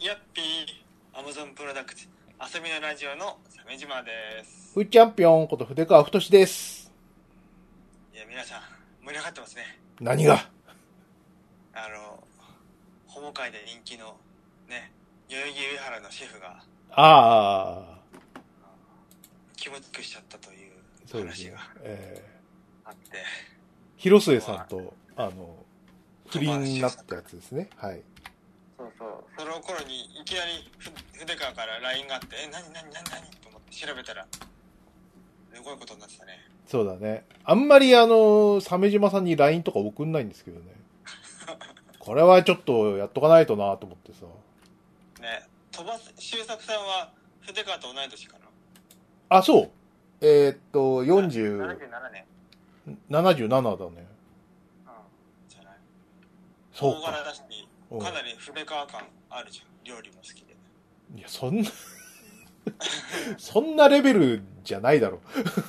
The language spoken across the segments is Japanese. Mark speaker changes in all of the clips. Speaker 1: やっぴー、アマゾンプロダクツ、遊びのラジオの鮫島です。
Speaker 2: ふーちゃんぴょんこと筆川太です。
Speaker 1: いや、皆さん、盛り上がってますね。
Speaker 2: 何が
Speaker 1: あの、ホモ界で人気の、ね、代々木上原のシェフが
Speaker 2: ああ、
Speaker 1: 気持ちくしちゃったという
Speaker 2: そうです
Speaker 1: 話
Speaker 2: ね
Speaker 1: が。
Speaker 2: え
Speaker 1: あって、
Speaker 2: ー、広末さんと、あの、不倫になったやつですね。はい。
Speaker 1: そうそう。その頃に、いきなりふ、筆川から LINE があって、え、なになになになにと思って調べたら、すごいことになってたね。
Speaker 2: そうだね。あんまりあの、鮫島さんに LINE とか送んないんですけ どね。これはちょっとやっとかないとなと思ってさ。
Speaker 1: ね、飛ばす、周作さんは、筆川と同い年かな。
Speaker 2: あ、そう。えーっと、40、
Speaker 1: 77年。
Speaker 2: 77だね。
Speaker 1: うん。じゃない。
Speaker 2: そう
Speaker 1: 大
Speaker 2: か。
Speaker 1: 柄だし、
Speaker 2: うん
Speaker 1: かなり筆川感あるじゃん。料理も好きで。
Speaker 2: いや、そんな、 そんなレベルじゃないだろ。
Speaker 1: でもこ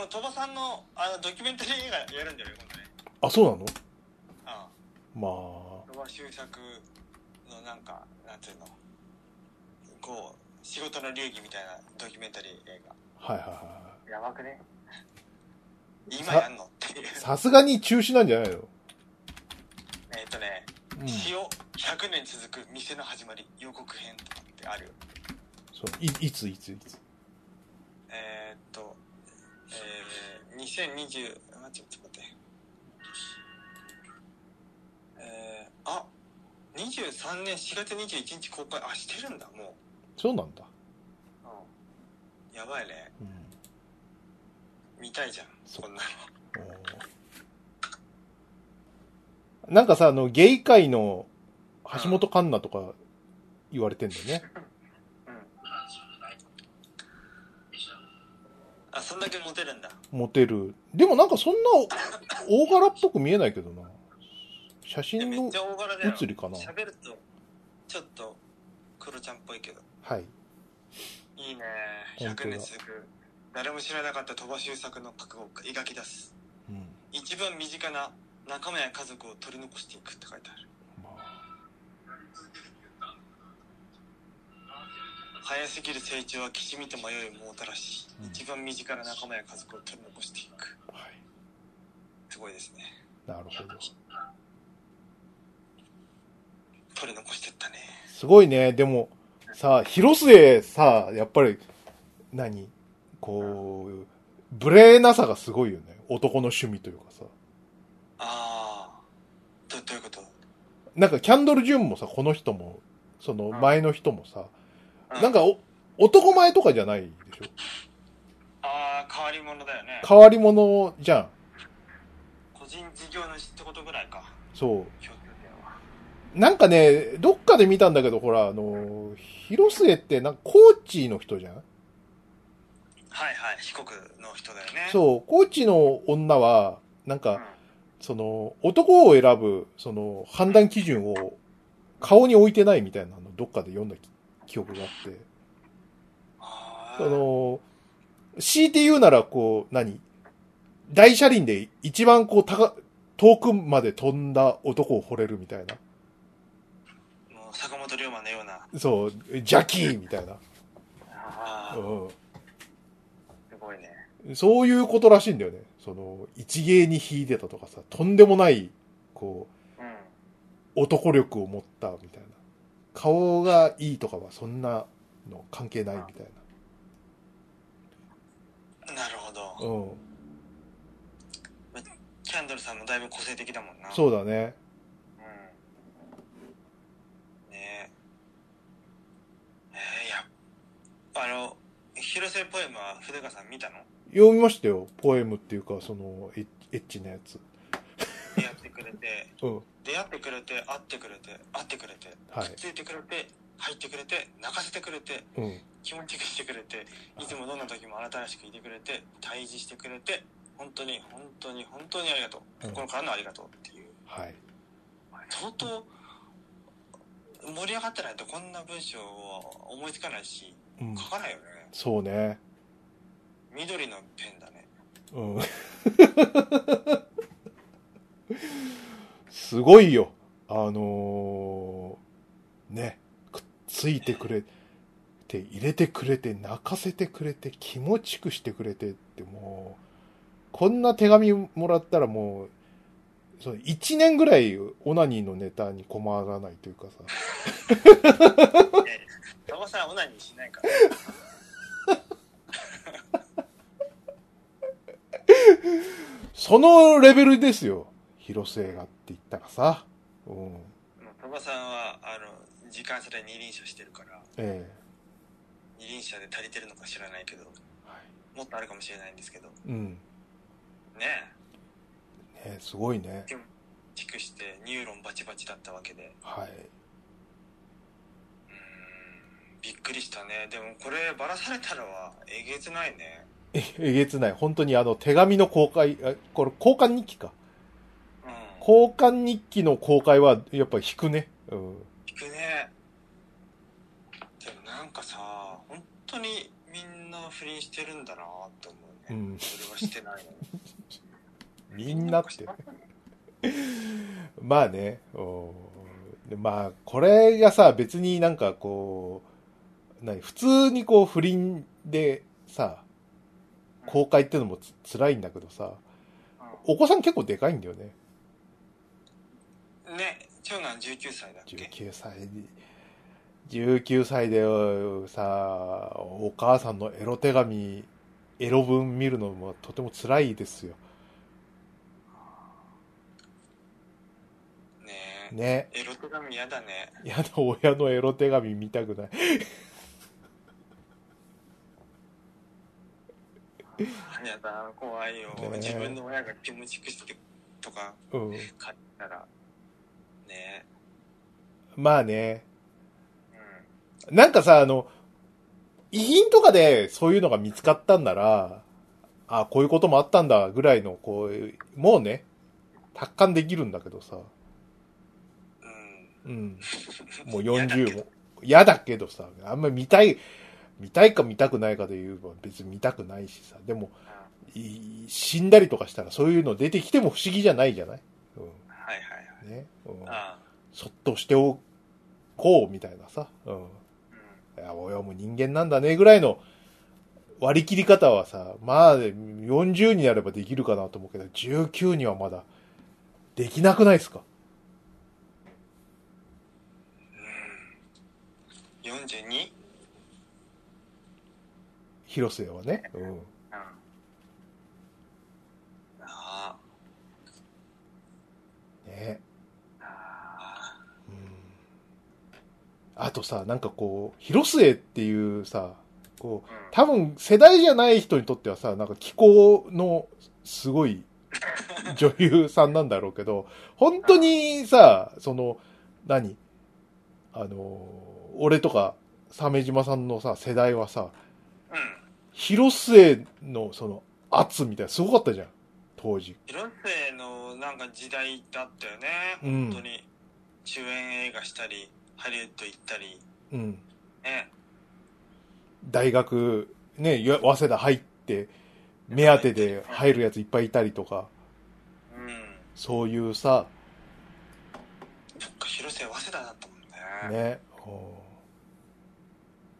Speaker 1: の鳥羽さんのあのドキュメンタリー映画やるんだよね、今度ね。
Speaker 2: あ、そうなの
Speaker 1: う
Speaker 2: まあ、
Speaker 1: ん。鳥羽周作のなんか、なんていうの、こう、仕事の流儀みたいなドキュメンタリー映
Speaker 2: はいはいはい。
Speaker 1: 画。やばくね。今
Speaker 2: さ
Speaker 1: やんのっていう。
Speaker 2: さすがに中止なんじゃないの、
Speaker 1: えっとね、
Speaker 2: うん、そう
Speaker 1: 塩100年続く店の始まり予告編とかってあるよ。
Speaker 2: いいついついつ
Speaker 1: えー、っと、えー、2020、あちょっと待って。えー、あ、23年4月21日公開、あ、してるんだ、も
Speaker 2: そうなんだ、
Speaker 1: う。やばいね。
Speaker 2: うん、
Speaker 1: 見たいじゃん、
Speaker 2: そう
Speaker 1: こんなの。
Speaker 2: おーなんかさあのゲイ界の橋本環奈とか言われてんだよね
Speaker 1: あ、そんだけモテるんだ。
Speaker 2: モテるでもなんかそんな大柄っぽく見えないけどな写
Speaker 1: いや
Speaker 2: 真
Speaker 1: めっ
Speaker 2: の
Speaker 1: ちゃ大柄だよ。
Speaker 2: 写りかな
Speaker 1: 喋ると、ちょっと、クロちゃんっぽいけど。
Speaker 2: はい
Speaker 1: いいね。
Speaker 2: 本当
Speaker 1: 100
Speaker 2: だ
Speaker 1: 年続く。誰も知らなかった鳥羽周作の覚悟を描き出す。
Speaker 2: うん
Speaker 1: 一番身近な仲間や家族を取り残していくって書いてある
Speaker 2: まあ
Speaker 1: 早すぎる成長はきしみと迷いをもたらし、
Speaker 2: うん
Speaker 1: 一番身近な仲間や家族を取り残していく
Speaker 2: はい
Speaker 1: すごいですね
Speaker 2: なるほど
Speaker 1: 取り残してったね
Speaker 2: すごいね。でも、さ、広末さ、やっぱり、何こう、無礼なさがすごいよね。男の趣味というかさ。
Speaker 1: ああどどういうこと
Speaker 2: なんか、キャンドル・ジュンもさ、この人も、その
Speaker 1: うん
Speaker 2: 前の人もさ、
Speaker 1: うん
Speaker 2: なんかお、男前とかじゃないでし
Speaker 1: ああ変わり者だよね
Speaker 2: ょ変わり者じゃん。
Speaker 1: 個人事業主ってことぐらいか
Speaker 2: そ
Speaker 1: 共通点は
Speaker 2: う。なんかね、どっかで見たんだけど、ほら、あの、広末って、なんか、コーチの人じゃん
Speaker 1: はいはい被告の人だよねう、
Speaker 2: そう、コーチの女は、なん
Speaker 1: うん
Speaker 2: か、、その、男を選ぶ、その、判断基準を顔に置いてないみたいなのどっかで読んだ記憶があって、
Speaker 1: あ
Speaker 2: そ
Speaker 1: ー
Speaker 2: の、強いて言うなら、こう、何大車輪で一番こう、高、遠くまで飛んだ男を惚れるみたいな。
Speaker 1: もう坂本龍馬のような
Speaker 2: そう、ジャキーみたいな。
Speaker 1: ああ
Speaker 2: う
Speaker 1: すごいね
Speaker 2: ん。そういうことらしいんだよね。その、一芸に秀でたとかさ、とんでもない、こう、
Speaker 1: うん
Speaker 2: 男力を持ったみたいな顔がいいとかはそんなの関係ないみたい
Speaker 1: なるほど
Speaker 2: なうん
Speaker 1: キャンドルさんもだいぶ個性的だもんな
Speaker 2: そうだね
Speaker 1: うんねええー、いやあの広瀬ポエムは筆川さん見たの
Speaker 2: 読みましたよポエムっていうかそのエッエッチなやつ
Speaker 1: 出会ってくれて
Speaker 2: うん
Speaker 1: 出会ってくれて会ってくれて会ってくれて
Speaker 2: はい
Speaker 1: くっついてくれて入ってくれて泣かせてくれて
Speaker 2: うん
Speaker 1: 気持ちよくしてくれていつもどんな時もあなたらしくいてくれて退治してくれて本当に本当に本当にありがとう
Speaker 2: うん
Speaker 1: 心からのありがとうっていう
Speaker 2: はい
Speaker 1: 相当盛り上がってないとこんな文章は思いつかないし
Speaker 2: うん
Speaker 1: 書かないよね
Speaker 2: そうね
Speaker 1: 緑のペンだね
Speaker 2: うんすごいよあのーね、くっついてくれて、入れてくれて、泣かせてくれて、気持ちくしてくれてって、もう、こんな手紙もらったらもう、その1年ぐらいオナニーのネタに困らないというかさ、
Speaker 1: ええ、馬場さんオナニーしないから。
Speaker 2: そのレベルですよ、広末がって言ったらさ、うん、
Speaker 1: もう馬場さんは、あの、時間差で二輪車してるから、
Speaker 2: ええ
Speaker 1: 二輪車で足りてるのか知らないけど、
Speaker 2: は
Speaker 1: もっとあるかもしれないんですけど、
Speaker 2: うん、
Speaker 1: ね
Speaker 2: ね、すごいね、
Speaker 1: え、チクしてニューロンバチバチだったわけで、
Speaker 2: はい。
Speaker 1: うーん、びっくりしたね。でもこればらされたらは、えげつないね。
Speaker 2: ええげつない。本当にあの手紙の公開、あこれ交換日記か。
Speaker 1: うん。
Speaker 2: 交換日記の公開はやっぱ引くね。うん。
Speaker 1: 聞くね。でもなんかさ、本当にみんな不倫してるんだなって思う
Speaker 2: う
Speaker 1: ね。俺
Speaker 2: ん。
Speaker 1: はしてないのに。
Speaker 2: みんなって。まあね。おーでまあ、これがさ、別になんかこう、何、普通にこう不倫でさ、公開ってのもつ辛いんだけどさ、お子さん結構でかいんだよね。
Speaker 1: うんね、長男19歳だっけ
Speaker 2: 19歳に19歳でうんさお母さんのエロ手紙エロ文見るのもとても辛いですよ
Speaker 1: ねえ。
Speaker 2: ね
Speaker 1: エロ手紙嫌だね。
Speaker 2: やだ親のエロ手紙見たくない
Speaker 1: やだ、怖いよ
Speaker 2: ね。え
Speaker 1: 自分の親が気持ちくしてとか
Speaker 2: うん
Speaker 1: 買ったら。ね
Speaker 2: まあね
Speaker 1: え。
Speaker 2: なんかさあの遺品とかでそういうのが見つかったんならあこういうこともあったんだぐらいのこうもうね達観できるんだけどさ
Speaker 1: うん。うん。
Speaker 2: うん
Speaker 1: うん
Speaker 2: もう
Speaker 1: 嫌だけ
Speaker 2: 40
Speaker 1: ど
Speaker 2: も。嫌だけどさ、あんまり見たい、見たいか見たくないかで言えば別に見たくないしさ、でも、い死んだりとかしたらそういうの出てきても不思議じゃないじゃない、う
Speaker 1: はいはいはい。
Speaker 2: んねうん、
Speaker 1: ああ。
Speaker 2: そっとしておこうみたいなさ、うん、
Speaker 1: う
Speaker 2: いや親も人間なんだねぐらいの割り切り方はさ、まあ40になればできるかなと思うけど、19にはまだできなくないですか
Speaker 1: ん。うん。42?
Speaker 2: 広末はね。うん
Speaker 1: うん。なあ。
Speaker 2: ね
Speaker 1: なあ。
Speaker 2: うんあとさ、なんかこう、広末っていうさ、こう、
Speaker 1: うん。
Speaker 2: 多分世代じゃない人にとってはさ、なんか気候のすごい女優さんなんだろうけど、本当にさ、その、何あの、俺とか、鮫島さんのさ、世代はさ、
Speaker 1: うん。
Speaker 2: 広末のその圧みたいな、すごかったじゃん、当時。
Speaker 1: 広末のなんか時代だったよね。
Speaker 2: うん
Speaker 1: 本当に。主演映画したり、ハリウッド行ったり。
Speaker 2: うん。
Speaker 1: ね。
Speaker 2: 大学、ね、よ早稲田入って、目当てで入るやついっぱいいたりとか、
Speaker 1: うん。
Speaker 2: そういうさ、
Speaker 1: そっか、広瀬早稲田だったもんね。
Speaker 2: ね、うん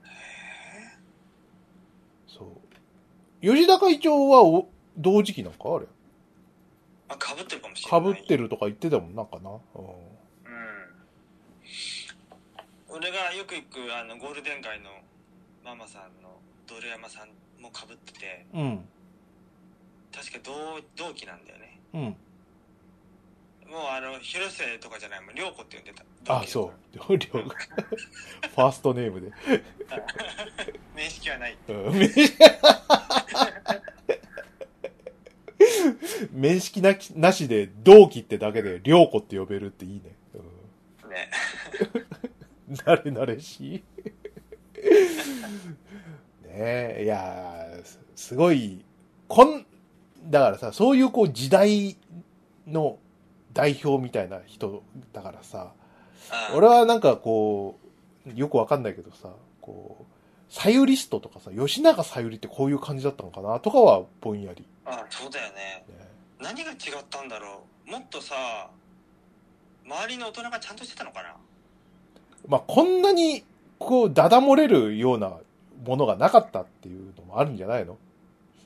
Speaker 1: へ
Speaker 2: そう。吉田会長はお同時期なんかあれ。
Speaker 1: えあ、かぶってるかもしれ
Speaker 2: か
Speaker 1: な
Speaker 2: ぶ
Speaker 1: い。
Speaker 2: ってるとか言ってたもんなんかな。うん
Speaker 1: うん。俺がよく行く、あの、ゴールデン街のママさんの、ドル山さんもかぶってて、
Speaker 2: うん。
Speaker 1: 確か同同期なんだよね。
Speaker 2: うん。
Speaker 1: もうあの、広瀬とかじゃない、もう、涼子って呼んでた。
Speaker 2: あ、そう。料理を ファーストネームで。
Speaker 1: う。面識はない。
Speaker 2: うん面面識なきなしで同期ってだけで良子って呼べるっていいね。うん
Speaker 1: ね。
Speaker 2: 慣れ慣れしい。ねえ、いやーす、すごい、こん、だからさ、そういうこう時代の代表みたいな人だからさ、
Speaker 1: あ
Speaker 2: 俺はなんかこう、よくわかんないけどさ、こう、さゆりストとかさ、吉永さゆりってこういう感じだったのかなとかはぼんやり、
Speaker 1: あ、そうだよね。
Speaker 2: ね。
Speaker 1: 何が違ったんだろう。もっとさ、周りの大人がちゃんとしてたのかな。
Speaker 2: まあ、こんなに、こう、だだ漏れるようなものがなかったっていうのもあるんじゃないの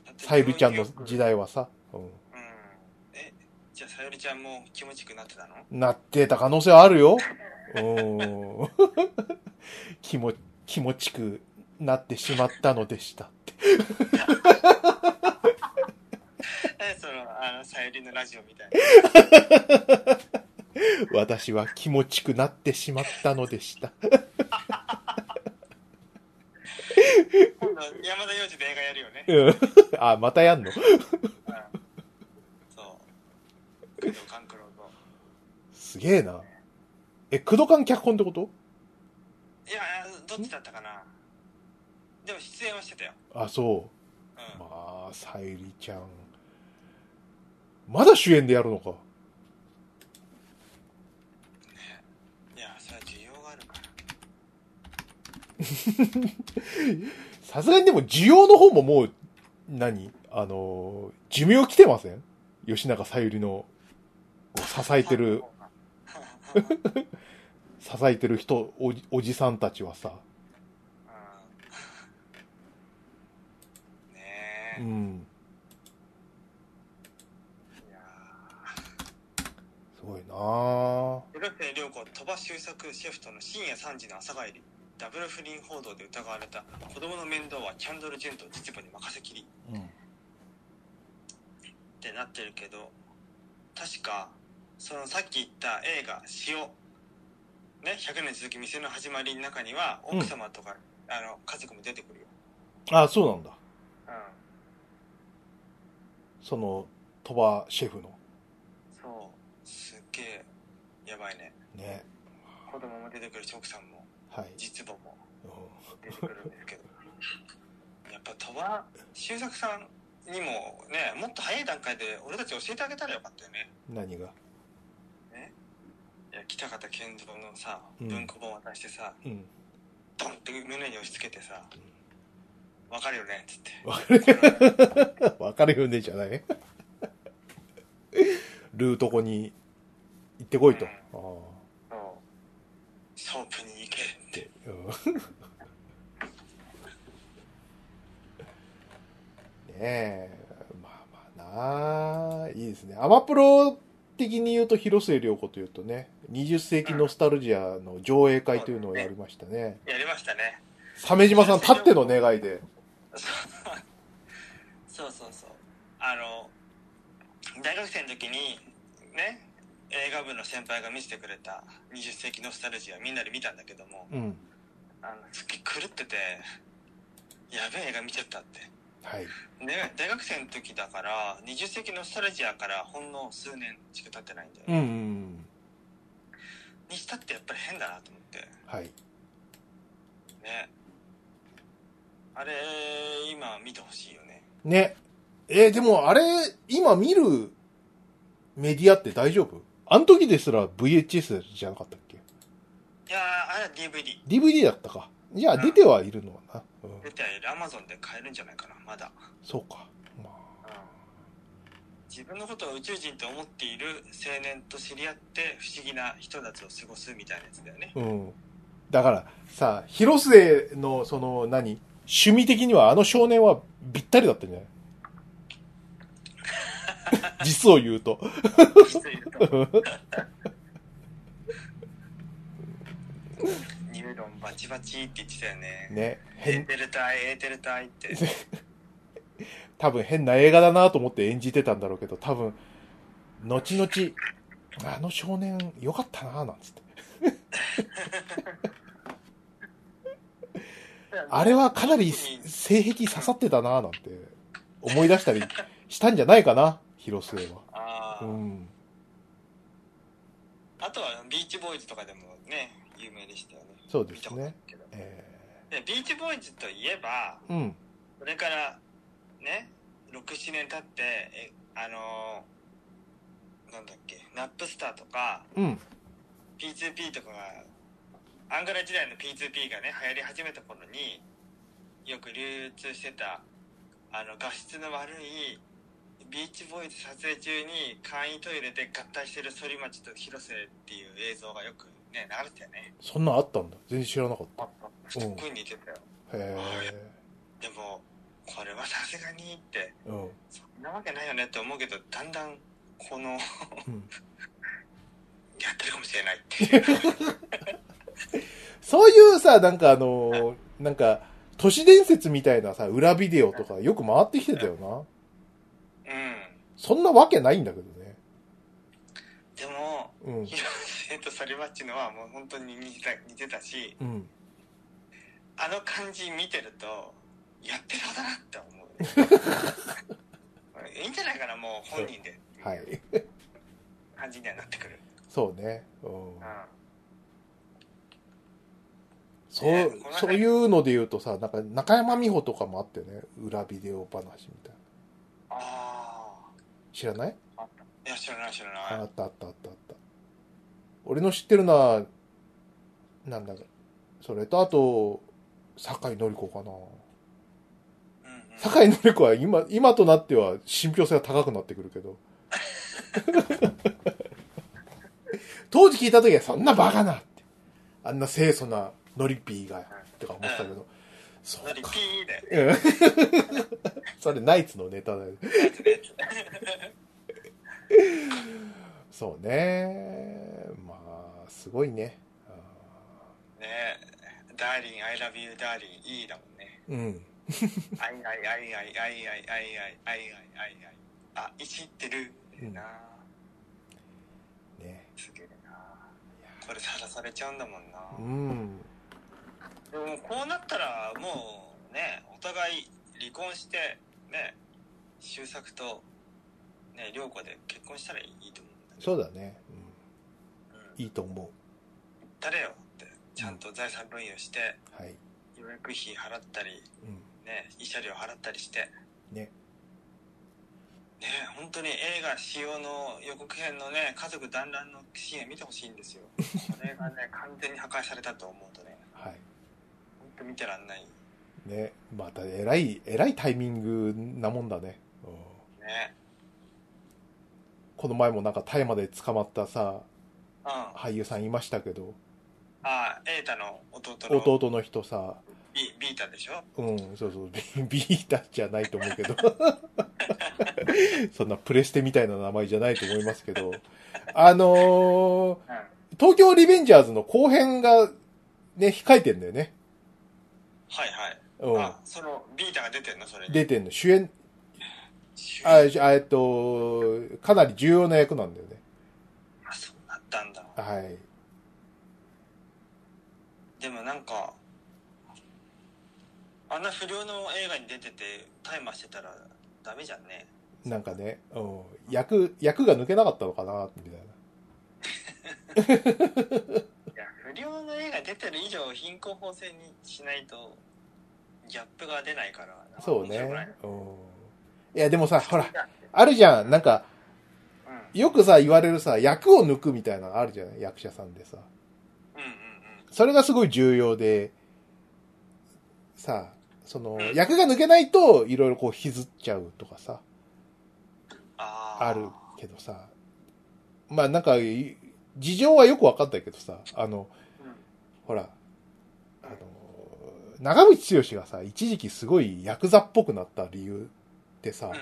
Speaker 1: だって
Speaker 2: さゆりちゃんの時代はさ、う
Speaker 1: うんえじゃあさゆりちゃんも気持ちよくなってたの
Speaker 2: ん、なってた可能性はあるよ。うん、 気も、気持ちくなってしまったのでした。
Speaker 1: えそのあのさゆりのラジオみたいな
Speaker 2: 私は気持ちくなってしまったのでした。
Speaker 1: 今度山田洋次で映画やるよね
Speaker 2: うん。あ、またやんの
Speaker 1: そう工藤官九郎と
Speaker 2: すげえな。え、クドカン脚本ってこと
Speaker 1: いやどっちだったかなでも出演はしてたよ
Speaker 2: あ、そう。
Speaker 1: うん
Speaker 2: まあ、さゆりちゃん。まだ主演でやるのか。
Speaker 1: いやそれは需要があるから
Speaker 2: さすがにでも需要の方ももう、何あのー、寿命来てません吉永さゆりの、を支え てる、支えてる人、おじおじさんたちはさ、
Speaker 1: うんね
Speaker 2: う
Speaker 1: え
Speaker 2: ん、
Speaker 1: いや
Speaker 2: すごいなぁ。
Speaker 1: 広末涼子鳥羽周作シェフとの深夜3時の朝帰りダブル不倫報道で疑われた子供の面倒はキャンドル・ジュンと秩父に任せきりっ
Speaker 2: うん。
Speaker 1: てなってるけど確かそのさっき言った映画「塩」ね100年続く店の始まりの中には
Speaker 2: うん
Speaker 1: 奥様とか、あの家族も出てくるよ、
Speaker 2: あ、そうなんだ。
Speaker 1: う
Speaker 2: その、鳥羽シェフの。
Speaker 1: ん、そうすっげえやばいね
Speaker 2: ね。
Speaker 1: 子供も出てくるし奥さんも
Speaker 2: はい。
Speaker 1: 実母も
Speaker 2: うん
Speaker 1: 出てくるんですけどやっぱ鳥羽周作さんにもねもっと早い段階で俺たち教えてあげたらよかったよね
Speaker 2: 何が。
Speaker 1: いや北方健三のさ
Speaker 2: うん
Speaker 1: 文庫本渡してさ、
Speaker 2: うん。
Speaker 1: ドンって胸に押し付けてさ「わかるよね」っつって
Speaker 2: わかる。わかるよね、じゃない。 ルートこに行ってこいと。ああ
Speaker 1: そうソープに行けって
Speaker 2: うんねえ、まあまあなあ、いいですね。アマプロ的に言うと広末涼子というとね、20世紀ノスタルジアの上映会というのをやりましたね。
Speaker 1: やりましたね
Speaker 2: 鮫島さんたっての願いで。
Speaker 1: そうそうそうあの大学生の時にね映画部の先輩が見せてくれた20世紀ノスタルジアみんなで見たんだけども
Speaker 2: うん。
Speaker 1: あのすっげえ狂っててやべえ映画見ちゃったって
Speaker 2: はい。
Speaker 1: で大学生の時だから20世紀ノスタルジアからほんの数年しか経ってないんだよ、
Speaker 2: うんうんうん。
Speaker 1: にしたってやっぱり変だなと思って
Speaker 2: はい。
Speaker 1: ねあれ今見てほしいよね
Speaker 2: ね。えーでもあれ、今見るメディアって大丈夫あの時ですら VHS じゃなかったっけ
Speaker 1: いやーあれは DVD
Speaker 2: ?DVD だったか。じゃあ
Speaker 1: うん
Speaker 2: 出てはいるのかな。うん。
Speaker 1: 出ているアマゾンで買えるんじゃないかなまだ
Speaker 2: そうか。まあ。
Speaker 1: 自分のことを宇宙人と思っている青年と知り合って不思議な人たちを過ごすみたいなやつだよね
Speaker 2: うん。だからさ、広末のその何趣味的にはあの少年はぴったりだったんじゃない 実を言うと。
Speaker 1: 実を言うと ニューロンバチバチって言ってたよね
Speaker 2: ね。
Speaker 1: エー
Speaker 2: 変、
Speaker 1: テル体エーテル体って
Speaker 2: 多分変な映画だなと思って演じてたんだろうけど、多分、後々、あの少年良かったなぁなんつって。 あれはかなり性癖刺さってたなぁなんて思い出したりしたんじゃないかな、広末は。
Speaker 1: あ
Speaker 2: う
Speaker 1: ー、
Speaker 2: ん。
Speaker 1: あとはビーチボーイズとかでもね有名でしたよね
Speaker 2: そうで
Speaker 1: 見
Speaker 2: すね
Speaker 1: たことあるけど
Speaker 2: え
Speaker 1: でビーチボーイズといえば
Speaker 2: ーうん。
Speaker 1: それからね67年経ってえあのーなんだっけナップスターとか
Speaker 2: うん。
Speaker 1: P2P とかがアングラ時代の P2P がね流行り始めた頃によく流通してたあの画質の悪いビーチボーイズ撮影中に簡易トイレで合体してる反町と広瀬っていう映像がよくね、流れてたよね。
Speaker 2: そんなんあったんだ。全然知らなかっ
Speaker 1: すっごい似てたよ。
Speaker 2: た。へ
Speaker 1: でも、これはさすがにって、
Speaker 2: え。うん。
Speaker 1: そんなわけないよねって思うけど、だんだん、この、や
Speaker 2: うん
Speaker 1: ってるかもしれないっていう。
Speaker 2: そういうさ、なんかあのー、なんか、都市伝説みたいなさ、裏ビデオとかよく回ってきてたよな。
Speaker 1: うん。
Speaker 2: そんなわけないんだけどね。
Speaker 1: でも、
Speaker 2: うん。
Speaker 1: 広瀬とソリバッチのはもう本当に似てた似てたし、
Speaker 2: うん。
Speaker 1: あの感じ見てると、やってそうだなって思うね、いいんじゃないかな、もう本人で。
Speaker 2: はい。
Speaker 1: 感じにはなってくる。
Speaker 2: そうね。うん。
Speaker 1: うん。
Speaker 2: そ
Speaker 1: ね
Speaker 2: う
Speaker 1: この、辺
Speaker 2: そういうので言うとさ、なんか中山美穂とかもあってね。裏ビデオ話みたいな。
Speaker 1: あ
Speaker 2: 知らない
Speaker 1: あ。いや、知らない、知ら
Speaker 2: あ
Speaker 1: ない。
Speaker 2: ったあったあったあった。俺の知ってるのは、なんだか、それとあと、酒井のり子かな。
Speaker 1: うんうん、
Speaker 2: 酒井のり子は今、今となっては信憑性が高くなってくる けど。当時聞いた時はそんなバカなって。あんな清楚なノリピーが、とか思ってたけど。そ
Speaker 1: のりピ
Speaker 2: うか。
Speaker 1: ーだよ。
Speaker 2: うん それナイツのネタだよ。そうね。まあ、すごいね。あ
Speaker 1: ねダーリン、I love you, ダーリン、いいだもんね。
Speaker 2: ーうん。
Speaker 1: あいあいあいあいあいあいあいあいあいあいあい。あ、いじってる。いいな
Speaker 2: ね。
Speaker 1: すげえなこれさらされちゃうんだもんな。
Speaker 2: うん。
Speaker 1: でもこうなったら、もうね、お互い離婚して、ね、周作と、ね、良子で結婚したらいいと思うんだけど。
Speaker 2: そうだね。
Speaker 1: うん
Speaker 2: うん、いいと思
Speaker 1: 誰よってちゃんと財産分与して
Speaker 2: う。はい。
Speaker 1: 養育費払ったり
Speaker 2: うん。
Speaker 1: ね慰謝料払ったりして
Speaker 2: ね
Speaker 1: ね本当に映画仕様の予告編のね家族団らんのシーン見てほしいん ですよこれがね完全に破壊されたと思うとね
Speaker 2: はい。
Speaker 1: 本当見てらんない
Speaker 2: ね、また偉い、偉いタイミングなもんだね。うん
Speaker 1: ね
Speaker 2: この前もなんか大麻で捕まったさ、
Speaker 1: うんあ
Speaker 2: 俳優さんいましたけど、
Speaker 1: あ瑛太の弟の
Speaker 2: 弟の人さ、
Speaker 1: ビビータでしょ
Speaker 2: うん、そうそう、 ビビータじゃないと思うけど、 そんなプレステみたいな名前じゃないと思いますけど、あの
Speaker 1: うん
Speaker 2: ー東京リベンジャーズの後編がね、控えてんだよね。
Speaker 1: はいはい、
Speaker 2: うん
Speaker 1: あ。そのビータが出てんのそれに
Speaker 2: 出てんの、主演、
Speaker 1: 主
Speaker 2: あ、
Speaker 1: 演
Speaker 2: えっと、かなり重要な役なんだよね。
Speaker 1: あそうなったんだ
Speaker 2: はい。
Speaker 1: でもなんかあんな不良の映画に出てて大麻してたらダメじゃんね
Speaker 2: なんかね、うん、役、役が抜けなかったのかな、みたいな。
Speaker 1: いや不良の映画出てる以上貧困法制にしないとギャップが出ないからな
Speaker 2: そう
Speaker 1: 面
Speaker 2: ね
Speaker 1: 白くない。
Speaker 2: うん。いや、でもさ、ほら、
Speaker 1: う
Speaker 2: あるじゃん。なんか、
Speaker 1: ん
Speaker 2: よくさ、言われるさ、役を抜くみたいなのあるじゃない役者さんでさ。
Speaker 1: うんうん
Speaker 2: それがすごい重要で、さ、その
Speaker 1: う、ん
Speaker 2: 役が抜けないと、いろいろこう、ひずっちゃうとかさ、
Speaker 1: あー
Speaker 2: あるけどさ。まあ、なんか、い事情はよくわかんないけどさ、あの、
Speaker 1: うん
Speaker 2: ほら、あの、長渕剛がさ、一時期すごいヤクザっぽくなった理由ってさ、
Speaker 1: うん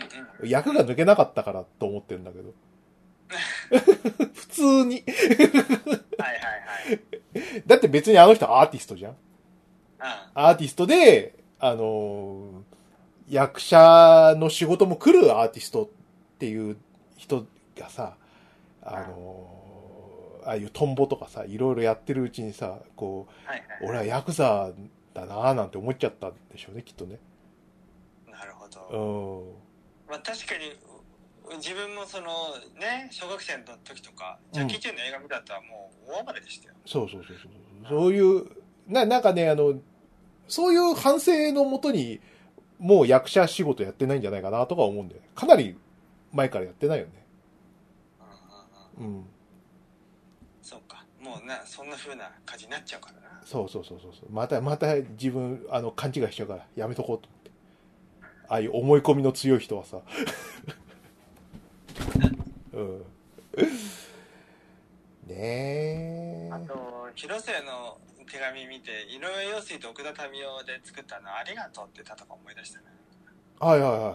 Speaker 1: うん
Speaker 2: 役が抜けなかったからと思ってるんだ けど。普通に。
Speaker 1: はい はい
Speaker 2: だって別にあの人アーティストじゃん
Speaker 1: はい
Speaker 2: アーティストで、あのー役者の仕事も来るアーティストっていう人がさ、あのーああいうトンボとかさ、いろいろやってるうちにさ、こ
Speaker 1: うんはいは
Speaker 2: う、俺はヤクザだなーなんて思っちゃったんでしょうね、きっとね。
Speaker 1: いなるほ
Speaker 2: う
Speaker 1: ど、
Speaker 2: ん。
Speaker 1: まあ、確かにう自分もそのね小学生の時とか
Speaker 2: う
Speaker 1: ジ
Speaker 2: ん
Speaker 1: ャッキー・チェンの映画見た後はもう大暴れでしたよ
Speaker 2: そうそうそうそう。そういう、な、なんかね、あの、そういう反省のもとに、もう役者仕事やってないんじゃないかなとか思うんだよね。かなり前からやってないよね。
Speaker 1: うんうんうん
Speaker 2: うん。
Speaker 1: そうかもうなそんな風な感じになっちゃうからな
Speaker 2: そうそうそうそうそう。また、また自分、あの、勘違いしちゃうから、やめとこうと思って。ああいう思い込みの強い 人はさ。うん。ねえ。
Speaker 1: あと、広末の手紙見て、井上陽水と奥田民生で作ったの、ありがとうって歌とか思い出したね。
Speaker 2: はいはいはいはい。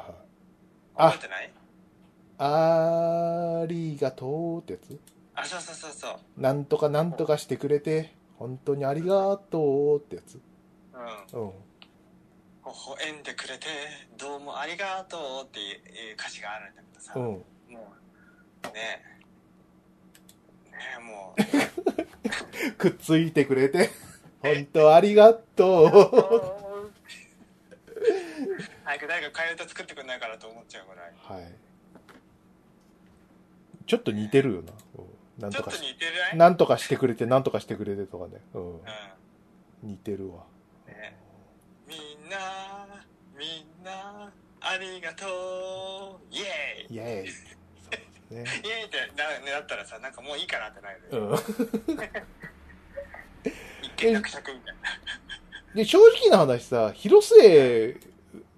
Speaker 2: あ
Speaker 1: 覚えてない
Speaker 2: ありがとうってやつ
Speaker 1: あ、そうそうそうそう。
Speaker 2: なんとかなんとかしてくれて、本当にありがとうってやつ。
Speaker 1: うん。
Speaker 2: うん。
Speaker 1: 微笑んでくれて、どうもありがとうっていう歌詞があるんだけどさ。
Speaker 2: う
Speaker 1: も
Speaker 2: ん。
Speaker 1: う、ねえ。ねえ、もう。
Speaker 2: くっついてくれて、本当あり がとう。
Speaker 1: 早く誰か替え歌作ってくんないからと思っちゃうぐらい。
Speaker 2: はい。ちょっと似てるよな。うんなん
Speaker 1: ちょ
Speaker 2: と
Speaker 1: っ
Speaker 2: か
Speaker 1: と
Speaker 2: し
Speaker 1: 似てるね。
Speaker 2: なんとかしてくれて、なんとかしてくれてとかね。うん。
Speaker 1: う
Speaker 2: 似てるわ。
Speaker 1: ん。ねみんな、みんな、ありがとう、イエーイ
Speaker 2: イェ ーイ。そうですね。
Speaker 1: イエーイってななったらさ、なんかもういいかなってなる
Speaker 2: う
Speaker 1: よね。
Speaker 2: ん。
Speaker 1: 一見落着みたいな。
Speaker 2: で、正直な話さ、広末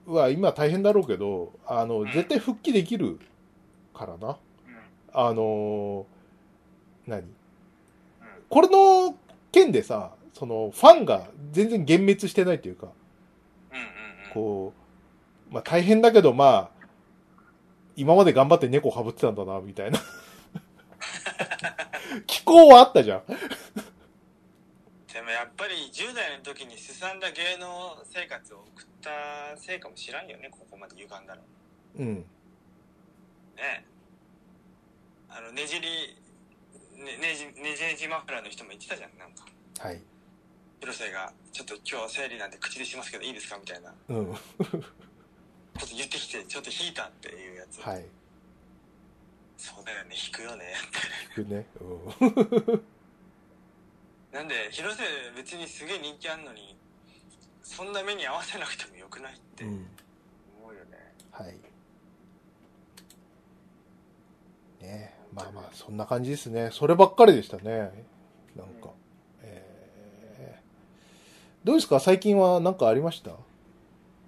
Speaker 2: は今大変だろうけど、あの、
Speaker 1: ん
Speaker 2: 絶対復帰できるからな。
Speaker 1: うん。
Speaker 2: あのー何
Speaker 1: うん。
Speaker 2: これの件でさ、その、ファンが全然幻滅してないというか、
Speaker 1: うんうんうん。
Speaker 2: こう、まあ大変だけど、まあ、今まで頑張って猫かぶってたんだな、み たいな。気候はあったじゃん。
Speaker 1: でもやっぱり10代の時にすさんだ芸能生活を送ったせいかもしらんよね、ここまで歪んだの。
Speaker 2: うん。
Speaker 1: ねあのねじりねねじねじねじマフラーの人も言ってたじゃんなんか
Speaker 2: はい。
Speaker 1: 広瀬が「ちょっと今日生理なんで口でしますけどいいですか?」みたいな
Speaker 2: うん。
Speaker 1: こと言ってきてちょっと引いたっていうやつ、
Speaker 2: はい。
Speaker 1: そうだよね引くよね
Speaker 2: 聞くね。うん。
Speaker 1: なんで広瀬別にすげえ人気あんのにそんな目に合わせなくてもよくないって
Speaker 2: うん
Speaker 1: 思うよね、
Speaker 2: はい。ねまあまあ、そんな感じですね。そればっかりでしたね。なんか。
Speaker 1: うん
Speaker 2: えーどうですか最近は何かありました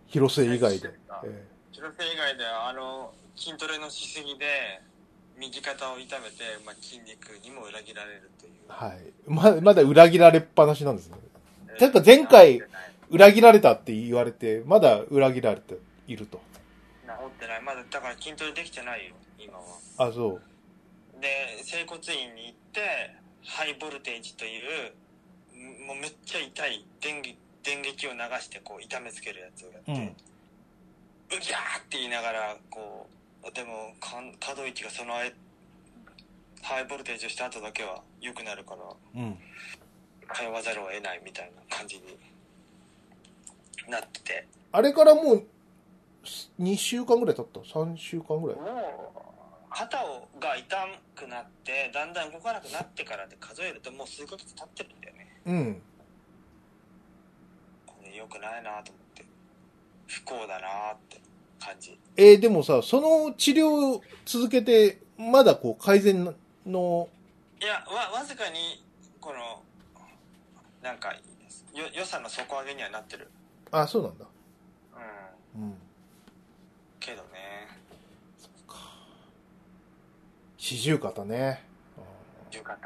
Speaker 2: 広瀬以外で。え
Speaker 1: 広瀬以外ではあの筋トレのしすぎで右肩を痛めて、まあ、筋肉にも裏切られるという
Speaker 2: ー、はい。ま、まだ裏切られっぱなしなんですね。
Speaker 1: えー
Speaker 2: てか前
Speaker 1: 治って
Speaker 2: 回
Speaker 1: ない
Speaker 2: 裏切られたって言われて、まだ裏切られていると。
Speaker 1: 治ってないまだだから筋トレできてないよ今は
Speaker 2: あ、そう。
Speaker 1: で整骨院に行ってハイボルテージというんもうめっちゃ痛い電撃電撃を流してこう痛めつけるやつをやって、
Speaker 2: う
Speaker 1: うんぎゃーって言いながらこうでもかん可動域がその間ハイボルテージをした後だけは良くなるから
Speaker 2: うん。
Speaker 1: 通わざるを得ないみたいな感じになってて
Speaker 2: あれからもう、2週間ぐらい経った ?3 週間ぐらい
Speaker 1: もう肩をが痛くなってだんだん動かなくなってからで数えるともう数ヶ月経ってるんだよね
Speaker 2: うん。
Speaker 1: これ良くないなと思って不幸だなって感じ
Speaker 2: えーでもさ、その治療を続けて、まだこう改善の、
Speaker 1: いやわわずかにこのなんかよ良さの底上げにはなってる
Speaker 2: あ、そうなんだ。
Speaker 1: うん
Speaker 2: うん。
Speaker 1: けどね
Speaker 2: 四十肩ね。
Speaker 1: 浴衣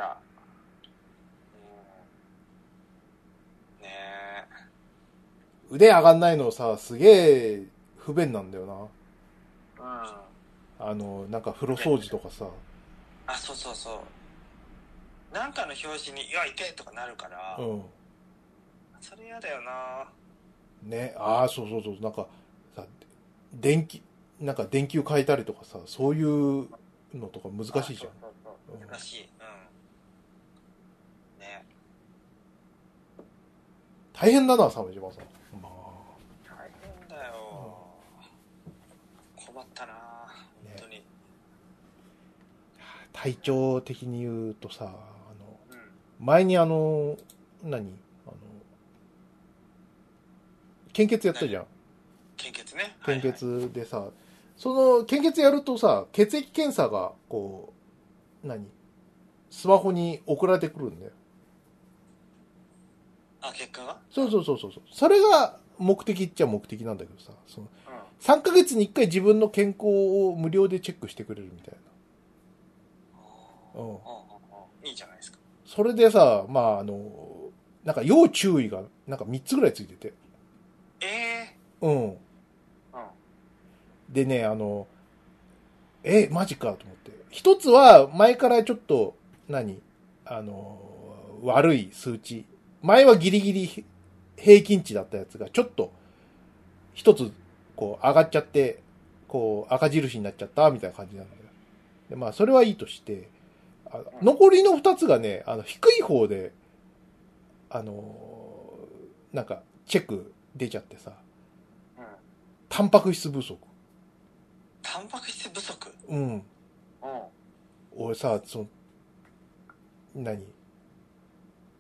Speaker 1: うんねえ
Speaker 2: 腕上がんないのさ、すげえ不便なんだよ
Speaker 1: うん
Speaker 2: な。あの、なんか風呂掃除とかさ。
Speaker 1: あそうそうそうなんかの表紙に「いや痛い!」とかなるから、
Speaker 2: うん。
Speaker 1: それ嫌だよな
Speaker 2: ね。ああ、そうそうそう。なんかさ、電気、なんか電球変えたりとかさ、そういうのとか難しいじゃん
Speaker 1: あ。そうそうそう
Speaker 2: うん
Speaker 1: 難しいうんね
Speaker 2: 大変だな、鮫島さん。まあ、
Speaker 1: 大変だよ困ったな本当に
Speaker 2: 体調的に言うとさ、あの、
Speaker 1: うん
Speaker 2: 前にあの、何あの、献血やったじゃん。
Speaker 1: 献血ね
Speaker 2: 献血でさ、その献血やるとさ、血液検査が、こう、何スマホに送られてくるんだ
Speaker 1: はいは
Speaker 2: よ。
Speaker 1: いあ結果が
Speaker 2: そうそうそうそうそう。それが目的っちゃ目的なんだけどさ、そ
Speaker 1: う
Speaker 2: の
Speaker 1: ん
Speaker 2: 3ヶ月に1回自分の健康を無料でチェックしてくれるみたいな。う
Speaker 1: うん
Speaker 2: ん。
Speaker 1: うんうんいいじゃないですか
Speaker 2: それでさ、まあ、あの、なんか要注意が、なんか3つぐらいついてて。
Speaker 1: え
Speaker 2: うん。
Speaker 1: ー、うん。
Speaker 2: でね、あの、え、マジかと思って。一つは、前からちょっと、何あの、悪い数値。前はギリギリ平均値だったやつが、ちょっと、一つ、こう、上がっちゃって、こう、赤印になっちゃった、みたいな感じなんだよ。で、まあ、それはいいとして、あ残りの二つがね、あの、低い方で、あの、なんか、チェック出ちゃってさ、
Speaker 1: うん。
Speaker 2: タンパク質不足。
Speaker 1: タンパク質不足
Speaker 2: うん。
Speaker 1: うん。
Speaker 2: 俺さ、その、何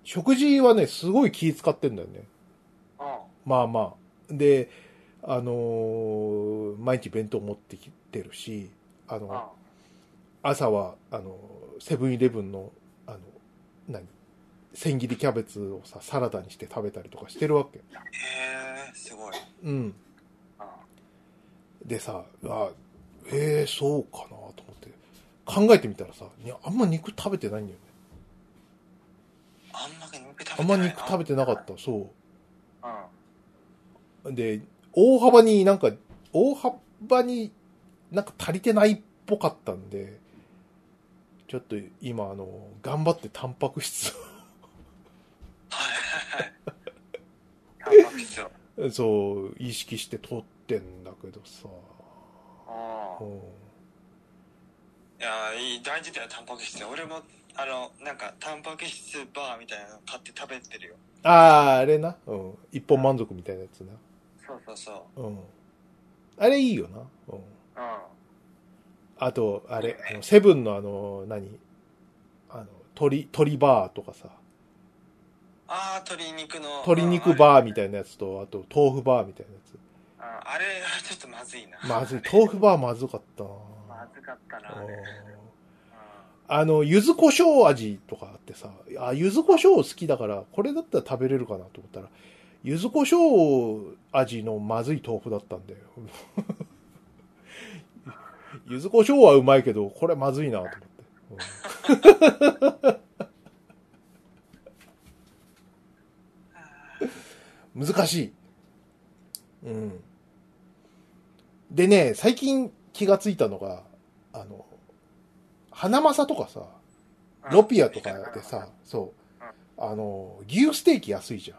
Speaker 2: 食事はね、すごい気使ってんだよね。
Speaker 1: うん。
Speaker 2: まあまあ。で、あのー毎日弁当持ってきてるし、あ
Speaker 1: うん。
Speaker 2: の、朝は、あの、セブンイレブンの、あの、何千切りキャベツをさ、サラダにして食べたりとかしてるわけ。
Speaker 1: へえー、すごい。
Speaker 2: うん。
Speaker 1: うん。
Speaker 2: でさ、あ、ええそうかなと思って。考えてみたらさ、いやあんま肉食べてないんだよね。
Speaker 1: あんまり肉食べてない
Speaker 2: あん
Speaker 1: な。
Speaker 2: ま肉食べてなかった、そう。
Speaker 1: た。うん。
Speaker 2: で、大幅になんか、大幅になんか足りてないっぽかったんで、ちょっと今あの、頑張ってタンパク質
Speaker 1: はいはいはい。タンパク質を。
Speaker 2: を、 そう、意識して取ってんだけどさ、う
Speaker 1: うん
Speaker 2: ん
Speaker 1: いやーいい大事だよタンパク質俺もあのなんかタンパク質バーみたいなの買って食べてるよ
Speaker 2: あー、あれな、うん、一本満足みたいなやつな、
Speaker 1: そうそうそ
Speaker 2: うん。あれいいよな、う
Speaker 1: うう
Speaker 2: ん。
Speaker 1: ん
Speaker 2: あと、あれ、あのセブンのあの、何あの、鳥、鳥バーとかさ、
Speaker 1: ああ鶏肉の
Speaker 2: 鶏肉
Speaker 1: ー
Speaker 2: バーみたいなやつと、あと豆腐バーみたいなやつ。
Speaker 1: あれはちょっとまずいな
Speaker 2: まずい。豆腐バーまずかったな
Speaker 1: まずかったなあれ、うん、
Speaker 2: あの、柚子胡椒味とかあってさ、あ、柚子胡椒好きだから、これだったら食べれるかなと思ったら、柚子胡椒味のまずい豆腐だったんだよ。 柚子胡椒はうまいけど、これまずいなと思って。うん難しい。うん。でね、最近気がついたのが、あの、花正とかさ、
Speaker 1: うん
Speaker 2: ロピアとかでさ、そう、あの、牛ステーキ安いじゃん。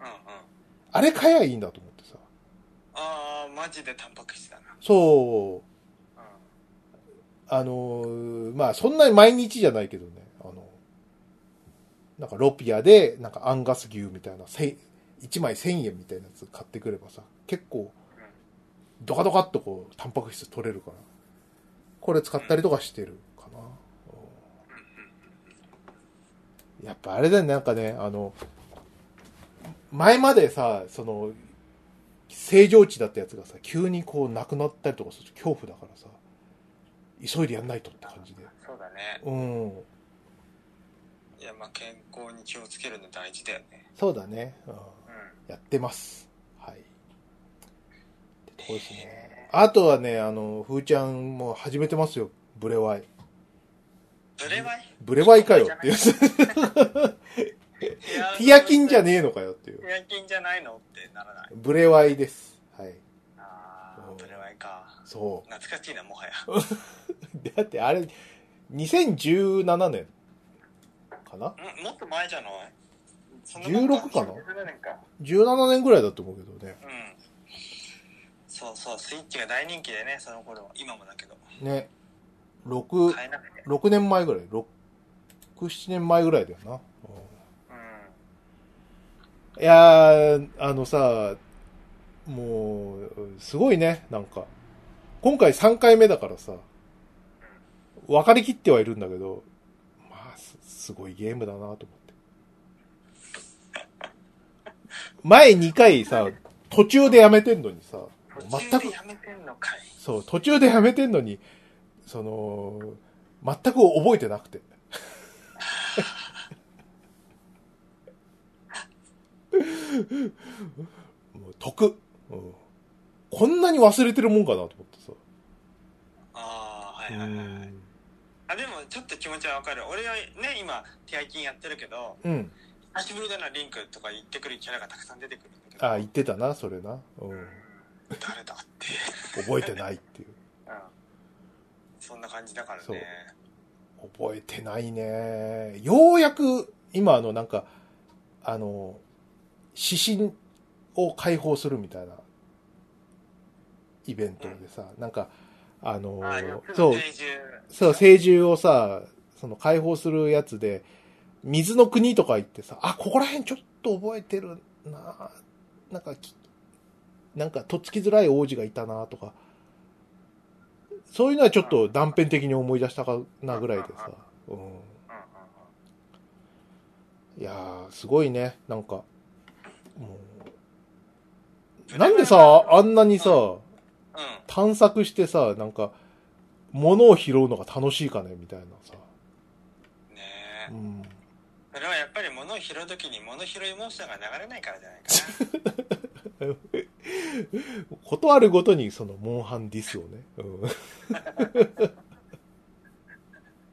Speaker 1: うんうん
Speaker 2: あれ買えばいいんだと思ってさ。
Speaker 1: ああマジでタンパク質だな
Speaker 2: そう、
Speaker 1: うん
Speaker 2: あのーまあ、そんなに毎日じゃないけどね、あの、なんかロピアで、なんかアンガス牛みたいな、1枚1000円みたいなやつ買ってくればさ、結構、ドカドカっとこう、タンパク質取れるから、これ使ったりとかしてるかな。うんやっぱあれだよね、なんかね、あの、前までさ、その、正常値だったやつがさ、急にこう、なくなったりとかすると恐怖だからさ、急いでやんないとって感じで。
Speaker 1: そうだね
Speaker 2: うん。
Speaker 1: いやまあ健康に気をつけるの大事だよね
Speaker 2: そうだね。うん、
Speaker 1: うん
Speaker 2: やってます。はい。ってとこですね。あとはね、あの、ふーちゃんも始めてますよ。ブレワイ。
Speaker 1: ブレワイ
Speaker 2: ブレワイかよっていう。 ティアキンじゃ
Speaker 1: ね
Speaker 2: ねえのかよっていう
Speaker 1: テ。ィアキンじゃないのってならない
Speaker 2: ブレワイです。はい。
Speaker 1: あ
Speaker 2: うん
Speaker 1: あブレワイか
Speaker 2: そ
Speaker 1: 懐かしいなもはや
Speaker 2: う。 だってあれ、2017年かなん
Speaker 1: もっと前じゃないそんなもん
Speaker 2: 16かな
Speaker 1: 17年か
Speaker 2: ?17 年ぐらいだと思うけどね。
Speaker 1: うんそうそうスイッチが大人気でねその頃は今もだけど
Speaker 2: ね。6、
Speaker 1: 買えなくて
Speaker 2: 6年前ぐらい。6、7年前ぐらいだよな。うん
Speaker 1: うん
Speaker 2: いやー、あのさ、もう、すごいね、なんか。今回3回目だからさ、分かりきってはいるんだけど、まあ、すすごいゲームだなと思って。前2回さ、途中でやめてんのにさ、
Speaker 1: 途
Speaker 2: 全
Speaker 1: 中で
Speaker 2: く、
Speaker 1: やめてんのかい
Speaker 2: そう、途中でやめてんのに、その、全く覚えてな くて。もう得、うん。こんなに忘れてるもんかなと思ってさ。
Speaker 1: ああは
Speaker 2: う
Speaker 1: いはいはい
Speaker 2: ん
Speaker 1: ああでもちょっと気持ちはわかる俺はね今手合金やってるけど
Speaker 2: うん。
Speaker 1: 久しぶりだなリンクとか言ってくるキャラがたくさん出てくるんだけど
Speaker 2: あ、言ってたな、それな。うん。
Speaker 1: 誰だって、
Speaker 2: 覚えてないっていう。
Speaker 1: うん、そんな感じだから
Speaker 2: そう
Speaker 1: ね
Speaker 2: 覚えてないね。ようやく、今あの、なんか、あの、指針を解放するみたいな、イベントでさ、なんか、あの
Speaker 1: あ4、つ
Speaker 2: そ
Speaker 1: の
Speaker 2: う、
Speaker 1: 定住
Speaker 2: そう、聖獣をさ、その解放するやつで、水の国とか行ってさ、あ、ここら辺ちょっと覚えてるななんかき、なんか、とっつきづらい王子がいたなとか、そういうのはちょっと断片的に思い出したかなぐらいでさ、う
Speaker 1: うんうん
Speaker 2: ん。いやー、すごいね、なんか。も
Speaker 1: う
Speaker 2: うなんでさ、あんなにさ、
Speaker 1: うん
Speaker 2: 探索してさ、なんか、物を拾うのが楽しいかね、みたいなさ。
Speaker 1: ねえ
Speaker 2: うん。
Speaker 1: それはやっぱり物を拾う時に物拾いモンスターが流れないからじゃない か
Speaker 2: ことあるごとにそのモンハンディスをね、 うん、
Speaker 1: な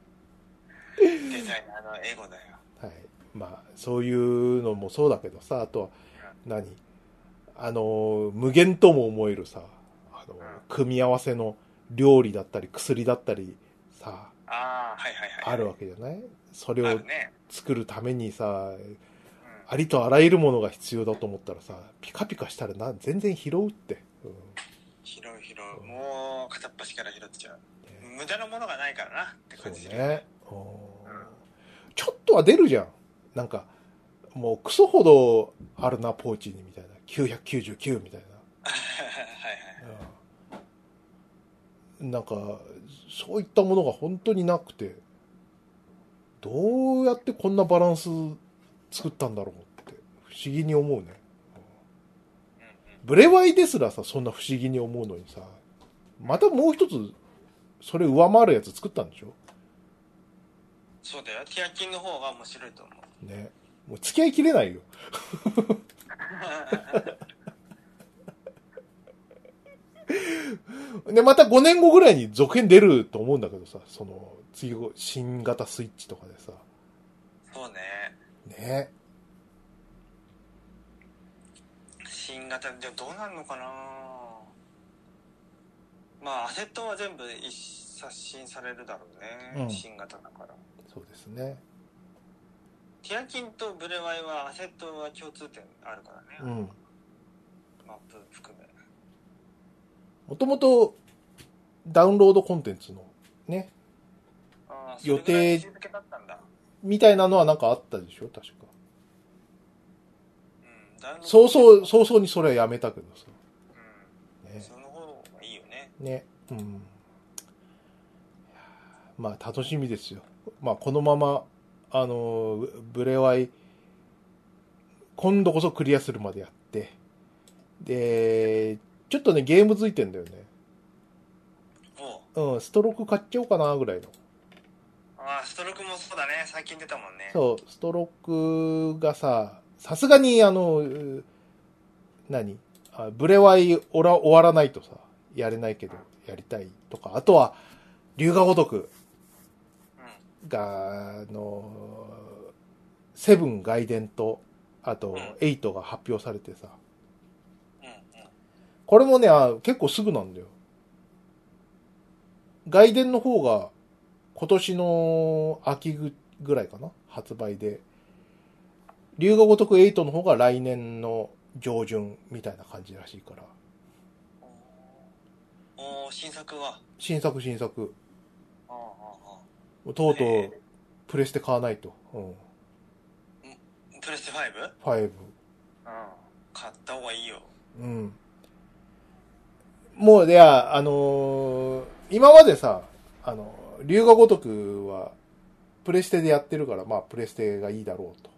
Speaker 1: デザイナーのエゴだよ
Speaker 2: はいまあそういうのもそうだけどさあとは何あの無限とも思えるさあの組み合わせの料理だったり薬だったりさ
Speaker 1: ああはいはいはい
Speaker 2: あるわけじゃないそれ
Speaker 1: あ
Speaker 2: を
Speaker 1: るね、
Speaker 2: 作るためにさ
Speaker 1: うん
Speaker 2: ありとあらゆるものが必要だと思ったらさピカピカしたらな全然拾うって、うん
Speaker 1: 拾う拾うもう片っ端から拾っちゃう
Speaker 2: ね
Speaker 1: 無駄なものがないからなって
Speaker 2: そう
Speaker 1: 感じ
Speaker 2: ね、うんちょっとは出るじゃんなんかもうクソほどあるなポーチにみたいな999みたい
Speaker 1: はい
Speaker 2: な、うんなんかそういったものが本当になくてどうやってこんなバランス作ったんだろうって不思議に思うね
Speaker 1: はい、うん
Speaker 2: ブレワイですらさそんな不思議に思うのにさまたもう一つそれ上回るやつ作ったんでしょ
Speaker 1: うん、そうだよティアキンの方が面白いと思う
Speaker 2: ねもう付き合いきれないよで、また5年後ぐらいに続編出ると思うんだけどさ、その、次、新型スイッチとかでさ、
Speaker 1: そうね
Speaker 2: ね。
Speaker 1: 新型でもどうなるのかなまあアセットは全部一刷新されるだろうね、
Speaker 2: うん
Speaker 1: 新型だから
Speaker 2: そうですね。
Speaker 1: ティアキンとブレワイはアセットは共通点あるからね、
Speaker 2: うん。
Speaker 1: マップ含め
Speaker 2: もともと、ダウンロードコンテンツの、ね、
Speaker 1: あー
Speaker 2: 予
Speaker 1: それ
Speaker 2: 定
Speaker 1: ぐらい位置づけだったんだ、
Speaker 2: みたいなのはなんかあったでしょ確か。
Speaker 1: うん、だいぶ
Speaker 2: 早々、早々にそれはやめたけどさ。
Speaker 1: うん、
Speaker 2: ね。
Speaker 1: その方がいいよね
Speaker 2: ね。うん。いやーまあ、楽しみですよ。まあ、このまま、あのー、ブレワイ、今度こそクリアするまでやって、で、ちょっとね、ゲーム付いてんだよね。
Speaker 1: おう
Speaker 2: うん、ストローク買っちゃおうかな、ぐらいの。
Speaker 1: ああストロークもそうだね最近出たもんね
Speaker 2: そう、ストロークがさ、さすがに、あの、う何あブレワイおら終わらないとさ、やれないけど、やりたいとか、あとは、龍が如く、
Speaker 1: うん
Speaker 2: が、あの、セブン外伝と、あ
Speaker 1: う
Speaker 2: と
Speaker 1: ん、
Speaker 2: エイトが発表されて
Speaker 1: うんう
Speaker 2: さ、
Speaker 1: ん
Speaker 2: これもね、あ結構すぐなんだよ。外伝の方が、今年の秋ぐぐらいかな発売で。龍が如く8の方が来年の上旬みたいな感じらしいから。
Speaker 1: おお新作は
Speaker 2: 新作新作。
Speaker 1: あああ
Speaker 2: とうとう
Speaker 1: へえ、
Speaker 2: プレステ買わないと。うん。
Speaker 1: あプレステ 5? うん
Speaker 2: 5。
Speaker 1: 買った方がいいよ
Speaker 2: うん。もう、いや、あのー今までさ、あの、龍が如くは、プレステでやってるから、まあ、プレステがいいだろうと。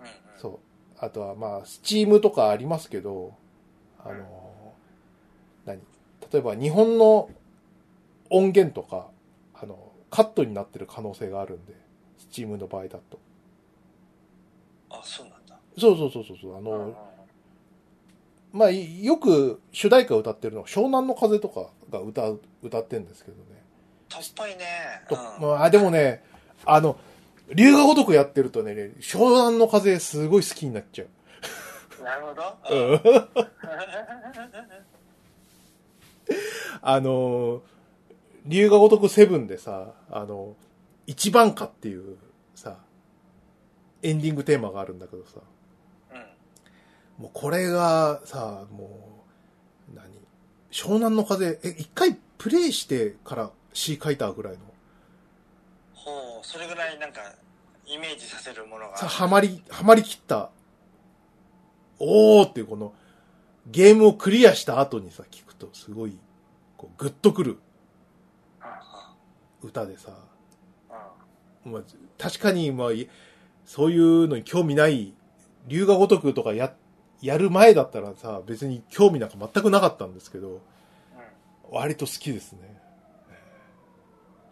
Speaker 1: うんうん
Speaker 2: そう。あとは、まあ、スチームとかありますけど、あのー何例えば、日本の音源とか、あの、カットになってる可能性があるんで、スチームの場合だと。
Speaker 1: あそうなんだ
Speaker 2: そうそうそうそうそう、あ
Speaker 1: う
Speaker 2: の
Speaker 1: ん、
Speaker 2: まあ、いよく主題歌歌ってるのは、湘南の風とかが歌う、歌ってんですけどね。
Speaker 1: っぱいね。
Speaker 2: と
Speaker 1: うん。
Speaker 2: まあ、でもね、あの、龍が如くやってるとね、湘南の風すごい好きになっちゃう。
Speaker 1: なるほど。
Speaker 2: うん あの、龍が如くセブンでさ、あの、一番歌っていうさ、エンディングテーマがあるんだけどさ、
Speaker 1: うん。
Speaker 2: もうこれがさ、もう、何湘南の風、え、一回プレイしてから詩書いたぐらいの、
Speaker 1: ほう、それぐらいなんか、イメージさせるものが。
Speaker 2: さ、はまり、はまりきった、おーっていうこの、ゲームをクリアした後にさ、聞くとすごい、こう、グッとくる
Speaker 1: う
Speaker 2: 歌でさ、
Speaker 1: んうん
Speaker 2: まあ、確かに、まあ、いそういうのに興味ない、龍が如くとかや、やる前だったらさ、別に興味なんか全くなかったんですけど、
Speaker 1: うん。
Speaker 2: 割と好きですね。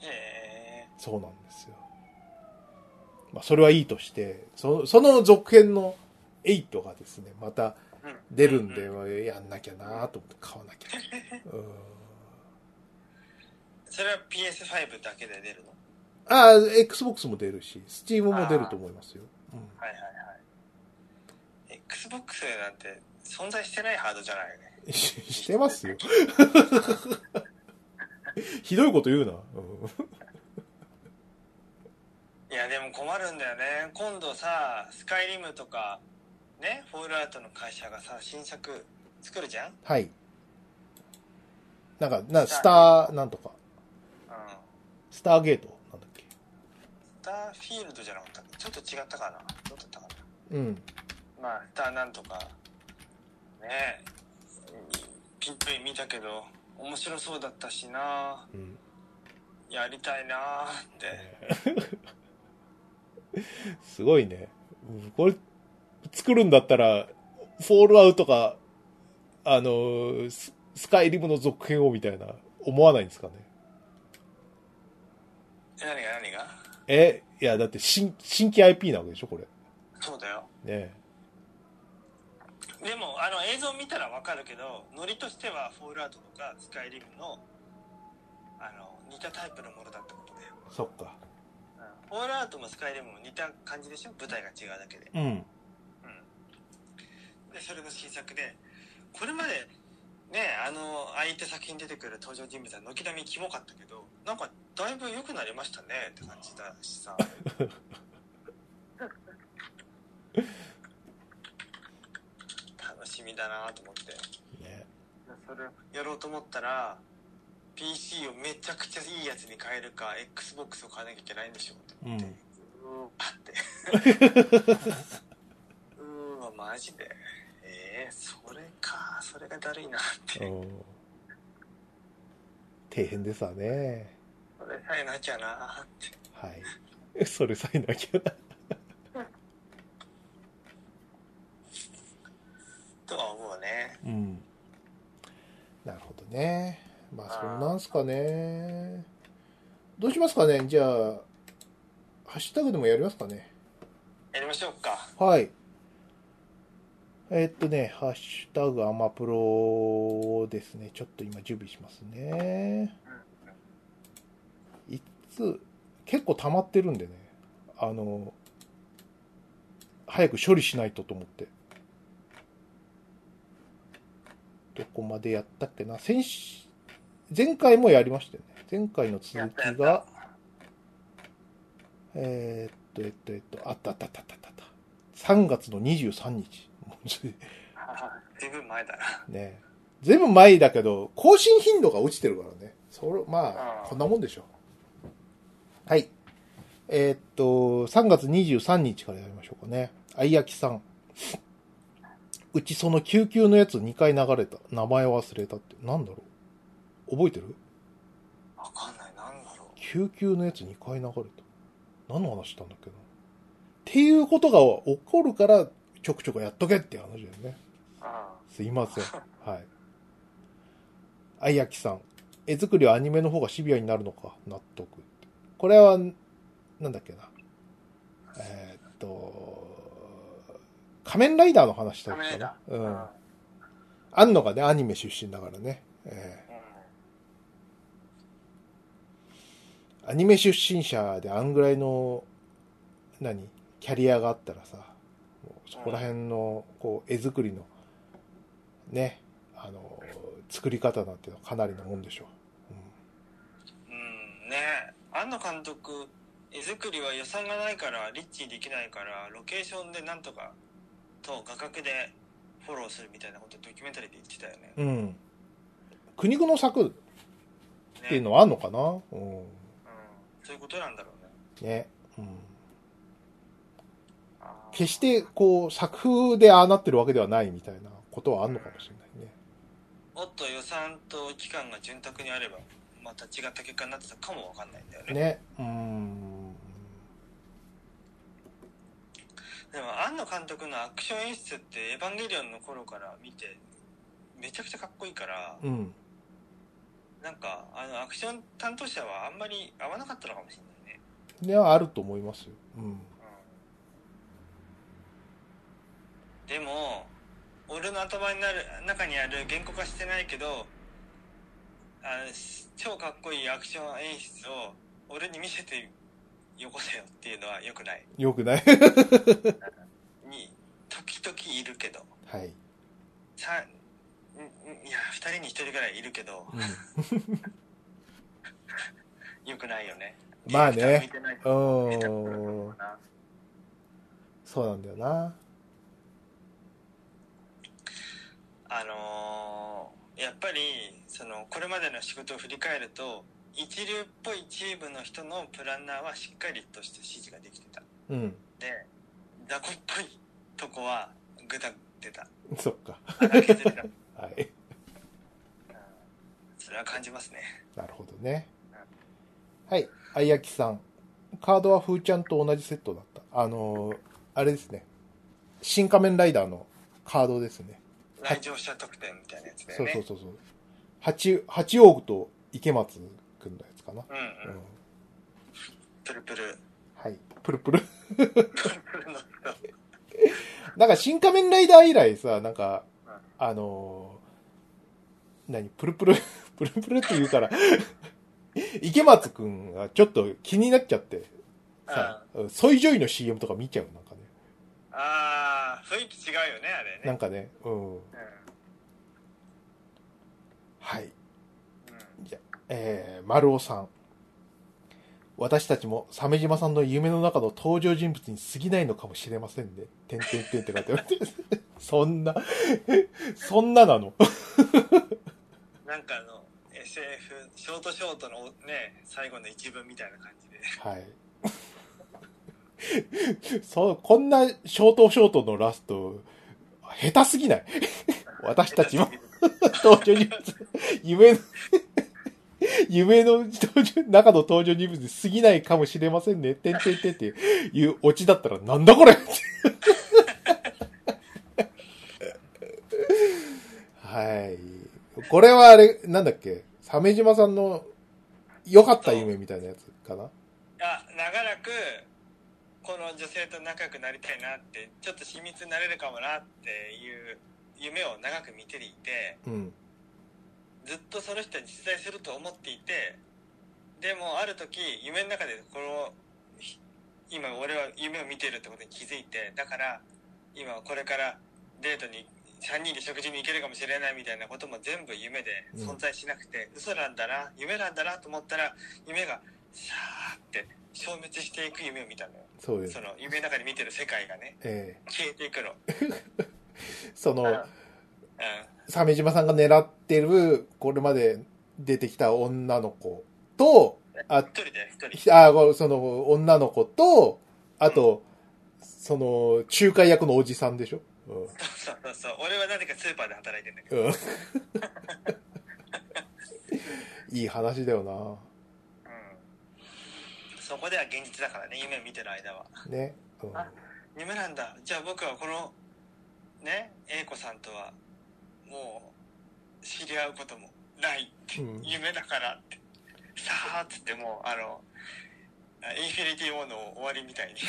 Speaker 1: へえ。
Speaker 2: そうなんですよ。まあ、それはいいとして、そその続編の8がですね、また
Speaker 1: うん
Speaker 2: 出るんで、
Speaker 1: う
Speaker 2: まあやんなきゃなと思って買わ なきゃ。うん
Speaker 1: それは PS5 だけで出るの
Speaker 2: ああ、Xbox も出るし、Steam も出ると思いますよ。うん
Speaker 1: はいはいはい。Xbox なんて存在してないハードじゃないよね。
Speaker 2: し してますよ。 ひどいこと言うな。うん
Speaker 1: いやでも困るんだよね。今度さ、スカイリムとか、ね、フォールアウトの会社がさ、新作作るじゃんうん。
Speaker 2: はい。なんか、な、スター、なんとか。スターゲートなんだっけ。
Speaker 1: スターフィールドじゃなかったっけちょっと違ったかなどうだったか
Speaker 2: うん。
Speaker 1: なまあ、スターなんとか、ね、ピントイ見たけど、面白そうだったしな
Speaker 2: うん。
Speaker 1: やりたいなって。
Speaker 2: すごいね。うんこれ、作るんだったら、フォールアウトか、あの、ススカイリムの続編をみたいな、思わないんですかね。
Speaker 1: え何が何が
Speaker 2: え、いや、だって新、新規 IP なわけでしょ、これ。ね
Speaker 1: そうだよ。
Speaker 2: え。
Speaker 1: でもあの映像見たらわかるけどノリとしてはフォールアウトとかスカイリムのあの似たタイプのものだってことだよ、
Speaker 2: そっか。
Speaker 1: うんフォールアウトもスカイリムも似た感じでしょ舞台が違うだけで,、
Speaker 2: うん。
Speaker 1: うん、でそれの新作でこれまでねあのああいった作品に出てくる登場人物は軒並みキモかったけどなんかだいぶ良くなりましたねって感じだし さ楽しみだなと思って
Speaker 2: ね
Speaker 1: それやろうと思ったら PC をめちゃくちゃいいやつに変えるか XBOX を買わなきゃいけないんでしょう
Speaker 2: うん。
Speaker 1: あってうーわマジでえー、それかそれがだるいなって
Speaker 2: うん。底辺ですわね。
Speaker 1: それさえなきゃなって
Speaker 2: はい。 それさえなきゃな。
Speaker 1: とは思うね
Speaker 2: うん。なるほどね。まあ、そんなんすかね。どうしますかねじゃあ、ハッシュタグでもやりますかね。
Speaker 1: やりましょうか
Speaker 2: はい。えっとね、ハッシュタグアマプロをですね、ちょっと今準備しますね。いつ、結構溜まってるんでね、あの、早く処理しないとと思って。どこまでやったっけな先し、前回もやりましたよね。前回の
Speaker 1: や
Speaker 2: 続
Speaker 1: っ
Speaker 2: き
Speaker 1: たやっ
Speaker 2: が
Speaker 1: た、
Speaker 2: えーっと、えっと、えっと、あったあったあったあったあった。3月の23日。もう
Speaker 1: 自分前だな
Speaker 2: ねずいぶん前だけど、更新頻度が落ちてるからね。それ、ま
Speaker 1: う
Speaker 2: あ、
Speaker 1: ん
Speaker 2: こんなもんでしょう。はい。えーっと、3月23日からやりましょうかね。あいやきさん。うちその救急のやつ2回流れた。名前忘れたって。なんだろう覚えてる
Speaker 1: わかんないなんだろう
Speaker 2: 救急のやつ2回流れた。何の話したんだっけな。っていうことが起こるから、ちょくちょくやっとけっていう話だよね。
Speaker 1: う
Speaker 2: すいません。はい。あいやきさん。絵作りはアニメの方がシビアになるのか。納得。これは、なんだっけな。えーっと、仮面ライダーの話した
Speaker 1: ん
Speaker 2: んで
Speaker 1: 仮
Speaker 2: す
Speaker 1: 面
Speaker 2: よ
Speaker 1: だ。
Speaker 2: ねう
Speaker 1: うんん。
Speaker 2: あんのがね、アニメ出身だからね。ええ
Speaker 1: うん
Speaker 2: アニメ出身者であんぐらいの、何、キャリアがあったらさ、もうそこら辺の、こう、絵作りの、ね、あの、作り方なんてのはかなりのもんでしょ
Speaker 1: うんね庵野監督絵作りは予算がないからリッチにできないからロケーションでなんとかと画角でフォローするみたいなことドキュメンタリーで言ってたよね。
Speaker 2: う。うん。苦肉の策っ
Speaker 1: ね
Speaker 2: ていうのはあんのかなうん。
Speaker 1: うん、そういうことなんだろうね。
Speaker 2: ね。うん。
Speaker 1: あー
Speaker 2: 決してこう作風でああなってるわけではないみたいなことはあるのかもしれないね。
Speaker 1: もっと予算と期間が潤沢にあればまた違った結果になってたかもわかんないんだよね。
Speaker 2: ね。うーん。
Speaker 1: でも庵野監督のアクション演出って「エヴァンゲリオン」の頃から見てめちゃくちゃかっこいいから、
Speaker 2: うん。
Speaker 1: なんかあのアクション担当者はあんまり合わなかったのかもしれないね。
Speaker 2: ではあると思いますよ。うん。
Speaker 1: でも俺の頭になる中にある言語化してないけどあのす超かっこいいアクション演出を俺に見せてよこせよっていうのはよくない
Speaker 2: よくない
Speaker 1: に時々いるけど
Speaker 2: はい。
Speaker 1: さんんいや2人に1人ぐらいいるけどよくないよね
Speaker 2: まあ
Speaker 1: ディレク
Speaker 2: ね。
Speaker 1: ター向いてない下手くそだと
Speaker 2: う
Speaker 1: 思
Speaker 2: ー。
Speaker 1: うんな
Speaker 2: そうなんだよな。
Speaker 1: あのーやっぱりそのこれまでの仕事を振り返ると一流っぽいチームの人のプランナーはしっかりとして指示ができてた
Speaker 2: うん。
Speaker 1: で雑魚っぽいとこはグダってた
Speaker 2: そっか。
Speaker 1: 荒削 りだうん
Speaker 2: はい。
Speaker 1: それは感じますね
Speaker 2: なるほどね。はい。あやきさん。カードはふーちゃんと同じセットだった。あのーあれですね。新仮面ライダーのカードですね。
Speaker 1: 来場者特典みたいなやつだよ
Speaker 2: そう
Speaker 1: ね
Speaker 2: そうそうそう。八、八王と池松くんのやつかな。
Speaker 1: うん
Speaker 2: う
Speaker 1: うんん。プルプル
Speaker 2: はい。プルプル。
Speaker 1: プルプルの人
Speaker 2: なんか、新仮面ライダー以来さ、なんか
Speaker 1: うん、
Speaker 2: あのー何プルプル、プルプルって言うから、池松くんがちょっと気になっちゃって、さ、ソイジョイの CM とか見ちゃう、なんかね。
Speaker 1: ああ雰囲気違うよねあれね
Speaker 2: なんかね、うん。はい。
Speaker 1: うんうん
Speaker 2: えー、丸尾さん。私たちも鮫島さんの夢の中の登場人物に過ぎないのかもしれませんね。てんてんてんってなってます。そんな、そんななの
Speaker 1: なんかあの SF ショートショートのね最後の一文みたいな感じで
Speaker 2: はい。そう、こんなショートショートのラスト、下手すぎない 私たちも登場人物、夢の、 夢の登場中の登場人物に過ぎないかもしれませんね。てんてんてんっていうオチだったらなんだこれ はい。これはあれ、なんだっけ鮫島さんの良かった夢みたいなやつかな
Speaker 1: あ長らくこの女性と仲良くなりたいなってちょっと親密になれるかもなっていう夢を長く見ていて
Speaker 2: うん。
Speaker 1: ずっとその人は実在すると思っていてでもある時夢の中でこのひ今俺は夢を見てるってことに気づいてだから今これからデートに3人で食事に行けるかもしれないみたいなことも全部夢で
Speaker 2: うん
Speaker 1: 存在しなくて、嘘なんだな夢なんだなと思ったら夢がさーって消滅していく夢を見たのよ
Speaker 2: そうです
Speaker 1: そ。の夢の中で見てる世界がね
Speaker 2: え
Speaker 1: 消えていくの。
Speaker 2: えその、
Speaker 1: うん
Speaker 2: 鮫島さんが狙ってる、これまで出てきた女の子と、あ
Speaker 1: 一人で一人
Speaker 2: あ、ごその、女の子と、あと、その、仲介役のおじさんでしょ
Speaker 1: そうそうそう俺はなぜかスーパーで働いてんだけど
Speaker 2: うん。うん。 いい話だよ
Speaker 1: うんそこでは現実だからね夢見てる間は
Speaker 2: な。ね。うん、
Speaker 1: あ夢なんだじゃあ僕はこのね A 子さんとはもう知り合うこともないって、
Speaker 2: うん
Speaker 1: 夢だからってさあっつってもうあのあインフィニティ・ウォーの終わりみた いに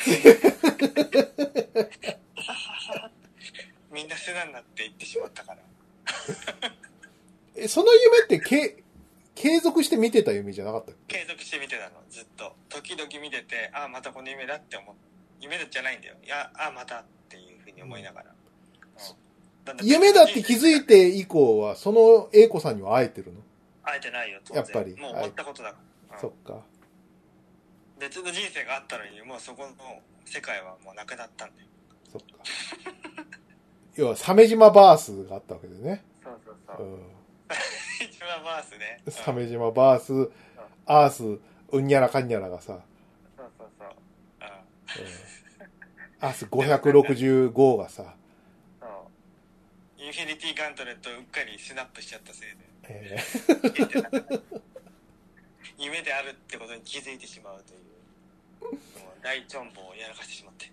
Speaker 1: みんな世話になっていってしまったから
Speaker 2: えその夢ってけ、継続して見てた夢じゃなかったっけ
Speaker 1: 継続して見てたのずっとてああまたこの夢だって思う夢じゃないんだよいやああまたっていうふうに思いながら、うんだんん
Speaker 2: 夢だって気づいて以降は、その英子さんには会えてるの、
Speaker 1: 会えてないよ当然
Speaker 2: やっぱり
Speaker 1: もう終わったことだから、うん
Speaker 2: そっか。
Speaker 1: 別の人生があったのにもうそこの世界はもうなくなったんだよ
Speaker 2: そっか。 要は、鮫島バースがあったわけでね。
Speaker 1: そうそう
Speaker 2: う。
Speaker 1: そうん 一番バースね、うん
Speaker 2: 鮫島バース、アース、うんにゃらかんにゃらがさ、
Speaker 1: そうそうそううん
Speaker 2: アース565がさ、
Speaker 1: そうインフィニティガントレットをうっかりスナップしちゃったせいで
Speaker 2: え
Speaker 1: 夢であるってことに気づいてしまうというもう大チョンボをやらかしてしまって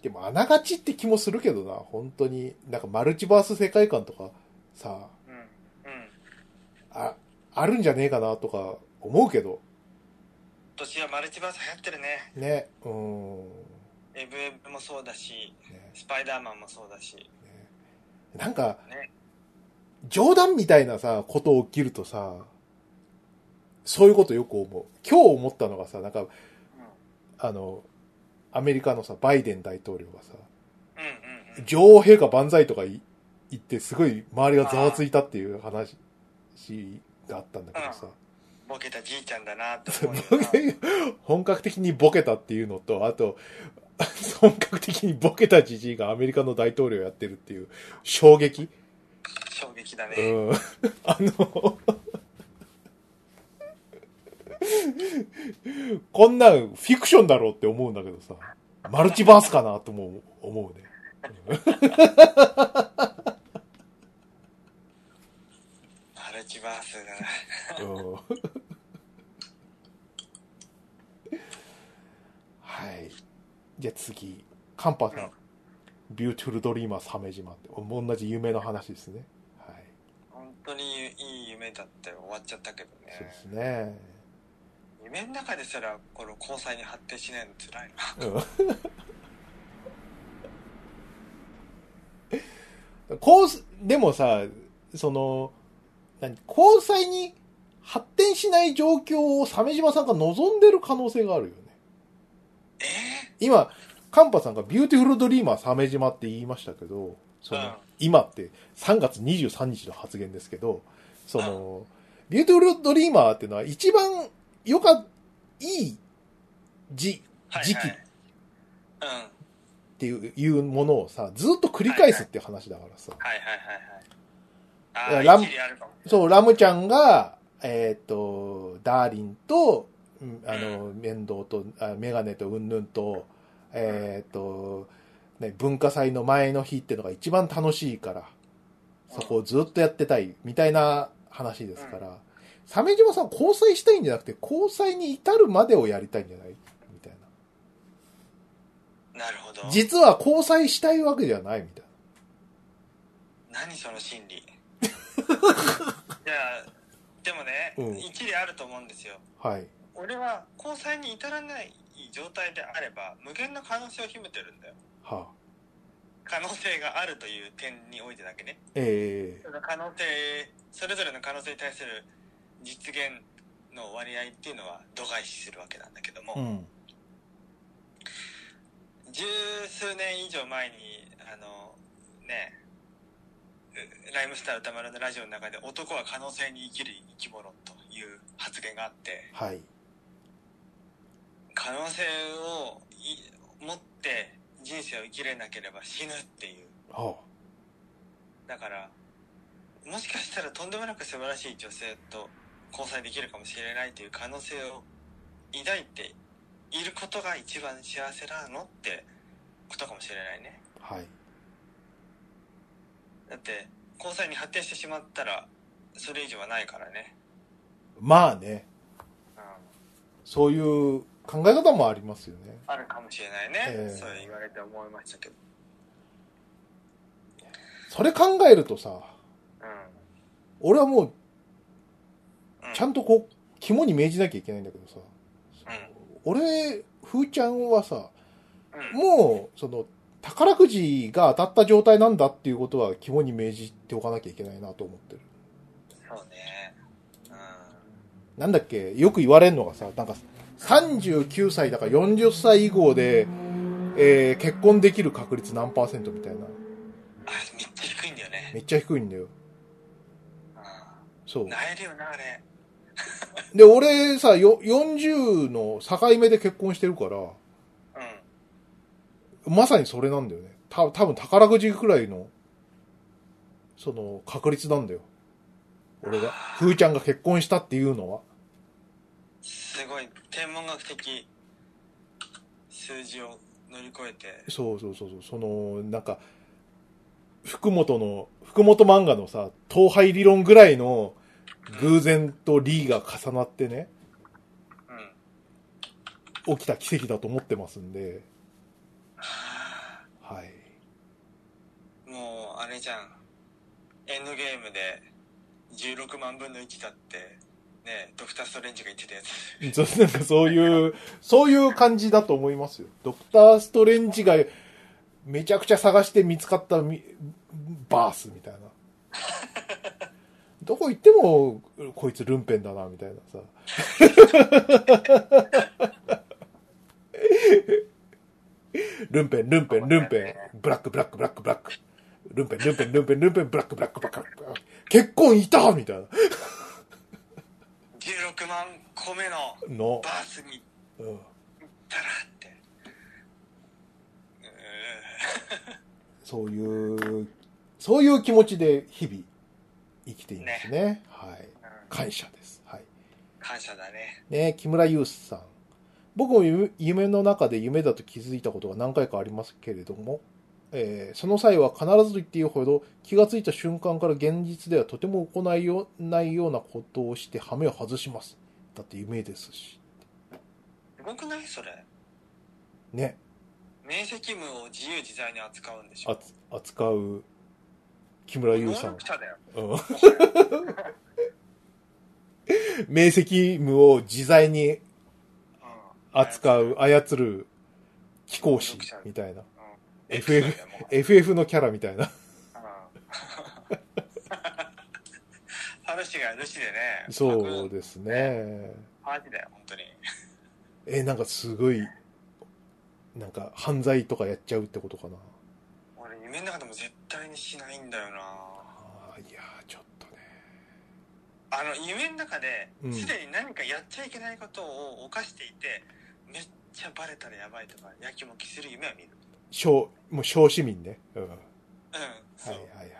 Speaker 2: ーでもあながちって気もするけどな、本当に。なんかマルチバース世界観とかさ、
Speaker 1: うんうん
Speaker 2: あ、あるんじゃねえかなとか思うけど、
Speaker 1: 今年はマルチバース流行ってるね
Speaker 2: ね、うーん、
Speaker 1: エブエブもそうだし
Speaker 2: ね
Speaker 1: スパイダーマンもそうだし
Speaker 2: なんか
Speaker 1: ね、
Speaker 2: 冗談みたいなさ、こと起きるとさ、そういうことよく思う。今日思ったのがさ、なんか、あの、アメリカのさ、バイデン大統領がさ、
Speaker 1: うん、うんうんうん
Speaker 2: 女王陛下万歳とかい言って、すごい周りがざわついたっていう話があったんだけどさ、
Speaker 1: ボケたじいちゃんだなって思うよな
Speaker 2: 僕本格的にボケたっていうのと、あと、本格的にボケたじじいがアメリカの大統領やってるっていう衝撃、
Speaker 1: 衝撃だね、
Speaker 2: うん、あの、こんなんフィクションだろうって思うんだけどさ、マルチバースかなとも思うね。
Speaker 1: マルチバースだな
Speaker 2: うんはい。じゃあ次、カンパさ
Speaker 1: うん
Speaker 2: ん。ビューティフルドリーマーサメ島って、同じ夢の話ですね。はい。
Speaker 1: 本当にいい夢だって終わっちゃったけどね
Speaker 2: そうですね。
Speaker 1: 夢の中ですらこの交際に発展しないの辛いな
Speaker 2: うん。こうす、でもさ、その、何、交際に発展しない状況を鮫島さんが望んでる可能性があるよね。
Speaker 1: え
Speaker 2: 今、カンパさんがビューティフルドリーマー鮫島って言いましたけど、その、
Speaker 1: うん
Speaker 2: 今って3月23日の発言ですけど、その、ビューティフルドリーマーっていうのは一番よか、いい時、
Speaker 1: ーはい
Speaker 2: 時期っ
Speaker 1: はい、うん
Speaker 2: ていう,、いうものをさ、ずっと繰り返すっていう話だからさ。
Speaker 1: はいはいはいはい
Speaker 2: いや
Speaker 1: あ
Speaker 2: ラ
Speaker 1: あ
Speaker 2: ム
Speaker 1: 一理あるかも
Speaker 2: そう、ラムちゃんが、えっ、と、ダーリンと、うんあの、 面倒と、あメガネとうんぬんと、えっ、と、ね、文化祭の前の日ってのが一番楽しいから、そこをずっとやってたい、みたいな話ですから、鮫島さん交際したいんじゃなくて、交際に至るまでをやりたいんじゃないみたいな。
Speaker 1: なるほど
Speaker 2: 実は交際したいわけじゃないみたい
Speaker 1: 何その心 理いやでもね、
Speaker 2: うん
Speaker 1: 一理あると思うんですよ
Speaker 2: な。はい。
Speaker 1: 俺は交際に至らない状態であれば無限の可能性を秘めてるんだよ
Speaker 2: はあ、
Speaker 1: 可能性があるという点においてだけね
Speaker 2: ええ
Speaker 1: その可能性それぞれの可能性に対する実現の割合っていうのは度外視するわけなんだけども、
Speaker 2: うん。
Speaker 1: 十数年以上前にあのねうライムスター歌丸のラジオの中で「男は可能性に生きる生き物」という発言があって
Speaker 2: はい。
Speaker 1: 可能性をい持って人生を生きれなければ死ぬっていう
Speaker 2: は
Speaker 1: だからもしかしたらとんでもなく素晴らしい女性と交際できるかもしれないという可能性を抱いていることが一番幸せなのってことかもしれないね
Speaker 2: あ、はい。
Speaker 1: だって交際に発展してしまったらそれ以上はないからね、
Speaker 2: まあね。
Speaker 1: うん、
Speaker 2: そういう考え方もありますよね。
Speaker 1: あるかもしれないね、
Speaker 2: ええ
Speaker 1: そう言われて思いましたけど
Speaker 2: それ考えるとさ、
Speaker 1: う
Speaker 2: 俺はも
Speaker 1: ん、うん、
Speaker 2: うちゃんとこう、肝に銘じなきゃいけないんだけどさ、俺、ふーちゃんはさ、
Speaker 1: うん、うん、
Speaker 2: もう、その、宝くじが当たった状態なんだっていうことは肝に銘じておかなきゃいけないなと思ってる。
Speaker 1: そうねうん
Speaker 2: なんだっけ、よく言われるのがさ、なんか、 39歳だから40歳以降で、えー結婚できる確率何パーセントみたいな。
Speaker 1: あめっちゃ低いんだよね
Speaker 2: めっちゃ低いんだよ。
Speaker 1: う。
Speaker 2: そうん
Speaker 1: 泣えるよなあれ
Speaker 2: で、俺さ、よ40の境目で結婚してるから、
Speaker 1: うん
Speaker 2: まさにそれなんだよね。た多分宝くじくらいの、その、確率なんだよ。俺が、ふーちゃんが結婚したっていうのは。
Speaker 1: すごい天文学的数字を乗り越えて
Speaker 2: そうそうそうそう、その、なんか、福本の、福本漫画のさ、統廃理論ぐらいの偶然とリーが重なってね、
Speaker 1: うんは
Speaker 2: 起きた奇跡だと思ってますんで、
Speaker 1: あ
Speaker 2: はい。
Speaker 1: もうあれじゃんエンドゲームで16万分の1だってねドクター・ストレンジが言ってたやつ
Speaker 2: そうなんかそういう、そういう感じだと思いますよ。ドクター・ストレンジがめちゃくちゃ探して見つかったみバースみたいな。どこ行っても、こいつルンペンだな、みたいなさ。ルンペン、ルンペン、ルンペン、ブラック、ブラック、ブラック、ブラック。ルンペン、ルンペン、ルンペン、ルンペン、ブラック、ブラック、ブラック。ブラック結婚いたみたいな。
Speaker 1: 16万個目の
Speaker 2: の
Speaker 1: バ。ースに行っ
Speaker 2: うん
Speaker 1: たらってう
Speaker 2: そういう、そういう気持ちで日々生きていますね。はい。
Speaker 1: ーんうん
Speaker 2: 感謝です。はい。
Speaker 1: 感謝だね
Speaker 2: ね木村祐さん。僕も夢夢の中で夢だと気づいたことが何回かありますけれども、えーその際は必ずと言っていいほど気がついた瞬間から現実ではとても行いようないようなことをして羽目を外します。だって夢ですし。
Speaker 1: すごくないそれ
Speaker 2: ね。
Speaker 1: 面責務を自由自在に扱うんでしょ
Speaker 2: あつ扱う木村
Speaker 1: 能
Speaker 2: 祐さん
Speaker 1: 力。者だよ
Speaker 2: うん 明晰夢を自在に
Speaker 1: うん
Speaker 2: 扱う、操る貴公子みたいな。
Speaker 1: うん
Speaker 2: FF
Speaker 1: そうだよもう
Speaker 2: FF のキャラみたいな。
Speaker 1: うん ハルシが主でね
Speaker 2: そうですね。
Speaker 1: マジだよ本当に
Speaker 2: え、なんかすごい、なんか犯罪とかやっちゃうってことかな。
Speaker 1: 俺夢の中でも絶対にしないんだよな
Speaker 2: あーいやー、ちょっとね。
Speaker 1: あの夢の中で
Speaker 2: うん
Speaker 1: すでに何かやっちゃいけないことを犯していて、めっちゃバレたらやばいとかやきもきする夢は見る
Speaker 2: 小、もう小市民ね。うん。はい
Speaker 1: うん
Speaker 2: は
Speaker 1: そ、
Speaker 2: いうはい。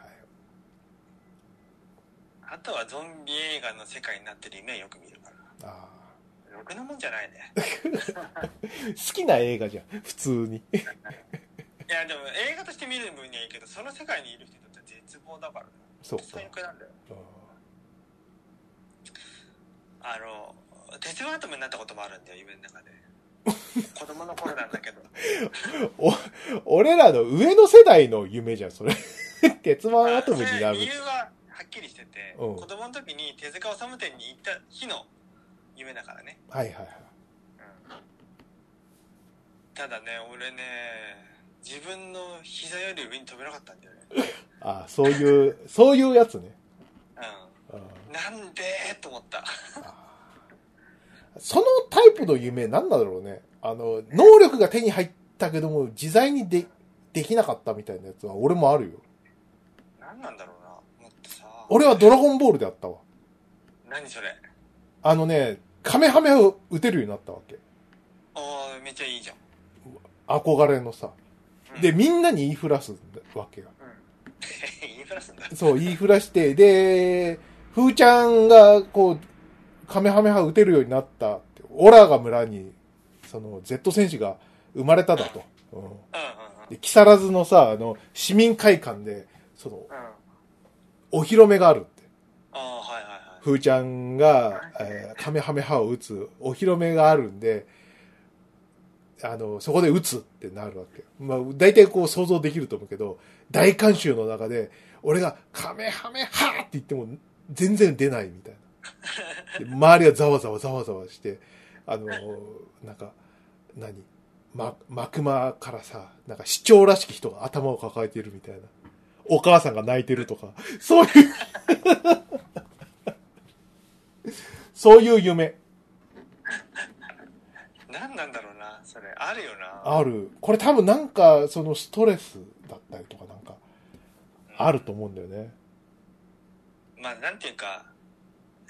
Speaker 1: あとはゾンビ映画の世界になってる夢はよく見るか
Speaker 2: あ
Speaker 1: らろくなもんじゃない ね
Speaker 2: ー好きな映画じゃん。普通に。
Speaker 1: いやでも映画として見る分にはいいけどその世界にいる人にとっては絶望だから
Speaker 2: そうか
Speaker 1: 最。悪なんだよ
Speaker 2: うん
Speaker 1: あの鉄腕アトムになったこともあるんだよ夢の中で 子供の頃なんだけど
Speaker 2: 俺らの上の世代の夢じゃ ん、それ。鉄腕アトムに
Speaker 1: ま
Speaker 2: な
Speaker 1: あ
Speaker 2: る
Speaker 1: それ。理由ははっきりしてて、
Speaker 2: うん
Speaker 1: 子供の時に手塚治虫店に行った日の夢だからね、
Speaker 2: はいはいはい。
Speaker 1: ただね俺ね自分の膝より上に飛べなかったんだよね、
Speaker 2: あそういう、そういうやつね。うん
Speaker 1: うん、なんでと思った
Speaker 2: そのタイプの夢なんなんだろうね。あの、能力が手に入ったけども、自在にで、できなかったみたいなやつは俺もあるよ。
Speaker 1: 何なんだろうな思ってさ
Speaker 2: 俺はドラゴンボールであったわ。
Speaker 1: 何それ
Speaker 2: あのね、カメハメを撃てるようになったわけ。
Speaker 1: おーめっちゃいいじゃん、
Speaker 2: 憧れのさ。
Speaker 1: うん
Speaker 2: で、みんなに言いふらすわけよ。
Speaker 1: うん言いふらすんだ
Speaker 2: そう、言いふらして、で、ふーちゃんが、こう、カメハメハ打てるようになったって。オラが村に、その、Z 戦士が生まれただと。うん。
Speaker 1: うんうん
Speaker 2: で、木更津のさ、あの、市民会館で、その、
Speaker 1: うんうんあ
Speaker 2: お披露目があるって。
Speaker 1: あーはいはいはい
Speaker 2: ふーちゃんが、えーカメハメハを打つ、お披露目があるんで、あの、そこで打つってなるわけ。まあ、大体こう想像できると思うけど、大観衆の中で、俺がカメハメハーって言っても、全然出ないみたいな。で周りはざわざわざわざわして、あの、なんか、何ま、幕間からさ、なんか市長らしき人が頭を抱えているみたいな。お母さんが泣いてるとか、そういうそういう夢。
Speaker 1: あるよな。
Speaker 2: ある。これ多分なんか、そのストレスだったりとかなんか、あると思うんだよね。
Speaker 1: まあなんていうか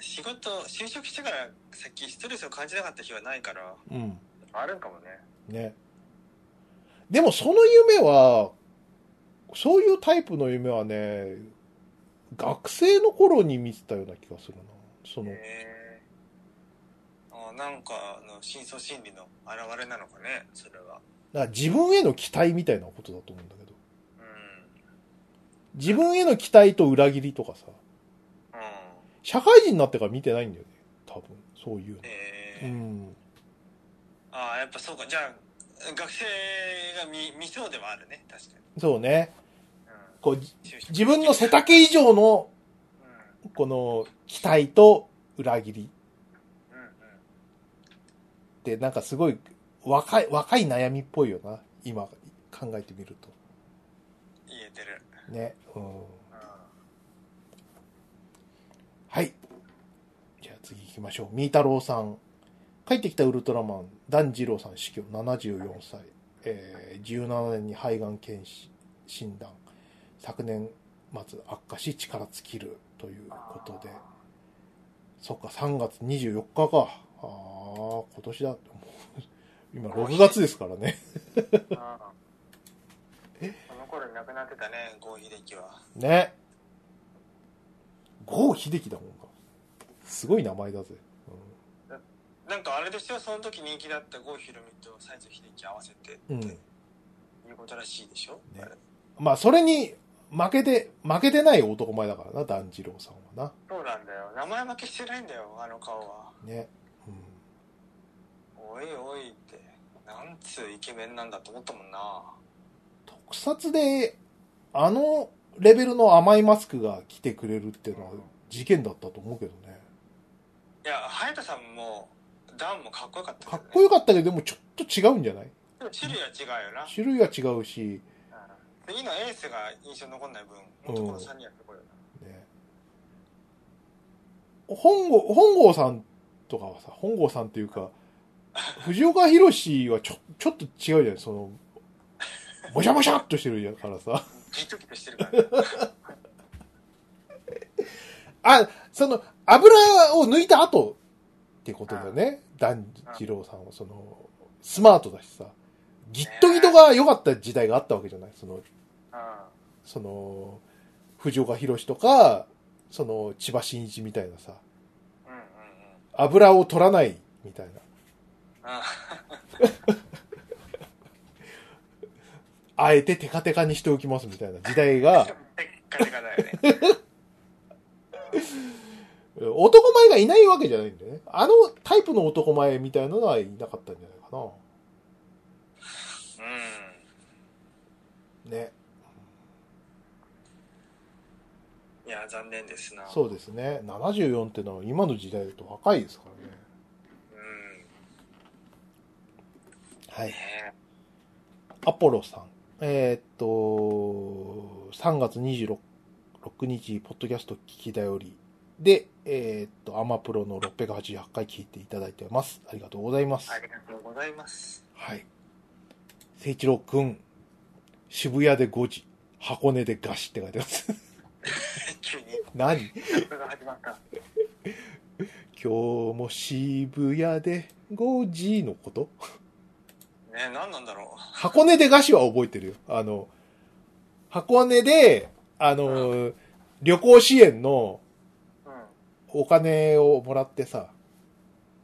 Speaker 1: 仕事就職してから先ストレスを感じなかった日はないから
Speaker 2: うん。
Speaker 1: あるんかもね
Speaker 2: ね。でもその夢は、そういうタイプの夢はね、学生の頃に見てたような気がするな。その、
Speaker 1: へえあなんかの深層心理の表れなのかねそれは
Speaker 2: なんか自分への期待みたいなことだと思うんだけど。
Speaker 1: うん
Speaker 2: 自分への期待と裏切りとかさ、
Speaker 1: うん
Speaker 2: 社会人になってから見てないんだよね。多分、そういうの。
Speaker 1: え
Speaker 2: う
Speaker 1: え
Speaker 2: ん。
Speaker 1: ああやっぱそうかじゃあ学生が見見そうではあるね確か
Speaker 2: そうね。
Speaker 1: に、
Speaker 2: こう、
Speaker 1: うん、
Speaker 2: 自分の背丈以上の、
Speaker 1: う
Speaker 2: この、期待と裏切り
Speaker 1: んうんうん
Speaker 2: って、なんかすごい、若い、若い悩みっぽいよな。今、考えてみると。
Speaker 1: 言えてる、
Speaker 2: ね。うん。
Speaker 1: うん、
Speaker 2: はい。じゃあ次行きましょう。みーたろうさん。帰ってきたウルトラマン、ダンジローさん死去、74歳。えー、17年に肺がん検診断。昨年末悪化し力尽きるということで。そっか、3月24日か。あー、今年だ。 もう今6月ですからね。
Speaker 1: あーこの頃に亡くなってたね郷秀樹は
Speaker 2: ね。郷秀樹だもんか。すごい名前だぜ。
Speaker 1: なんかあれですよ、その時人気だった郷ひろみと西城秀樹合わせて
Speaker 2: うん。うん
Speaker 1: いうことらしいでしょ、
Speaker 2: ね
Speaker 1: あれ
Speaker 2: まあ、それに負けて、負けてない男前だからな、團次郎さんは
Speaker 1: そうなんだよ。名前負けしてないんだよ、あの顔は。
Speaker 2: な。ね。
Speaker 1: おいおいって。なんつうイケメンなんだと思ったもんな。
Speaker 2: 特撮で、あのレベルの甘いマスクが来てくれるっていうのは事件だったと思うけどね。
Speaker 1: いや、早田さんも、ダンもかっこよかった
Speaker 2: かっこ
Speaker 1: よ
Speaker 2: よかったけど、でもちょっと違うんじゃない
Speaker 1: ね。種類は違うよな。
Speaker 2: 種類は違うし、
Speaker 1: うん次のエースが印象に残んない分、本当この3人はすごいよ
Speaker 2: ね。本郷、本郷さんとかはさ、本郷さんっていうか、藤岡弘はちょ、ちょっと違うじゃないその、もしゃもしゃっとしてるからさ。
Speaker 1: な。ギトギトしてる から、ね。
Speaker 2: あ、その、油を抜いた後ってことだよね。団次郎さんは、その、スマートだしさ。ギットギトが良かった時代があったわけじゃないその、
Speaker 1: う
Speaker 2: その、藤岡弘とか、その、千葉真一みたいなさ、
Speaker 1: ん。うんうんうん。
Speaker 2: 油を取らないみたいな。
Speaker 1: あ
Speaker 2: あえてテカテカにしておきますみたいな時代 が、
Speaker 1: テッカテカだよね。
Speaker 2: 男前がいないわけじゃないんだよね。あのタイプの男前みたいなのはいなかったんじゃないか
Speaker 1: うん。
Speaker 2: な。ね。
Speaker 1: いや、残念ですな。
Speaker 2: そうですね。74ってのは今の時代だと若いですからね。
Speaker 1: うん。
Speaker 2: はい。
Speaker 1: ね
Speaker 2: アポロさん。えーっと、3月26日、ポッドキャスト聞きだよりで、えーっと、アマプロの688回聞いていただいてます。ありがとうございます。
Speaker 1: ありがとうございます。
Speaker 2: はい。聖一郎くん、渋谷で5時、箱根で餓死って書いてます。
Speaker 1: 急に
Speaker 2: 何今
Speaker 1: キャンプが始まった。
Speaker 2: 日も渋谷で5時のこと
Speaker 1: ね、何なんだろ
Speaker 2: 箱根で菓子は覚えてるよ。あの、箱根で、あの、旅行支援の
Speaker 1: う。うん。うん
Speaker 2: お金をもらってさ、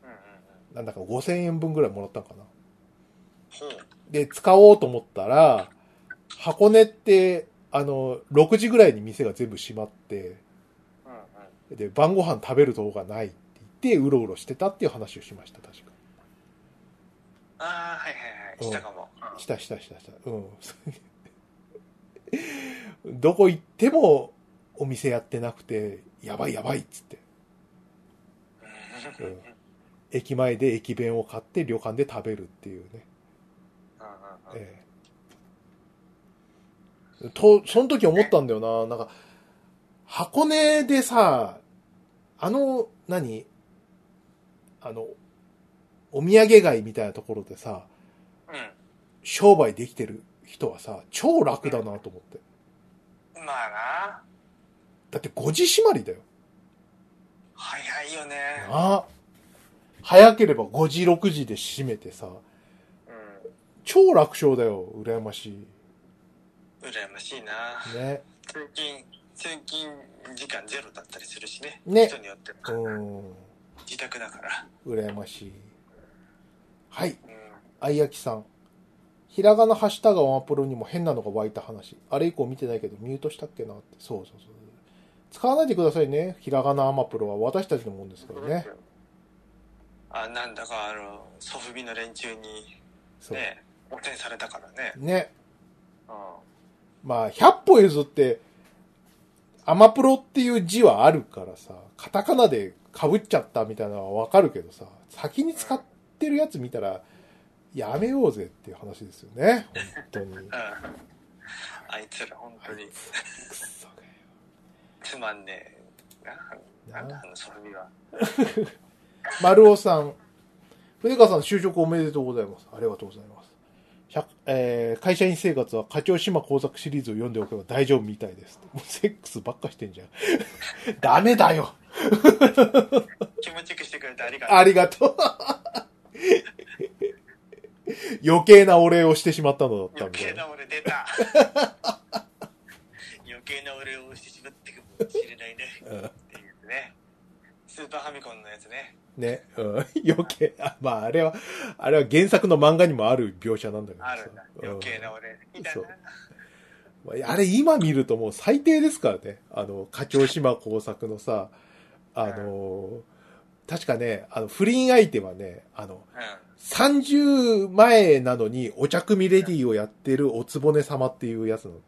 Speaker 1: うんうん。
Speaker 2: なんだか5000円分ぐらいもらったのかな。
Speaker 1: ほう。
Speaker 2: で、使おうと思ったら、箱根って、あの、6時ぐらいに店が全部閉まって、
Speaker 1: うんうん。
Speaker 2: で、晩ご飯食べるとこがないって言って、うろうろしてたっていう話をしました、確か。
Speaker 1: ああ、はいはいはい。したかも。うん
Speaker 2: したしたしたした。うん。 どこ行ってもお店やってなくて、やばいやばいっつって。
Speaker 1: うんうんうんうん
Speaker 2: 駅前で駅弁を買って旅館で食べるっていうね。
Speaker 1: うん
Speaker 2: ええと、その時思ったんだよな。なんか、箱根でさ、あの、何あの、お土産街みたいなところでさ、
Speaker 1: うん。
Speaker 2: 商売できてる人はさ、超楽だなと思って。
Speaker 1: まあな
Speaker 2: だって5時締まりだよ。
Speaker 1: 早いよね
Speaker 2: なあ。早ければ5時、6時で締めてさ、
Speaker 1: う
Speaker 2: 超楽勝だよ。羨まし。
Speaker 1: ん羨ましいない
Speaker 2: ね。
Speaker 1: 通勤通勤時間ゼロだったりするしね
Speaker 2: ね
Speaker 1: 人によっては
Speaker 2: うん。
Speaker 1: 自宅だから
Speaker 2: 羨ましい。はい。
Speaker 1: うん
Speaker 2: あいあきさん。ひらがなハッシュタグワンアプロにも変なのが湧いた話。あれ以降見てないけど、ミュートしたっけなって。そうそうそう。使わないでくださいね。ひらがなアマプロは私たちのもんですからね。
Speaker 1: あなんだかあのソフビの連中に
Speaker 2: そう。
Speaker 1: ね汚染されたからね
Speaker 2: ね。
Speaker 1: うん
Speaker 2: まあ、100歩譲って、アマプロっていう字はあるからさ、カタカナで被っちゃったみたいなのはわかるけどさ、先に使ってるやつ見たら、やめようぜっていう話ですよね。本当に。
Speaker 1: うんあいつら本当に
Speaker 2: くっそがよ
Speaker 1: つまんねえななんだあのソフビは
Speaker 2: 丸尾さん。筆川さん、就職おめでとうございます。ありがとうございます。100えー会社員生活は課長島工作シリーズを読んでおけば大丈夫みたいです。もうセックスばっかしてん じゃん。ダメだよ
Speaker 1: 気持ちよくしてくれてありがとう
Speaker 2: ありがとう 余計なお礼をしてしまったのだった
Speaker 1: 余
Speaker 2: みた
Speaker 1: 計
Speaker 2: いな。
Speaker 1: な俺出た余計な俺をしてしまってかもしれないね
Speaker 2: うん
Speaker 1: っていうねスーパーファミコンのやつね
Speaker 2: ね、うん、 余計、あまああれは、あれは原作の漫画にもある描写なんだけどさ
Speaker 1: あるんだ余計な俺みたい
Speaker 2: そう
Speaker 1: な
Speaker 2: まああれ今見るともう最低ですからね。あの、課長島工作のさ、あの、確かね、あの、不倫相手はね、あの、
Speaker 1: う
Speaker 2: 30前なのにお茶組レディをやってるおつぼね様っていうやつなんだ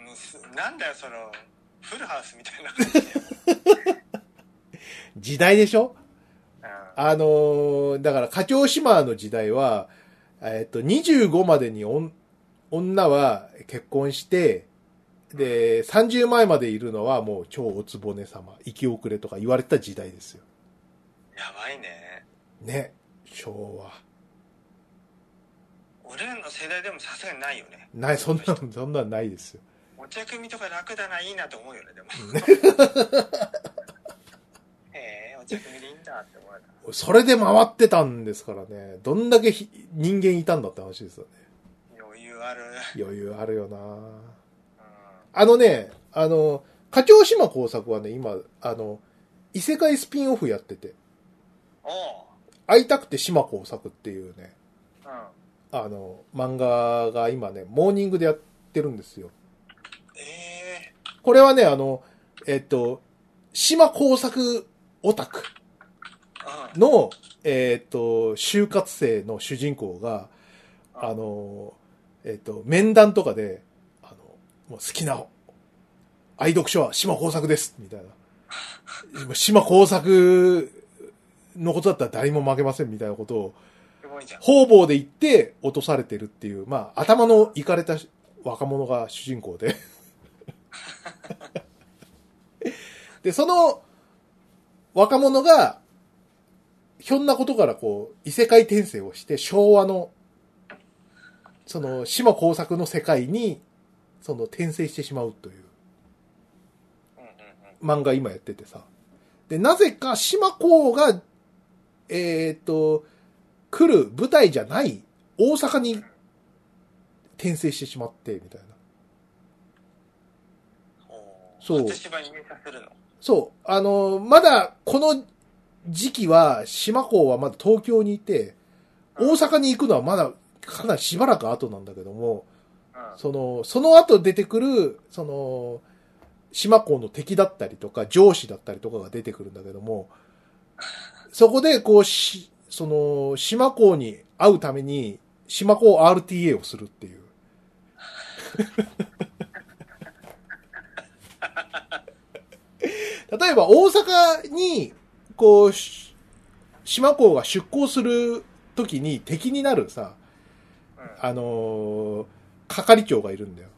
Speaker 2: よ。
Speaker 1: んもうすなんだよそのフルハウスみたいな
Speaker 2: 時代でしょ
Speaker 1: う
Speaker 2: あのーだから、課長島の時代は、えっと、25までにおん女は結婚して、で、30前までいるのはもう超おつぼね様、生き遅れとか言われてた時代ですよ。
Speaker 1: んやばいね
Speaker 2: ね。昭和。
Speaker 1: 俺らの世代でもさすがにないよね
Speaker 2: ない、そんな、そんなんないですよ。
Speaker 1: お茶組とか楽だないいなと思うよね でもへえお茶組でいいんだって思うな
Speaker 2: それで回ってたんですからね。どんだけひ人間いたんだって話ですよね。
Speaker 1: 余裕ある
Speaker 2: 余裕あるよな
Speaker 1: う
Speaker 2: あのね、あの、課長島工作はね、今、あの、異世界スピンオフやってて。
Speaker 1: んおう
Speaker 2: 会いたくて島工作っていうね、
Speaker 1: うん
Speaker 2: あの、漫画が今ね、モーニングでやってるんですよ。
Speaker 1: ええ
Speaker 2: これはね、あの、えっと、島工作オタク
Speaker 1: うん
Speaker 2: の、えっと、就活生の主人公が、あの、えっと、面談とかで、あの、もう好きな、愛読書は島工作ですみたいな。島工作のことだったら誰も負けませんみたいなことを
Speaker 1: すごいじゃん。
Speaker 2: 方々で行って落とされてるっていう、まあ、頭のいかれた若者が主人 公で。で、その若者が、ひょんなことからこう、異世界転生をして、昭和の、その、島工作の世界に、その、転生してしまうという
Speaker 1: うんうん
Speaker 2: 漫画今やっててさ。で、なぜか島公が、えーっと、来る舞台じゃない大阪に転生してしまって、みたいな。
Speaker 1: うん。おー
Speaker 2: そう
Speaker 1: 初芝に入社するの。
Speaker 2: そう。あのーまだ、この時期は、島公はまだ東京にいて、大阪に行くのはまだ、かなりしばらく後なんだけども、
Speaker 1: うん。
Speaker 2: その、その後出てくる、その、島公の敵だったりとか、上司だったりとかが出てくるんだけども、そこで、こう、し、その、島公に会うために、島公 RTA をするっていう。 例えば、大阪に、こう、し島公が出向するときに敵になるさ、
Speaker 1: うん。
Speaker 2: あのー係長がいるんだよ。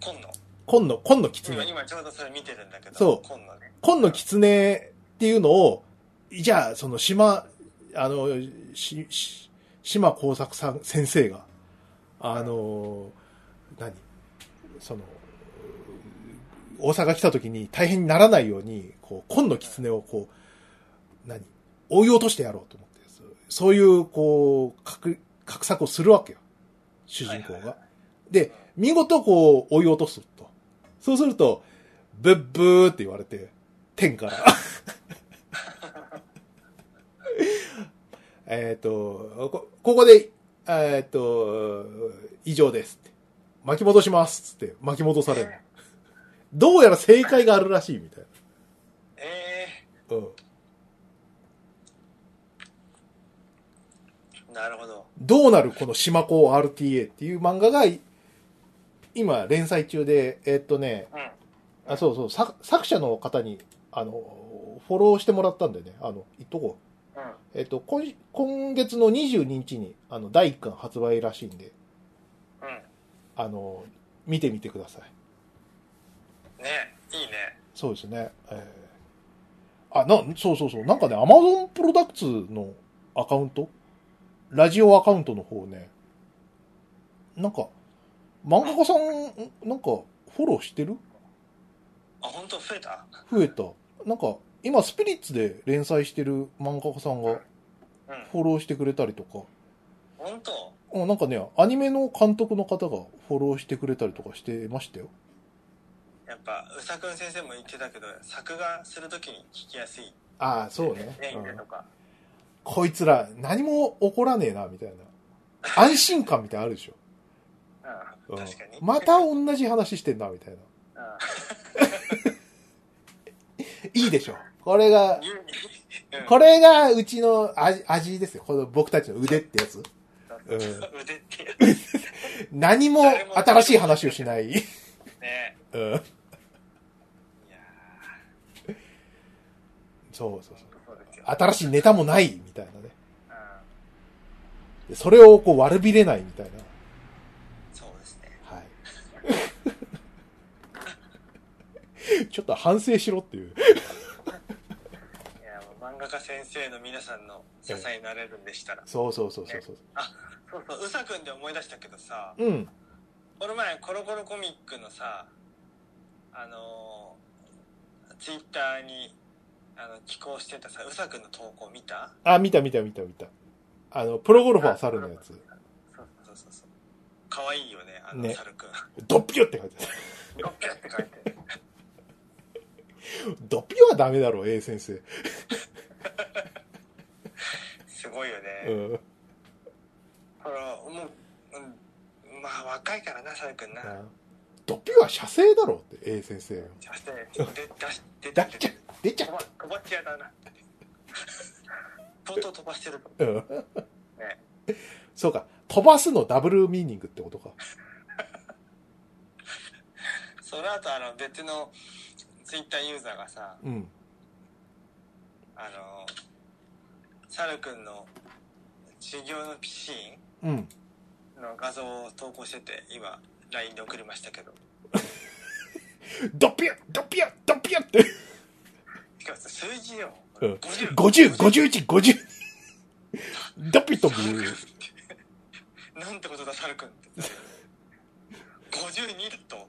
Speaker 1: 今野。
Speaker 2: 今野、今野
Speaker 1: 今、
Speaker 2: 狐。
Speaker 1: 今ちょうどそれ見てるんだけど。
Speaker 2: そう
Speaker 1: 今野ね。
Speaker 2: 今野狐っていうのを、じゃあ、その島、あの、し、し島耕作さん先生が、あの、何その、大阪来た時に大変にならないように、こう、紺の狐をこう、何追い落としてやろうと思って、そうそういう、こう、格、格策をするわけよ。主人公
Speaker 1: はいはい
Speaker 2: が。で、見事こう、追い落とすと。そうすると、ブッブーって言われて、天から。 えっと、こ、ここで、えっ、と、以上ですって。巻き戻しますっつって、巻き戻される。どうやら正解があるらしいみたい
Speaker 1: え
Speaker 2: な。うん。
Speaker 1: ー、なるほど。
Speaker 2: どうなるこの島子 RTA っていう漫画が、い今連載中で、えっとね、
Speaker 1: うん。
Speaker 2: あ、そうそう、作作者の方に、あの、フォローしてもらったんでね、あの、いっとこう。
Speaker 1: うん。
Speaker 2: えっと、今し、今月の22日に、あの、第1巻発売らしいんで、
Speaker 1: う
Speaker 2: あの、見てみてください。
Speaker 1: ん。ねいいね。
Speaker 2: そうですね。えーあ、な、そうそうそう。なんかね、アマゾンプロダクツのアカウントラジオアカウントの方ね、なんか、漫画家さん、なんか、フォローしてる
Speaker 1: あ、本当増えた
Speaker 2: 増えた。なんか、今、スピリッツで連載してる漫画家さんが
Speaker 1: うん。
Speaker 2: フォローしてくれたりとか、
Speaker 1: 本当
Speaker 2: うんなんかね、アニメの監督の方がフォローしてくれたりとかしてましたよ。
Speaker 1: やっぱ、うさくん先生も言ってたけど、作画するときに聞きやすい。
Speaker 2: ああ、そうね
Speaker 1: ね、夢とか。
Speaker 2: こいつら、何も起こらねえな、みたいな。安心感みたいなのあるでしょ。
Speaker 1: う。
Speaker 2: うんん
Speaker 1: 確かに。
Speaker 2: また同じ話してんな、みたいな。いいでしょ。これが
Speaker 1: うん。、言ううん
Speaker 2: これがうちの味味ですよ。この僕たちの腕ってやつ。う
Speaker 1: 腕ってや
Speaker 2: 何も新しい話をしない。
Speaker 1: つね。
Speaker 2: うん
Speaker 1: いや
Speaker 2: そうそうそう。
Speaker 1: ーそうですよ。
Speaker 2: 新しいネタもない、みたいなね。
Speaker 1: うん。
Speaker 2: でそれをこう悪びれないみたいな。
Speaker 1: そうですね。
Speaker 2: はい。 ちょっと反省しろっていう。
Speaker 1: いや、もう漫画家先生の皆さんの支えになれるんでしたら。
Speaker 2: そうそうそうそうそう。
Speaker 1: そうそう、うさくんで思い出したけどさ、
Speaker 2: うん。
Speaker 1: この前コロコロコミックのさ、あのー、ツイッターに、あの、寄稿してたさ、うさくんの投稿見た
Speaker 2: あ、見た見た見た見た。あの、プロゴルファー猿のやつ。
Speaker 1: そうそうそうそう。かわいいよね、あの、
Speaker 2: ね
Speaker 1: 猿くん。
Speaker 2: ドッピュって書いてある。
Speaker 1: ロッケって書いてる。
Speaker 2: ドッピュはダメだろう、A 先生。
Speaker 1: すごいよね。
Speaker 2: うん。
Speaker 1: これはもう、うん、まあ若いからな、猿くんな。
Speaker 2: ドッピュは射精だろうって A 先生よ
Speaker 1: 出して、で出し出
Speaker 2: だっちゃ
Speaker 1: て、
Speaker 2: 出ちゃ
Speaker 1: 飛ば飛ばし屋だな。とうとう飛ばしてると。
Speaker 2: う、うん、
Speaker 1: ね。
Speaker 2: そうか飛ばすのダブルミーニングってことか
Speaker 1: その後、あの、別のツイッターユーザーがさ、
Speaker 2: うん
Speaker 1: あの、猿くんの修行のシ
Speaker 2: うん
Speaker 1: ーンの画像を投稿してて、今、LINE で送りましたけど。
Speaker 2: ドッピュドッピュドッピュって
Speaker 1: しかも数字よ。
Speaker 2: うん
Speaker 1: 50
Speaker 2: 505150ドッピュとビ
Speaker 1: 猿くんっ
Speaker 2: ュ
Speaker 1: てなんてことだ、猿くんって。52だと。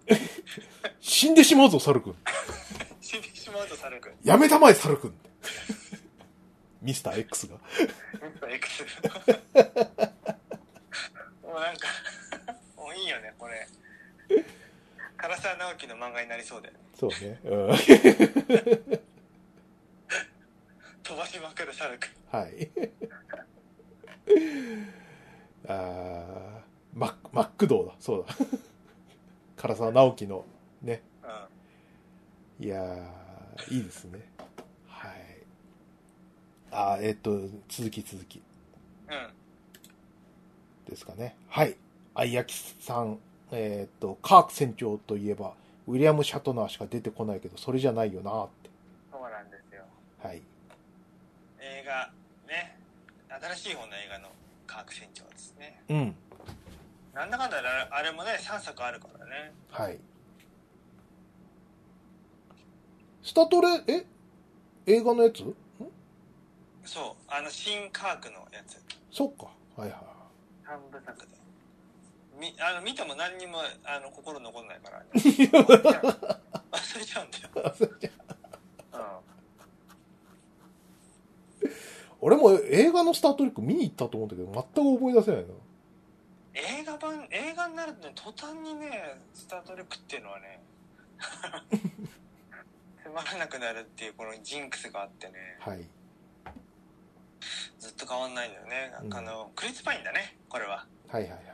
Speaker 2: 死んでしまうぞ猿くん
Speaker 1: 死んでしまうと、猿くん。
Speaker 2: やめたまえ猿くん ミスター X が
Speaker 1: X。もうなんか、もういいよね、これ。唐沢直樹の漫画になりそうで。
Speaker 2: そうね、うん、は
Speaker 1: 飛ばしまくる猿くん。
Speaker 2: い あーマックマックドーだそうだ 唐沢直樹のね
Speaker 1: うん。
Speaker 2: いやー、いいですね。はい。あーえっ、と、続き続き
Speaker 1: うん。
Speaker 2: ですかね。はい。愛焼さん、えっ、と、カーク船長といえば、ウィリアム・シャトナーしか出てこないけど、それじゃないよなーっ
Speaker 1: そうなんですよ。
Speaker 2: て。はい。
Speaker 1: 映画、ね。新しい方の映画の科学船長ですね。
Speaker 2: うん。
Speaker 1: なんだかんだであれあれもね、3作あるからね。
Speaker 2: はい。スタトレ、え映画のやつん
Speaker 1: そう。あの、新科学のやつ。
Speaker 2: そっか。はいは
Speaker 1: 三部作でみあの見ても何にもあの心残んないから、ね、忘れちゃうんだよ
Speaker 2: い。それじゃ
Speaker 1: うん
Speaker 2: 俺も映画のスタートリック見に行ったと思うんだけど、全く思い出せないな。
Speaker 1: 映画版映画になるとね途端にね「スター・トレック」っていうのはね つまらなくなるっていうこのジンクスがあってね
Speaker 2: はい。
Speaker 1: ずっと変わんないんだよね、
Speaker 2: うん
Speaker 1: あのクリス・パインだねこれは
Speaker 2: はいはいはい。
Speaker 1: あ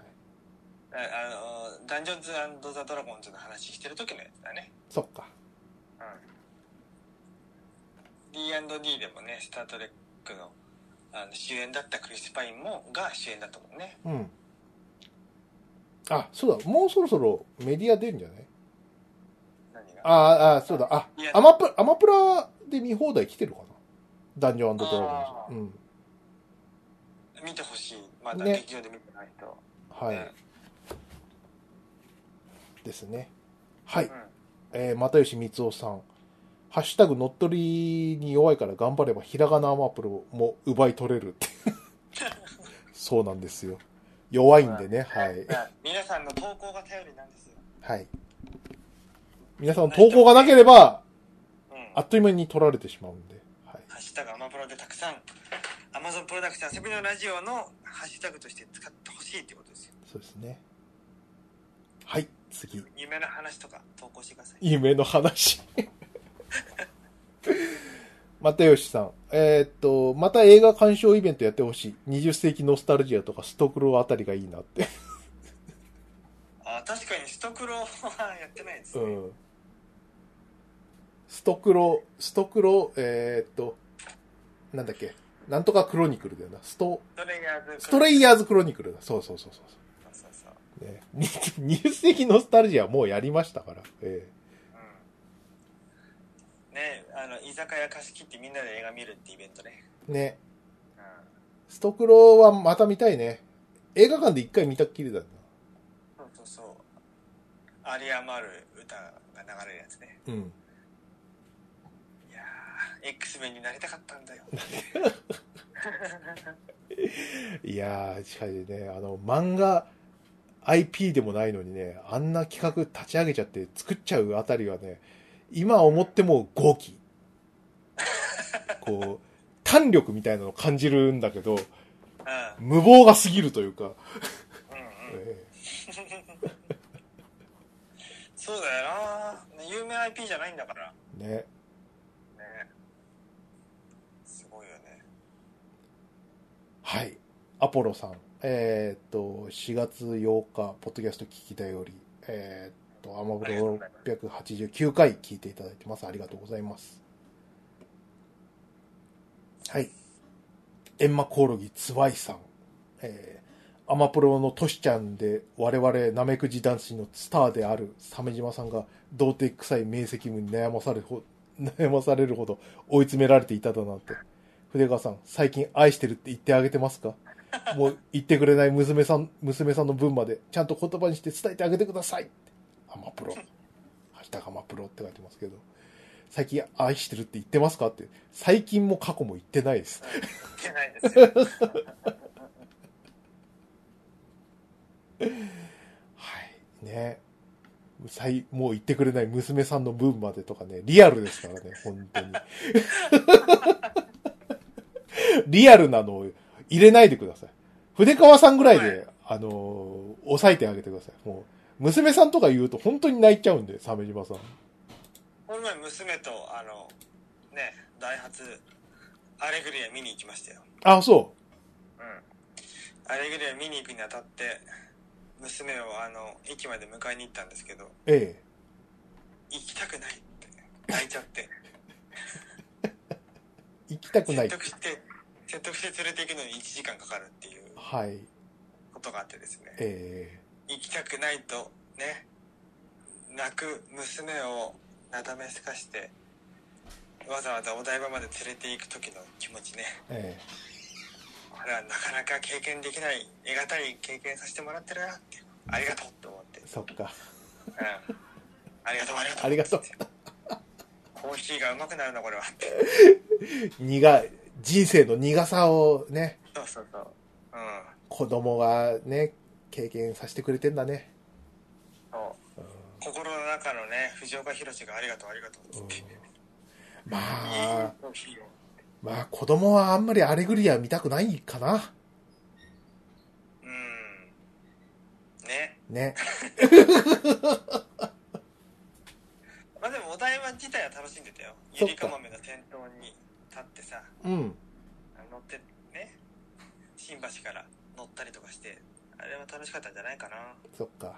Speaker 1: あのダンジョンズザ・ドラゴンズの話してる時のやつだね
Speaker 2: そっか。
Speaker 1: D&D でもね「スター・トレックの」あの主演だったクリス・パインもが主演だと思うね
Speaker 2: うん。あ、そうだ。もうそろそろメディア出るんじゃない
Speaker 1: 何が
Speaker 2: あーあー、そうだ。あ
Speaker 1: いや、
Speaker 2: アマプラ、アマプラで見放題来てるかなダンジョンドラ
Speaker 1: あ
Speaker 2: ゴ
Speaker 1: ー
Speaker 2: ンズ。うん。
Speaker 1: 見てほしいまだ
Speaker 2: ね
Speaker 1: 劇場で見てない人、
Speaker 2: は
Speaker 1: ね
Speaker 2: い。ですね。は
Speaker 1: う
Speaker 2: い。
Speaker 1: ん
Speaker 2: えー、又吉光雄さん。ハッシュタグ乗っ取りに弱いから頑張ればひらがなアマプロも奪い取れるって。 そうなんですよ。弱いんでね、はい。
Speaker 1: 皆さんの投稿が頼りなんですよ。
Speaker 2: はい。皆さん投稿がなければ、
Speaker 1: うん。
Speaker 2: あっという間に取られてしまうんで。はい。
Speaker 1: ハッシュタグアマプロでたくさん、アマゾンプロダクション遊びのラジオのハッシュタグとして使ってほしいってことですよ。
Speaker 2: そうですね。はい、次。
Speaker 1: 夢の話とか投稿してください。
Speaker 2: 夢の話。 又吉さん。えーっと、また映画鑑賞イベントやってほしい。20世紀ノスタルジアとかストクロあたりがいいなって。
Speaker 1: あ、確かにストクロはやってないです
Speaker 2: う
Speaker 1: ね。
Speaker 2: ん。ストクロ、ストクロ、えーっと、なんだっけ。なんとかクロニクルだよな。スト、
Speaker 1: ストレイヤーズ。
Speaker 2: ストレイヤーズクロニクルだ。そうそうそうそう。
Speaker 1: そうそうそ
Speaker 2: ね、20世紀ノスタルジアはもうやりましたから、え
Speaker 1: う。うん。ねあの、居酒屋貸し切ってみんなで映画見るってイベントね。
Speaker 2: えね
Speaker 1: うん。
Speaker 2: ストクロはまた見たいね映画館で一回見たっきりだな
Speaker 1: そうそうそう。有り余る歌が流れるやつね。
Speaker 2: うん
Speaker 1: いやー、X メンになりたかったんだ よ。
Speaker 2: いやーしかしねあの漫画 IP でもないのにねあんな企画立ち上げちゃって作っちゃうあたりはね今思っても豪気こう弾力みたいなのを感じるんだけど
Speaker 1: うん。
Speaker 2: 無謀が過ぎるというか、
Speaker 1: うんうん、
Speaker 2: え
Speaker 1: そうだよな有名 IP じゃないんだから
Speaker 2: えね
Speaker 1: ねすごいよね
Speaker 2: はい。アポロさん。えーっと、4月8日、ポッドキャスト聞きだより、えーっと、アマブロ689回聞いていただいてます。ありがとうございます。はい。エンマコオロギツワイさん。えーアマプロのトシちゃんで我々ナメクジ男子のスターである鮫島さんが童貞臭い明晰夢に悩まされるほ 悩まされるほど追い詰められていただなんて筆川さん、最近愛してるって言ってあげてますかもう言ってくれない娘さん、娘さんの分まで、ちゃんと言葉にして伝えてあげてくださいってアマプロ。ハッシュタグアマプロって書いてますけど。最近愛してるって言ってますかって。最近も過去も言ってないです。
Speaker 1: いけないです よ
Speaker 2: はい。ね。最、もう言ってくれない娘さんの分までとかね、リアルですから ね、本当に。リアルなのを入れないでください。筆川さんぐらいで、
Speaker 1: はい
Speaker 2: あのー抑えてあげてください。もう、娘さんとか言うと本当に泣いちゃうんで、鮫島さん。
Speaker 1: この前娘とあのねダイハツアレグリア見に行きましたよ
Speaker 2: あ、そ
Speaker 1: うんアレグリア見に行くにあたって娘をあの駅まで迎えに行ったんですけど
Speaker 2: う。ええ。
Speaker 1: 行きたくないって泣いちゃって
Speaker 2: 行きたく な
Speaker 1: 説
Speaker 2: い。
Speaker 1: 得して説得して連れて行くのに1時間かかるっていう
Speaker 2: はい。
Speaker 1: ことがあってですね
Speaker 2: え
Speaker 1: 行きたくないとね泣く娘をなだめすかしてわざわざお台場まで連れて行く時の気持ちね
Speaker 2: え。え
Speaker 1: これはなかなか経験できない得難い経験させてもらってるなっていうありがとうと思って、
Speaker 2: え。そっか。
Speaker 1: うん、ありがとうありがとう
Speaker 2: ありがとう
Speaker 1: コーヒーがうまくなるなこれはって
Speaker 2: 苦い、人生の苦さをね、
Speaker 1: そうそうそううん
Speaker 2: 子供がね、経験させてくれてんだね。
Speaker 1: そう
Speaker 2: うん
Speaker 1: 心の中のね藤岡弘がありがとうありがとうって言って、
Speaker 2: ま
Speaker 1: いい
Speaker 2: あ、
Speaker 1: コーヒーを
Speaker 2: まあ子供はあんまりアレグリア見たくないかな。
Speaker 1: うんね
Speaker 2: ね。
Speaker 1: まあでもお台場自体は楽しんでたよ
Speaker 2: そ
Speaker 1: ゆ
Speaker 2: っか
Speaker 1: りかまめの先頭に立ってさ
Speaker 2: うん。
Speaker 1: 乗ってね新橋から乗ったりとかしてあれは楽しかったんじゃないかな
Speaker 2: そっか。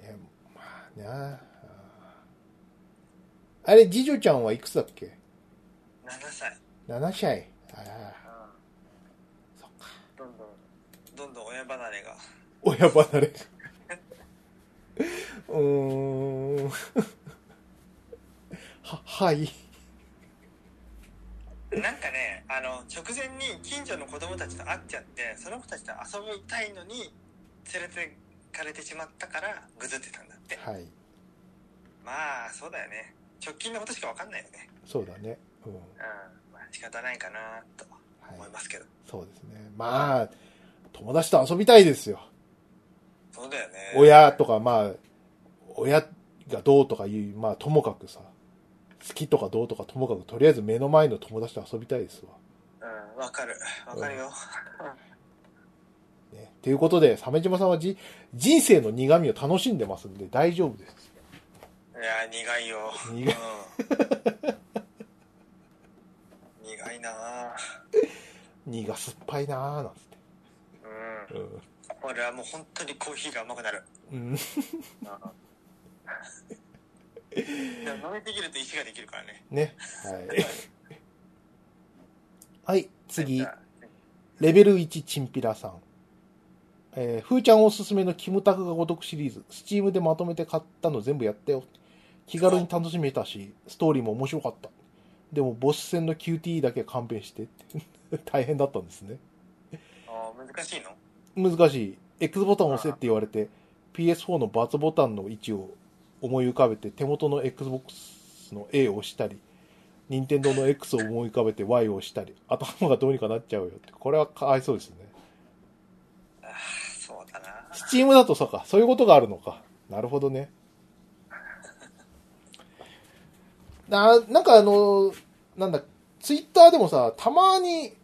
Speaker 1: う
Speaker 2: ね、まあなあ。あれ、次女ちゃんはいくつだっけ
Speaker 1: ん7歳
Speaker 2: ?7 歳。ああ、そっか。
Speaker 1: どんどんどんどん親離れが
Speaker 2: 親離れ。 うーん。 は、はい。
Speaker 1: なんかねあの直前に近所の子供たちと会っちゃってその子たちと遊びたいのに連れてかれてしまったからぐずってたんだって
Speaker 2: はい。
Speaker 1: まあそうだよね直近のことしか分かんないよね
Speaker 2: そうだね。うん。
Speaker 1: うんまあ仕方ないかなと
Speaker 2: は
Speaker 1: 思い
Speaker 2: い。
Speaker 1: ますけど、
Speaker 2: そうですね。まあ、友達と遊びたいですよ。
Speaker 1: そうだよね
Speaker 2: 親とか、まあ、親がどうとかいう、まあ、ともかくさ、好きとかどうとかともかく、とりあえず目の前の友達と遊びたいですわ。
Speaker 1: うん分かる分かるよ、
Speaker 2: ね。ということで、鮫島さんはじ人生の苦味を楽しんでますんで大丈夫です。
Speaker 1: いや苦いよ
Speaker 2: 苦い
Speaker 1: うん、苦いなあ
Speaker 2: 苦酸っぱいなーなんつって。
Speaker 1: うん
Speaker 2: うん
Speaker 1: 俺はもう本当にコーヒーが甘くなる。
Speaker 2: うん、
Speaker 1: でも飲みすぎると石ができるからね。
Speaker 2: ね。 はい。はい、次
Speaker 1: じゃ。あ
Speaker 2: レベル1チンピラさん。えー、ふーちゃんおすすめのキムタクがごとくシリーズ。スチームでまとめて買ったの全部やったよ。気軽に楽しめたし、ストーリーも面白かった。でも、ボス戦の QTE だけ勘弁して って。大変だったんですね。
Speaker 1: あー難しいの
Speaker 2: 難しい。X ボタンを押せって言われて、PS4 の×ボタンの位置を思い浮かべて、手元の Xbox の A を押したり、任天堂の X を思い浮かべて Y を押したり、頭がどうにかなっちゃうよって。これはかわいそうですね。
Speaker 1: ああ、そうだな。
Speaker 2: スチームだとそうか、そういうことがあるのか。なるほどね。 な、なんかあの、なんだ、ツイッターでもさ、たまに、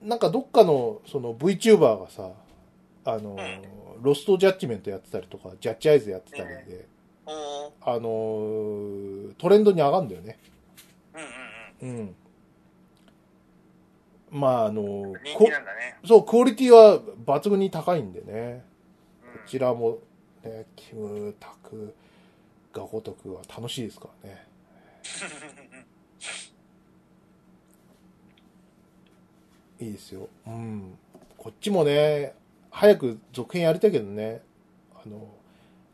Speaker 2: なんかどっかの、その VTuber がさ、あの、ロストジャッジメントやってたりとか、ジャッジアイズやってたりで、
Speaker 1: おー
Speaker 2: あの、トレンドに上がるんだよね。
Speaker 1: うんうん
Speaker 2: うん。まああの
Speaker 1: うん。、人
Speaker 2: こ
Speaker 1: 気なんだね。
Speaker 2: そう、クオリティは抜群に高いんでね。
Speaker 1: うん
Speaker 2: こちらも、ね、キムタクがごとくは楽しいですからね。いいですよ。うん。こっちもね、早く続編やりたいけどね。あの、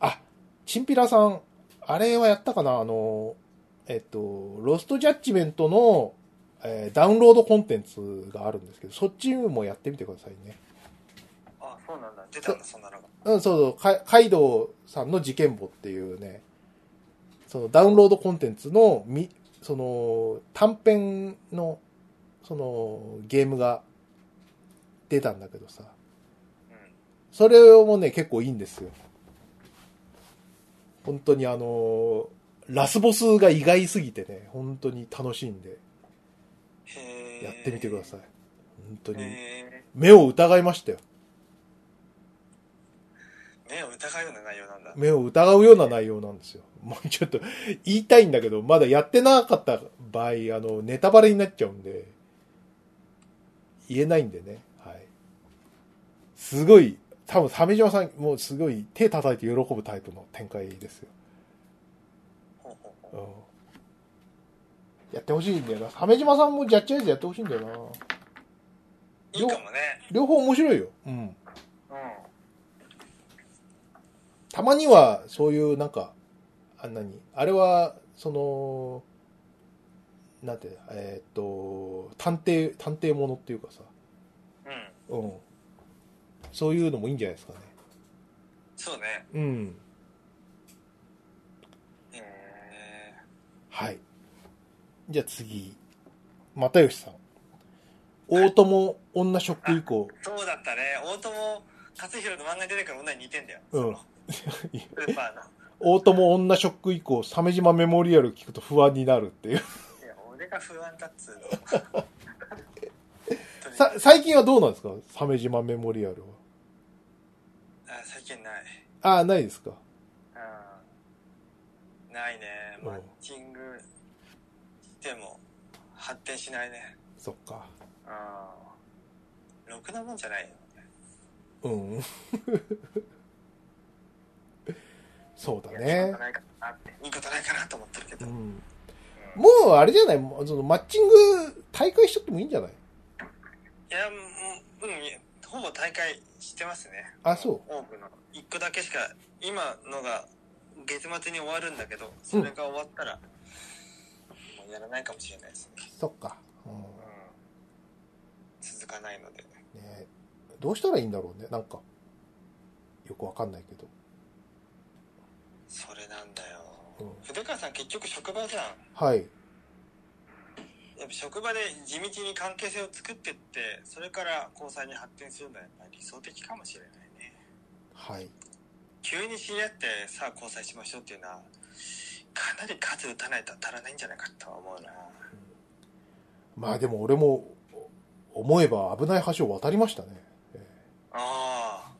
Speaker 2: あ、チンピラさん、あれはやったかなあの、えっと、ロストジャッジメントの、えーダウンロードコンテンツがあるんですけど、そっちもやってみてくださいね。
Speaker 1: あ、そうなんだ。出たんだ、そんなのが。
Speaker 2: うん、そうそうか、カイドウさんの事件簿っていうね、そのダウンロードコンテンツの、み、その、短編の、その、ゲームが出たんだけどさ、
Speaker 1: う
Speaker 2: それもね、結構いいんですよ。本当にあの、ラスボスが意外すぎてね、本当に楽しんで
Speaker 1: ん。へえ。
Speaker 2: やってみてください。本当に。
Speaker 1: へ
Speaker 2: 目を疑いましたよ。
Speaker 1: ー目を疑うような内容なんだ。
Speaker 2: 目を疑うような内容なんですよ。 もうちょっと言いたいんだけど、まだやってなかった場合、あの、ネタバレになっちゃうんで、言えないんでね。はい。すごい、多分、鮫島さんもうすごい手叩いて喜ぶタイプの展開ですよ。
Speaker 1: ほうほう
Speaker 2: う
Speaker 1: ほ
Speaker 2: ん。やってほしいんだよな。鮫島さんもジャッジアイズやってほしいんだよな。
Speaker 1: ういいかもね。
Speaker 2: 両方面白いよ。うん。
Speaker 1: う
Speaker 2: たまには、そういう、なんか、あ、なに、あれは、その、なんて、えーっと、探偵、探偵ものっていうかさ、
Speaker 1: ん。うん。
Speaker 2: うん。そういうのもいいんじゃないですかね。
Speaker 1: そうね。
Speaker 2: うん。
Speaker 1: へえ。
Speaker 2: はい。じゃあ次、又吉さん。大友女ショック以降、
Speaker 1: そうだったね大友克洋の漫画に出てくる女に似てんだよ、
Speaker 2: うん
Speaker 1: その スーパーの
Speaker 2: 大友女ショック以降、鮫島メモリアル聞くと不安になるっていう。
Speaker 1: いや俺が不安だっつ うの
Speaker 2: さ、最近はどうなんですか鮫島メモリアルは。
Speaker 1: あ最近ない
Speaker 2: ああ、ないですか。
Speaker 1: うんないね
Speaker 2: うん
Speaker 1: マッチングしても発展しないね
Speaker 2: そっか。
Speaker 1: うんろくなもんじゃないよ
Speaker 2: うん。 そうだ
Speaker 1: いやいい
Speaker 2: ね
Speaker 1: こと。ないかなっていいことないかなと思ってるけ
Speaker 2: う
Speaker 1: ど、うん
Speaker 2: ん。もう、あれじゃないもうそのマッチング大会しとってもいいんじゃない
Speaker 1: いやもううんいやほぼ大会してますね
Speaker 2: あそう
Speaker 1: 多くの一個だけしか今のが月末に終わるんだけどそれが終わったら、もうやらないかもしれないですね、
Speaker 2: そっか。う
Speaker 1: うん
Speaker 2: ん。、
Speaker 1: 続かないので
Speaker 2: ねどうしたらいいんだろうね。なんか、よくわかんないけど。
Speaker 1: それなんだよ、
Speaker 2: うん
Speaker 1: 筆川さん結局職場じゃん
Speaker 2: はい。
Speaker 1: やっぱ職場で地道に関係性を作ってってそれから交際に発展するのはやっぱり理想的かもしれないね
Speaker 2: はい。
Speaker 1: 急に知り合ってさあ交際しましょうっていうのはかなり数打たないと当たらないんじゃないかとは思うな
Speaker 2: まあでも俺も、思えば危ない橋を渡りましたね。
Speaker 1: あ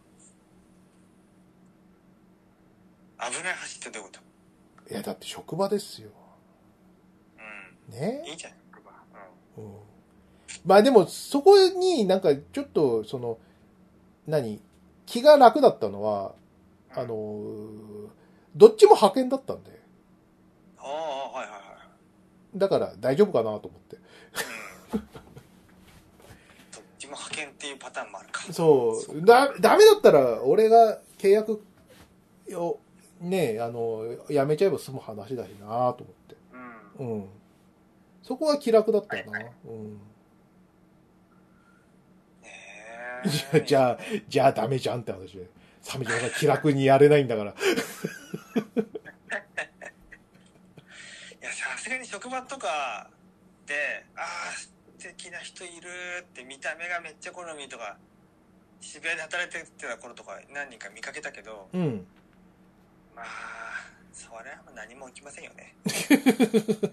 Speaker 1: あ危ない橋ってどういうこと
Speaker 2: いや、だって職場ですよ。ね
Speaker 1: うんいいじゃん職場
Speaker 2: うんまあでも、そこになんかちょっと、その、何気が楽だったのは、
Speaker 1: うん
Speaker 2: あのーどっちも派遣だったんで、
Speaker 1: ああはいはいはい
Speaker 2: だから大丈夫かなと思って。
Speaker 1: うん どっちも派遣っていうパターンもあるか
Speaker 2: そう、だ、ダメだったら、俺が契約を、ね、あの、やめちゃえば済む話だしなと思って。
Speaker 1: うん
Speaker 2: うん。そこは気楽だったよな。うん。
Speaker 1: ねえ
Speaker 2: じゃあ、じゃあダメじゃんって話で。サメ島さん気楽にやれないんだから。
Speaker 1: いやさすがに職場とかでああ素敵な人いるって見た目がめっちゃ好みとか渋谷で働いてた頃とか何人か見かけたけど
Speaker 2: うん。
Speaker 1: まあそれは何も起きませんよ ね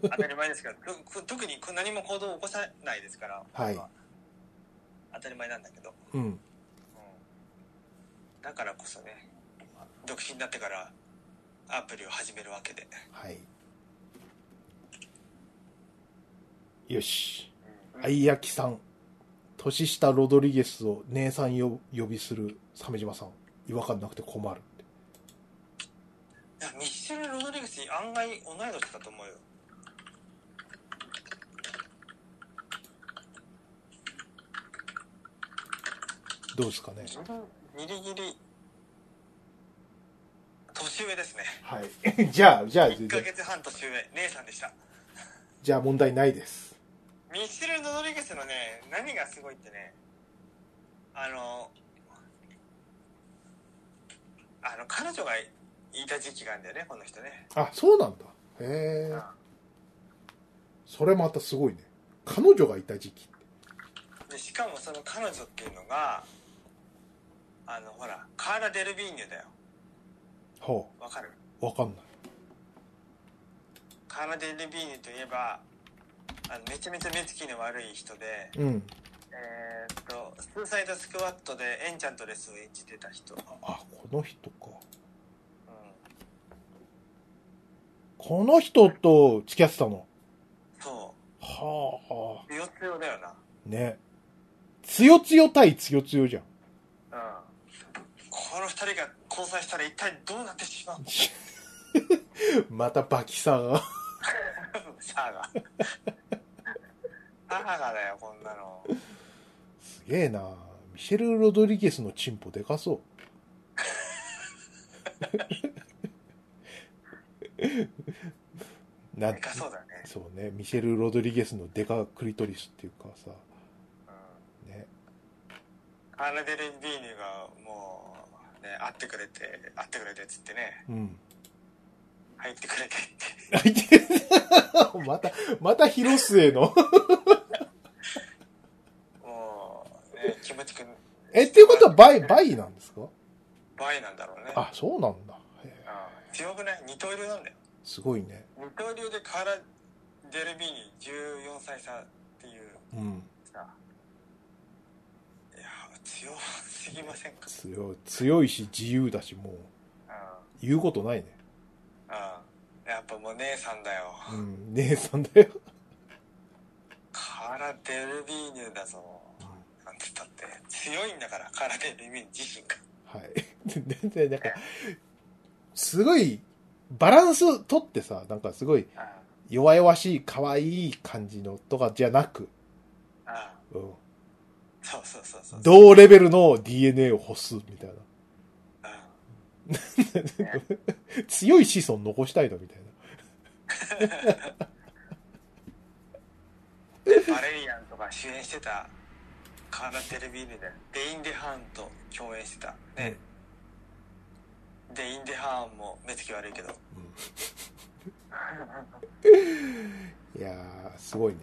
Speaker 1: 当たり前ですからとく特に何も行動を起こさないですから、
Speaker 2: はい
Speaker 1: 当たり前なんだけど、
Speaker 2: うん。
Speaker 1: うんだからこそね独身になってからアプリを始めるわけで、
Speaker 2: はい。よし。
Speaker 1: うん
Speaker 2: 愛焼さん。年下ロドリゲスを姉さんよ呼びする鮫島さん。違和感なくて困るって。
Speaker 1: いやミッシェル・ロドリゲス案外同い年だと思うよ
Speaker 2: どうですかね。
Speaker 1: ギリギリ年上ですね
Speaker 2: はい。 じゃあ、じゃあ、
Speaker 1: 1ヶ月半年上姉さんでした
Speaker 2: じゃあ問題ないです。
Speaker 1: ミッシェル・ロドリゲスのね何がすごいってねあのあの彼女がいた時期があるんだよねこの人ね
Speaker 2: あ、そうなんだ。へえ。
Speaker 1: う
Speaker 2: それまたすごいね。彼女がいた時期って。
Speaker 1: んでしかもその彼女っていうのがあのほらカーラ・デルビーニュだよ
Speaker 2: は
Speaker 1: わかる
Speaker 2: あ、わかんない。
Speaker 1: カーラ・デルビーニュといえばあのめちゃめちゃ目つきの悪い人で
Speaker 2: うん。
Speaker 1: えーっと、スーサイドスクワットでエンチャントレスを演じてた人。うん。
Speaker 2: あ、この人か。この人と付き合ってたの。
Speaker 1: そ
Speaker 2: はあ、はあ。
Speaker 1: う。強強だよな。
Speaker 2: ね。つよつよ対つよつよじゃん。
Speaker 1: う ん。この二人が交際したら一体どうなってしまう
Speaker 2: またバキさが。
Speaker 1: サーガ。 サーガだよ、こんなの。
Speaker 2: すげえなミシェル・ロドリゲスのチンポでかそう。 な
Speaker 1: でかそうだね。
Speaker 2: そうね。ミシェル・ロドリゲスのデカクリトリスっていうかさ、
Speaker 1: うん。
Speaker 2: ね。
Speaker 1: カーラ・デルビーニュがもう、ね、会ってくれて、会ってくれてっつってね、
Speaker 2: うん。
Speaker 1: 入ってくれてって。
Speaker 2: また、また広末の。
Speaker 1: も攻めてくる
Speaker 2: え、っていうことはバイ、バイなんですか
Speaker 1: 場合なんだろうね。
Speaker 2: あ、そうなんだ。へえ
Speaker 1: うん強くない二刀流なんだよ。
Speaker 2: すごいね。
Speaker 1: 二刀流でカーラ・デルビーに14歳差っていう
Speaker 2: うん。
Speaker 1: さ、いや、強すぎませんか。
Speaker 2: 強い、強いし自由だし、もう、
Speaker 1: う
Speaker 2: 言うことないね。
Speaker 1: ん。うん。やっぱもう姉さんだよ。
Speaker 2: うん、姉さんだよ。
Speaker 1: カーラ・デルビーニだぞ。なんつったって。強いんだから、カーラ・デルビーニ自身が。
Speaker 2: はい。 全然、なんか、すごい、バランス取ってさ、なんかすごい、
Speaker 1: うん。
Speaker 2: 弱々しい、可愛い感じのとかじゃなく、
Speaker 1: うん。
Speaker 2: うん、
Speaker 1: そうそうそうそう。
Speaker 2: 同レベルの DNA を欲す、みたいな。
Speaker 1: うん。ね
Speaker 2: 強い子孫残したいのみたいな。
Speaker 1: バレリアンとか主演してたカーラ・デルビーニでデイン・デハーンと共演してた、ねデイン・デハーンも目つき悪いけど
Speaker 2: いやー、すごいね。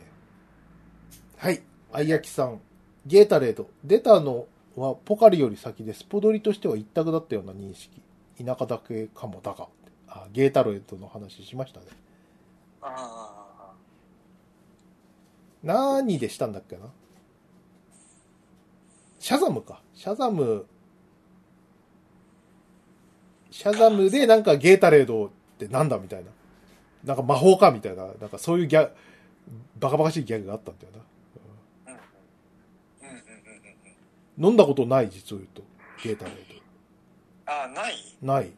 Speaker 2: はい。あいやきさん。ゲータレード。出たのはポカリより先で、スポドリとしては一択だったような認識。田舎だけかもだが。あ、ゲータレードの話しましたね。
Speaker 1: あ
Speaker 2: 何でしたんだっけなシャザムか。シャザム。シャザムでなんかゲータレードってなんだみたいな。なんか魔法かみたいな。なんかそういうギャ、バカバカしいギャグがあったんだよ
Speaker 1: あうんうんうんうんうんうん
Speaker 2: な。飲んだことない実を言うと。ゲータレー
Speaker 1: ああない
Speaker 2: ド。ない。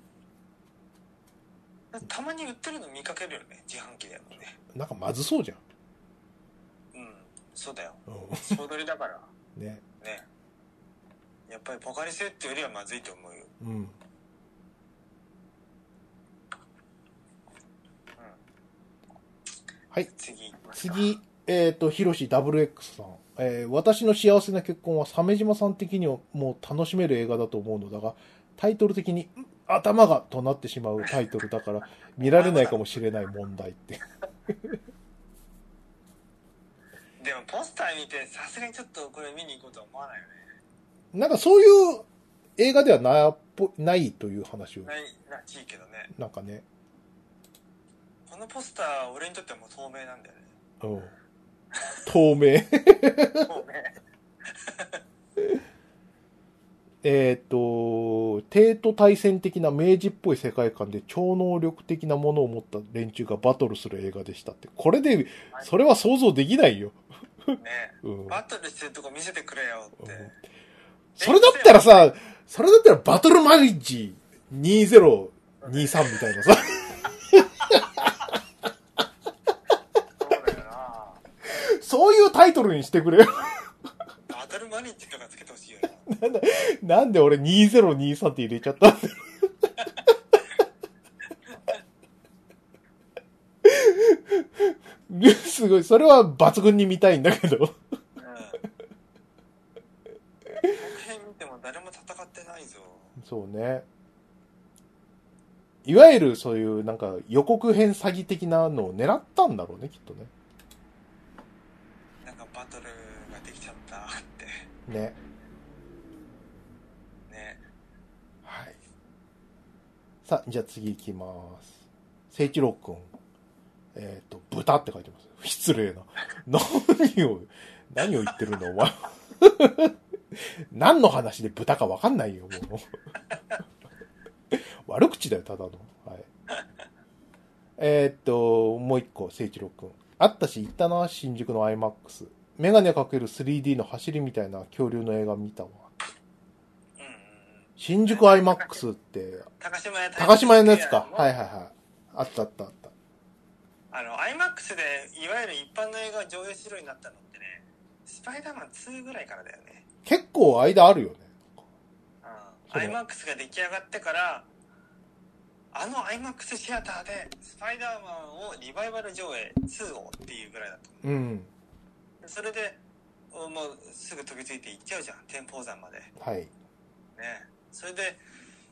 Speaker 1: たまに売ってるの見かけるよね自販機だよね
Speaker 2: なんかまずそうじゃん。
Speaker 1: うんそうだよ
Speaker 2: う
Speaker 1: 総取りだから
Speaker 2: ん。ね。
Speaker 1: ねやっぱりポカリスエットよりはまずいと思うよ
Speaker 2: うん。
Speaker 1: 次行きますか
Speaker 2: 次、えっ、と、ヒロシ WX さん。えー私の幸せな結婚は鮫島さん的にはもう楽しめる映画だと思うのだが、タイトル的に、ん頭がとなってしまうタイトルだから、見られないかもしれない問題って。
Speaker 1: でもポスター見てさすがにちょっとこれ見に行こうとは思わないよね
Speaker 2: なんかそういう映画ではなっぽないという話を、
Speaker 1: ないらしいけどね
Speaker 2: なんかね。
Speaker 1: このポスター俺にとってはもう透明なんだよね
Speaker 2: うん。透明。
Speaker 1: 透明
Speaker 2: えっ、と、帝都対戦的な明治っぽい世界観で超能力的なものを持った連中がバトルする映画でしたって。これで、それは想像できないよ。
Speaker 1: ね
Speaker 2: うん。
Speaker 1: バトルしてるとこ見せてくれよって
Speaker 2: うんそれだったらさ、それだったらバトルマリッジ2023みたいなさ、
Speaker 1: そうだよな
Speaker 2: そういうタイトルにしてくれよ。
Speaker 1: バトルマリッジとかつけてほしいよな
Speaker 2: なんで俺2023って入れちゃったんだよ すごい、それは抜群に見たいんだけど。
Speaker 1: うんこの辺見ても誰も戦ってないぞ
Speaker 2: そうね。いわゆるそういうなんか予告編詐欺的なのを狙ったんだろうね、きっとね。
Speaker 1: なんかバトルができちゃったって
Speaker 2: ね。
Speaker 1: ね
Speaker 2: はい。さあ、じゃあ次行きます。聖一郎くん。えっ、と、豚って書いてます。失礼な。 何を、何を言ってるんだ、お前。 何の話で豚かわかんないよ、もう。 悪口だよ、ただの。はい。えっと、もう一個、聖一郎くん。あったし、行ったな、新宿の IMAX。メガネかける 3D の走りみたいな恐竜の映画見たわ。
Speaker 1: うんうんうん
Speaker 2: 新宿 IMAX って、
Speaker 1: 高島屋
Speaker 2: 高島屋のやつか。はいいはいはい。あったあったあった。
Speaker 1: あの IMAX でいわゆる一般の映画を上映するようになったのってねスパイダーマン2ぐらいからだよね
Speaker 2: 結構間あるよね。
Speaker 1: うん、IMAX が出来上がってからあの IMAX シアターで「スパイダーマン」をリバイバル上映2をっていうぐらいだと
Speaker 2: うん。
Speaker 1: それでおもうすぐ飛びついて行っちゃうじゃん天保山まで
Speaker 2: はい。
Speaker 1: ねそれで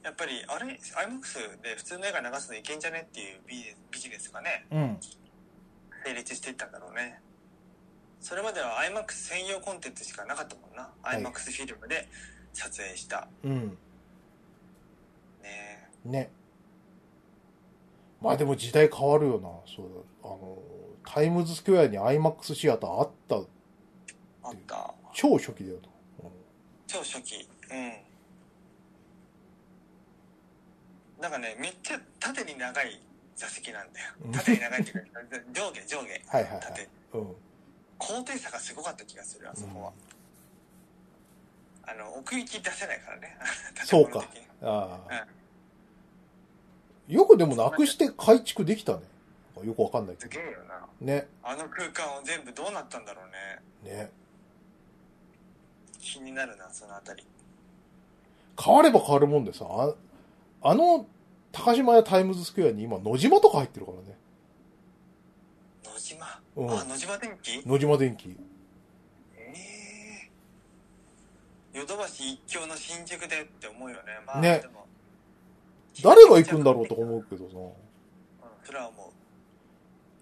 Speaker 1: やっぱりあれ IMAX で普通の映画流すのいけんじゃねっていうビジビジネスがね
Speaker 2: うん。
Speaker 1: 成立していったんだろうねそれまでは iMAX 専用コンテンツしかなかったもんな、
Speaker 2: はい
Speaker 1: iMAX フィルムで撮影した
Speaker 2: うん。
Speaker 1: ね
Speaker 2: ね。まあでも時代変わるよな。そうだ。あの、タイムズスクエアに IMAX シアターあった
Speaker 1: あった
Speaker 2: 超初期だよな。
Speaker 1: 超初期うんなんかねめっちゃ縦に長い座席なんだよ
Speaker 2: うん
Speaker 1: 縦に長いっていうか 上下上下
Speaker 2: はいはいはい
Speaker 1: 縦。
Speaker 2: うん。
Speaker 1: 高低差がすごかった気がするあそこは、あの奥行き出せないからね
Speaker 2: そう
Speaker 1: 建
Speaker 2: か
Speaker 1: 物的に
Speaker 2: ああ、よくでもなくして改築できたね。なんかよくわかんないけ
Speaker 1: す
Speaker 2: ど
Speaker 1: げ。えよな
Speaker 2: ね。
Speaker 1: あの空間を全部どうなったんだろうね
Speaker 2: ね。
Speaker 1: 気になるなそのあたり
Speaker 2: 変われば変わるもんでさ、ああの、高島屋タイムズスクエアに今、野島とか入ってるからね。
Speaker 1: 野島、
Speaker 2: うん
Speaker 1: あ野島電機
Speaker 2: 野島電機。
Speaker 1: ええヨドバシ一強の新宿でって思うよねまあ
Speaker 2: ね
Speaker 1: でも
Speaker 2: 誰が行くんだろうとか思うけどさ。
Speaker 1: うんそれは思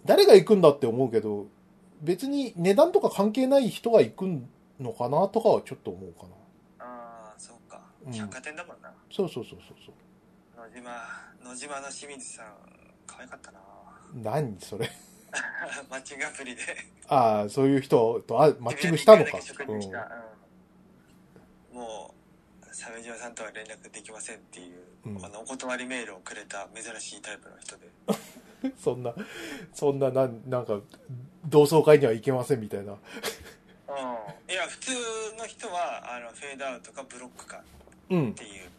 Speaker 2: 誰が行くんだって思うけど、別に値段とか関係ない人が行くのかなとかはちょっと思うかな。
Speaker 1: うああそうか
Speaker 2: うん
Speaker 1: 百貨店だもんな、
Speaker 2: そうそうそうそうそう。
Speaker 1: 野島野島の清水さん可愛かったな
Speaker 2: 何それ。
Speaker 1: マッチングアプリで
Speaker 2: ああ、そういう人とあマッチングしたのか。
Speaker 1: 自分で一回だけ食事したうんもう鮫島さんとは連絡できませんっていう、
Speaker 2: うん
Speaker 1: あのお断りメールをくれた珍しいタイプの人で
Speaker 2: うん、 そんな、そんな、なんなんか、同窓会には行けませんみたいな。
Speaker 1: いや普通の人はあのフェードアウトかブロックか
Speaker 2: うん
Speaker 1: っ。ていう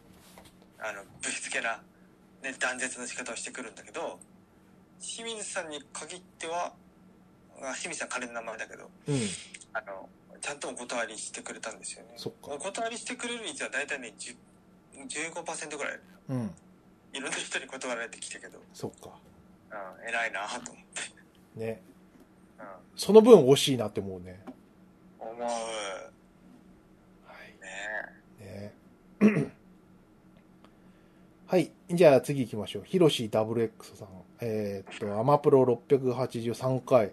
Speaker 1: あのぶしつけな、ね、断絶の仕方をしてくるんだけど清水さんに限ってはあ清水さん彼の名前だけど
Speaker 2: うん。
Speaker 1: あのちゃんとお断りしてくれたんですよね
Speaker 2: そっか
Speaker 1: お断りしてくれる率は大体ね10 15%ぐらい
Speaker 2: うん。
Speaker 1: いろんな人に断られてきたけど、
Speaker 2: そっか。
Speaker 1: うん、偉いなぁと思って、
Speaker 2: ね。その分惜しいなって思うね。
Speaker 1: うん、思う
Speaker 2: はい。
Speaker 1: ね
Speaker 2: ね はい。じゃあ次行きましょう。ヒロシ WX さん。えーっと、アマプロ683回。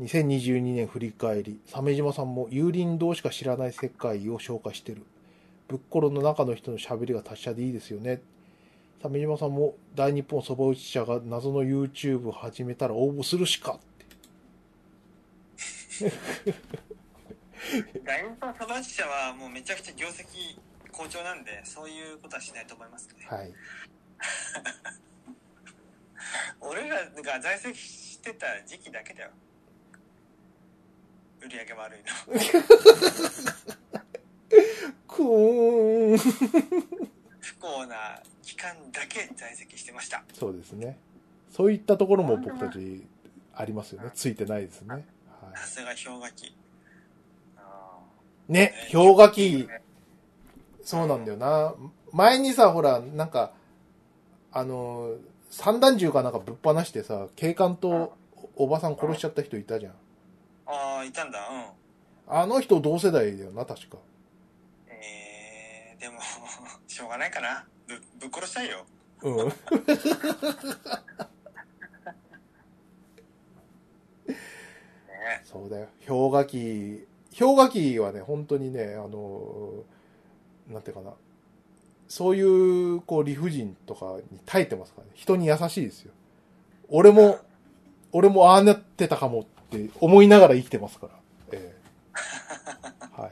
Speaker 2: 2022年振り返り。鮫島さんも幽林道しか知らない世界を紹介してる。ぶっころの中の人の喋りが達者でいいですよね。鮫島さんも大日本そば打ち社が謎の YouTube を始めたら応募するしかって。
Speaker 1: 大日本サバ社はもうめちゃくちゃ業績好調なんでそういうことはしないと思いますね
Speaker 2: はい。
Speaker 1: 俺らが在籍してた時期だけだよ売り上げ悪いの
Speaker 2: くーん。
Speaker 1: 不幸な期間だけ在籍してました
Speaker 2: そうですね。そういったところも僕たちありますよね。ついてないですね。は
Speaker 1: さすが氷河期あ
Speaker 2: い、
Speaker 1: ー
Speaker 2: ね、氷河期、そうなんだよな。前にさ、ほら、なんか、あのー、散弾銃かなんかぶっ放してさ、警官とおばさん殺しちゃった人いたじゃん。
Speaker 1: あーいたんだうん
Speaker 2: あの人同世代だよな、確か。
Speaker 1: えー、でも しょうがないかなぶぶっ殺したいよ
Speaker 2: うん。
Speaker 1: ね
Speaker 2: そうだよ。氷河期、氷河期はね、本当にね、あのー、なんていうかな。そういう、こう、理不尽とかに耐えてますからね。人に優しいですよ。俺も、俺もああなってたかもって思いながら生きてますから。ええはい。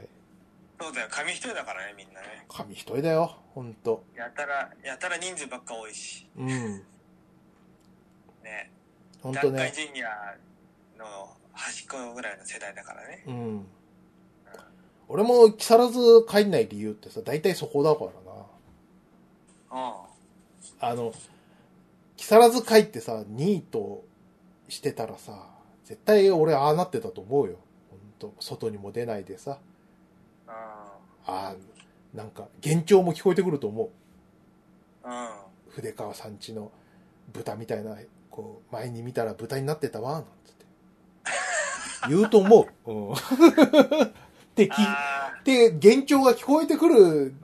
Speaker 1: そうだよ紙一重だからねみんなね
Speaker 2: 紙一重だよ、本当
Speaker 1: やたらやたら人数ばっか多いし
Speaker 2: うん。
Speaker 1: ね
Speaker 2: 本当
Speaker 1: 団塊
Speaker 2: ね。
Speaker 1: ジュニアの端っこぐらいの世代だからね
Speaker 2: うん。俺も木更津帰んない理由ってさ、大体そこだからな。
Speaker 1: う
Speaker 2: あの、木更津会ってさ、2位としてたらさ、絶対俺ああなってたと思うよ。ほんと、外にも出ないでさ、
Speaker 1: ん
Speaker 2: ああ、なんか、幻聴も聞こえてくると思う。
Speaker 1: うんうん
Speaker 2: 筆川さんちの豚みたいな、こう、前に見たら豚になってたわ、なんつって。言うと思う。うん。 ってき、っ
Speaker 1: ああ
Speaker 2: て、幻聴が聞こえてくる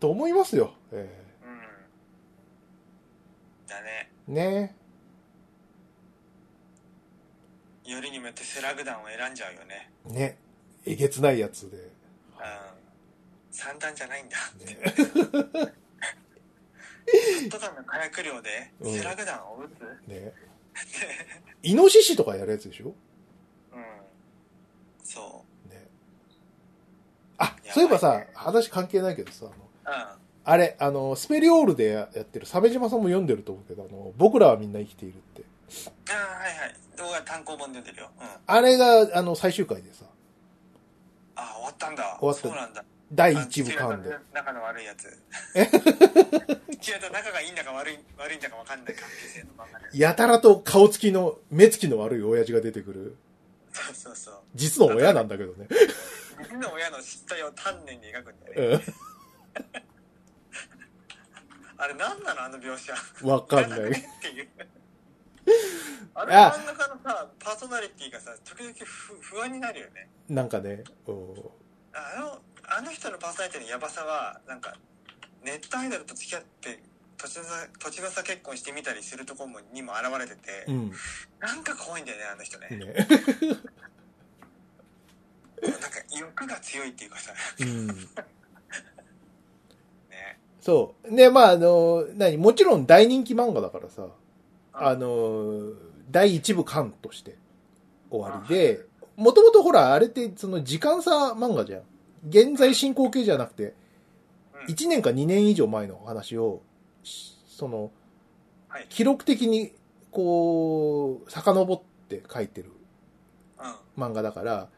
Speaker 2: と思いますよ。え
Speaker 1: うんだね
Speaker 2: えね
Speaker 1: よりにもよってスラグ弾を選んじゃうよね。
Speaker 2: ね。えげつないやつで。
Speaker 1: うん。三段じゃないんだ。
Speaker 2: ね、
Speaker 1: カット弾の火薬量で
Speaker 2: うん
Speaker 1: スラグ弾を撃つ、
Speaker 2: ね。イノシシとかやるやつでしょ
Speaker 1: うん。そ
Speaker 2: ね。あ、
Speaker 1: やばい
Speaker 2: そういえばさ、話関係ないけどさ、あの
Speaker 1: う。う
Speaker 2: あれ、あの、スペリオールでややってる、鮫島さんも読んでると思うけど、あの、僕らはみんな生きているって。
Speaker 1: ん。ああ、はいはい。動画単行本出てるよ。うん。あ
Speaker 2: あれが、あの、最終回でさ、
Speaker 1: あ、終わったんだ。
Speaker 2: 終わった
Speaker 1: そうなんだ。
Speaker 2: 第1部間で
Speaker 1: あ。。仲の悪いやつ。え 父親と仲がいいんだか悪い、悪いんだかわかんない関係性の漫画で。
Speaker 2: やたらと顔つきの、目つきの悪い親父が出てくる。
Speaker 1: そうそう そう。
Speaker 2: 実の親なんだ けどね。
Speaker 1: 自分の親の失態を丹念に描くんだよね。
Speaker 2: う
Speaker 1: あれなんなのあの描写。
Speaker 2: ん。わかんない
Speaker 1: らく。ねっていう。あれ
Speaker 2: あ
Speaker 1: 真ん中のさ、パーソナリティがさ、時々不不安になるよね。
Speaker 2: なんかね、うん
Speaker 1: あの、あの人のパーソナリティのヤバさは、なんか、ネットアイドルと付き合って、土地の差土地の差結婚してみたりするとこもにも現れてて、
Speaker 2: うん。
Speaker 1: なんか怖いんだよね、あの人ね。
Speaker 2: ね。
Speaker 1: なんか欲が強いっていうかさ、
Speaker 2: うん。
Speaker 1: ね。
Speaker 2: そう。で、まあ、あの、何もちろん大人気漫画だからさ、
Speaker 1: うん
Speaker 2: あの、第一部巻として終わりで、もともとほら、あれってその時間差漫画じゃん。現在進行形じゃなくて、
Speaker 1: うん、
Speaker 2: 1年か2年以上前の話を、しその、
Speaker 1: はい。
Speaker 2: 記録的に、こう、遡って書いてる
Speaker 1: うん。
Speaker 2: 漫画だから、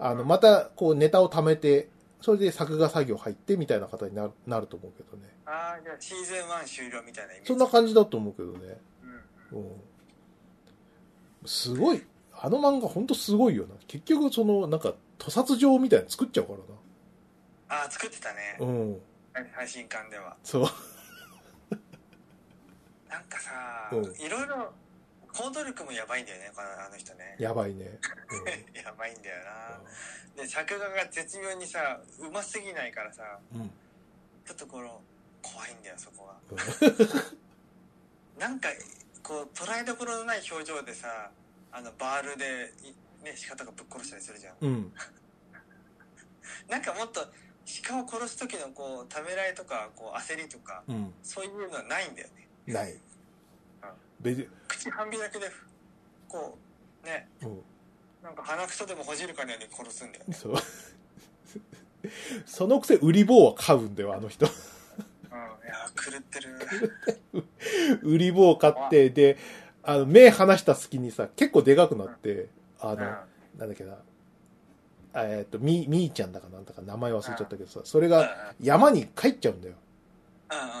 Speaker 2: あの、また、こう、ネタを貯めて、それで作画作業入ってみたいな形になるなると思うけどね。
Speaker 1: ああ、じゃあシーズン1終了みたいなイメージ。
Speaker 2: そんな感じだと思うけどね。
Speaker 1: うん。
Speaker 2: うん。すごい。あの漫画ほんとすごいよな。結局その、なんか、屠殺場みたいなの作っちゃうから
Speaker 1: ああ、作ってたね
Speaker 2: な。。うん。
Speaker 1: 配信館では。
Speaker 2: そう。
Speaker 1: なんかさ、
Speaker 2: うん
Speaker 1: いろいろ、行動力もやばいんだよね、このあの人ね。
Speaker 2: やばいね。
Speaker 1: やばいんだよな。で、作画が絶妙にさ、うますぎないからさ、
Speaker 2: うん。うん。
Speaker 1: ちょっとこの、怖いんだよ、そこは。
Speaker 2: うん
Speaker 1: なんか、こう、捉えどころのない表情でさ、あの、バールで、いね、鹿とかぶっ殺したりするじゃん。
Speaker 2: うん。
Speaker 1: なんかもっと、鹿を殺す時のこう、ためらいとか、こう、焦りとか、
Speaker 2: うん。
Speaker 1: そういうのはないんだよね。
Speaker 2: ない。別に、
Speaker 1: 口半開きで、こう、ね、
Speaker 2: う
Speaker 1: なんか鼻くそでもほじるかのように殺すんだよ
Speaker 2: ん。
Speaker 1: ね。
Speaker 2: そう。そのくせ、売り棒は買うんだよ、あの人。
Speaker 1: うん。いやー、狂ってる。
Speaker 2: 売り棒買って、で、あの、目離した隙にさ、結構でかくなって、あの、
Speaker 1: うん。
Speaker 2: なんだっけな、えーっと、み、みーちゃんだかなんだか名前忘れちゃったけどさ、それが山に帰っちゃうんだよ。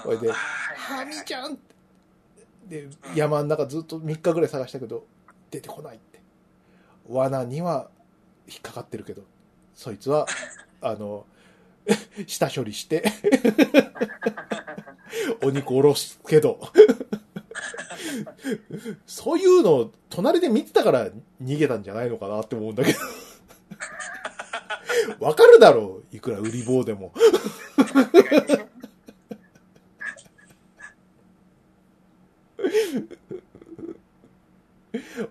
Speaker 1: うん。
Speaker 2: これで
Speaker 1: あーは
Speaker 2: は
Speaker 1: は
Speaker 2: い
Speaker 1: い
Speaker 2: み
Speaker 1: は
Speaker 2: ー
Speaker 1: い
Speaker 2: ちゃんで、山の中ずっと3日ぐらい探したけど、出てこないって。罠には引っかかってるけど、そいつ は、あの、下処理して、 お肉おろすけど、そういうのを隣で見てたから逃げたんじゃないのかなって思うんだ けど。わかるだろういくら売り棒でも。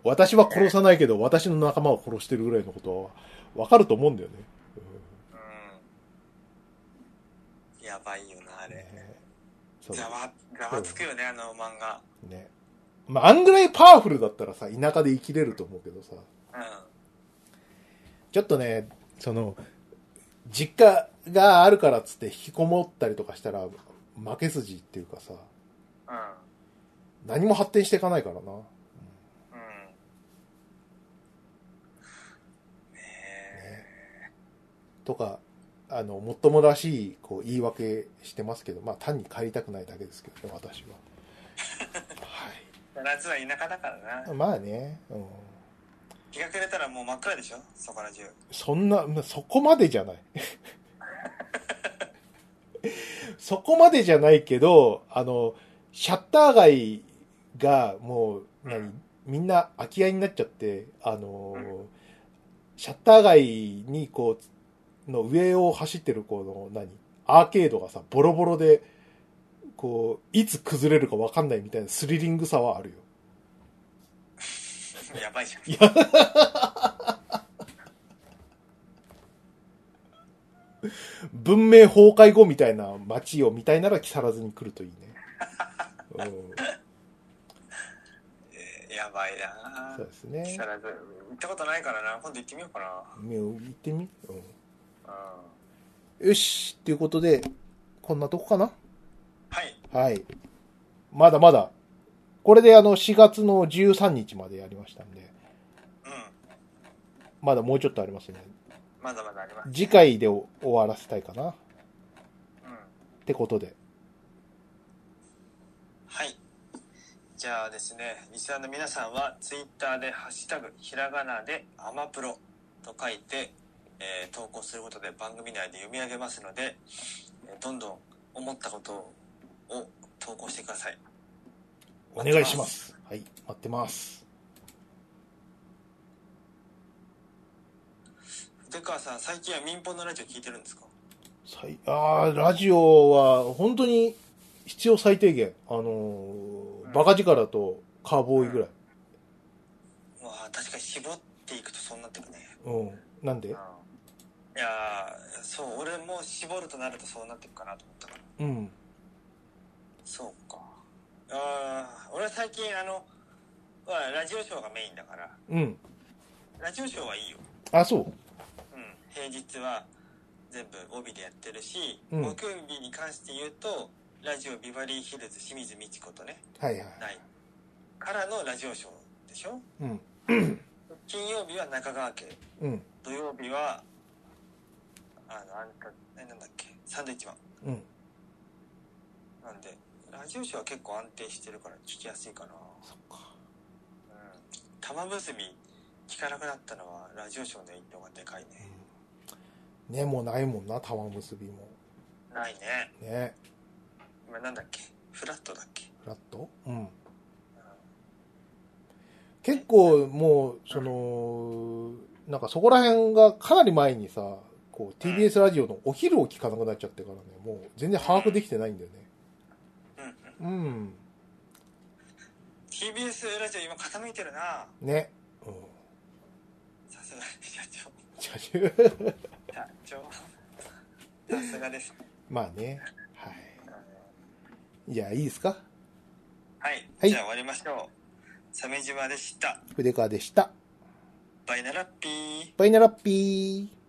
Speaker 2: 私は殺さないけど、私の仲間を殺してるぐらいのことは、わかると思うんだよね。
Speaker 1: うんやばいよな、あ
Speaker 2: うん
Speaker 1: れ。
Speaker 2: ねそう
Speaker 1: ざわ、ざわつくよね、あの漫画。
Speaker 2: ね。まあ、あんぐらいパワフルだったらさ、田舎で生きれると思うけどさ、
Speaker 1: う
Speaker 2: ちょっとね、その、実家があるからっつって引きこもったりとかしたら、負け筋っていうかさ、
Speaker 1: ん。
Speaker 2: 何も発展していかないからな。
Speaker 1: うん。うん。ね
Speaker 2: ね
Speaker 1: え。
Speaker 2: とか、あの、もっともらしい、こう、言い訳してますけど、まあ、単に帰りたくないだけですけどね、私は。はい。
Speaker 1: 夏は田舎だからな。
Speaker 2: まあね、うん、
Speaker 1: 日が暮れたらもう真っ暗でしょそこら中。
Speaker 2: そんな、まあそこまでじゃない。 そこまでじゃないけど、あの、シャッター街がもう、
Speaker 1: うん
Speaker 2: 何みんな空き家になっちゃって、あの、
Speaker 1: うん
Speaker 2: シャッター街にこう、の上を走ってるこの、何アーケードがさ、ボロボロで、こう、いつ崩れるかわかんないみたいなスリリングさはあるよ。
Speaker 1: やばいじゃん。
Speaker 2: 文明崩壊後みたいな街を見たいなら木更津に来るといいね。うん、
Speaker 1: えーやばいな
Speaker 2: そうです
Speaker 1: 木
Speaker 2: ね。
Speaker 1: 更津行ったことないからな今度行ってみようか
Speaker 2: み行ってみ、う
Speaker 1: なうん
Speaker 2: ん、よしということで、こんなとこかな
Speaker 1: はい
Speaker 2: はい。まだまだ。これであの4月の13日までやりましたんで、
Speaker 1: うん
Speaker 2: まだもうちょっとありますね。
Speaker 1: まだまだあります
Speaker 2: 次回で終わらせたいかな。っ
Speaker 1: うん
Speaker 2: てことで。
Speaker 1: はいじゃあですねリスナーの皆さんはツイッターで「ハッシュタグひらがな」で「アマプロ」と書いて、えー投稿することで番組内で読み上げますので、えーどんどん思ったことを投稿してください
Speaker 2: お願いします。はい。待ってます。
Speaker 1: 筆川さん最近は民放のラジオ聞いてるんですか
Speaker 2: さいあーラジオは本当に必要最低限。あのー
Speaker 1: うん
Speaker 2: バカ力とカーボーイぐらい。
Speaker 1: まあ確かに絞っていくとそうなってくね
Speaker 2: うん。なんで
Speaker 1: いやーそう俺も絞るとなるとそうなっていくかなと思ったから
Speaker 2: うん。
Speaker 1: そうかあー俺は最近あのまあラジオショーがメインだから
Speaker 2: うん。
Speaker 1: ラジオショーはいいよ、
Speaker 2: あ、そう。
Speaker 1: うん、平日は全部帯でやってるし、
Speaker 2: うん
Speaker 1: 木曜日に関して言うとラジオビバリーヒルズ清水美智子とね
Speaker 2: はいはい。
Speaker 1: ないからのラジオショーでしょ
Speaker 2: うん。
Speaker 1: 金曜日は中川家
Speaker 2: うん。
Speaker 1: 土曜日はあのあんたえなんだっけサンドイッチマン
Speaker 2: うん。
Speaker 1: なんでラジオショーは結構安定してるから聞きやすいかな
Speaker 2: そっか。
Speaker 1: うん玉結び聞かなくなったのはラジオショーの影響がでかいね
Speaker 2: うんね、もうないもんな、玉結びも。
Speaker 1: ないね
Speaker 2: ね。
Speaker 1: 今なんだっけフラットだっけ
Speaker 2: フラットうん。
Speaker 1: うん
Speaker 2: 結構もうそのなんかそこら辺がかなり前にさこう TBS ラジオのお昼を聞かなくなっちゃってからねもう全然把握できてないんだよね
Speaker 1: うんうん
Speaker 2: うん
Speaker 1: TBS ラジオ今傾いてるな
Speaker 2: ねうん
Speaker 1: さすが社長
Speaker 2: じゃあ
Speaker 1: 社長さすが です
Speaker 2: まあねは
Speaker 1: うん
Speaker 2: いじゃあいいですか
Speaker 1: はい、
Speaker 2: はい
Speaker 1: じゃあ終わりましょう鮫島でした
Speaker 2: 筆川でした
Speaker 1: バイナラッピー
Speaker 2: バイナラッピー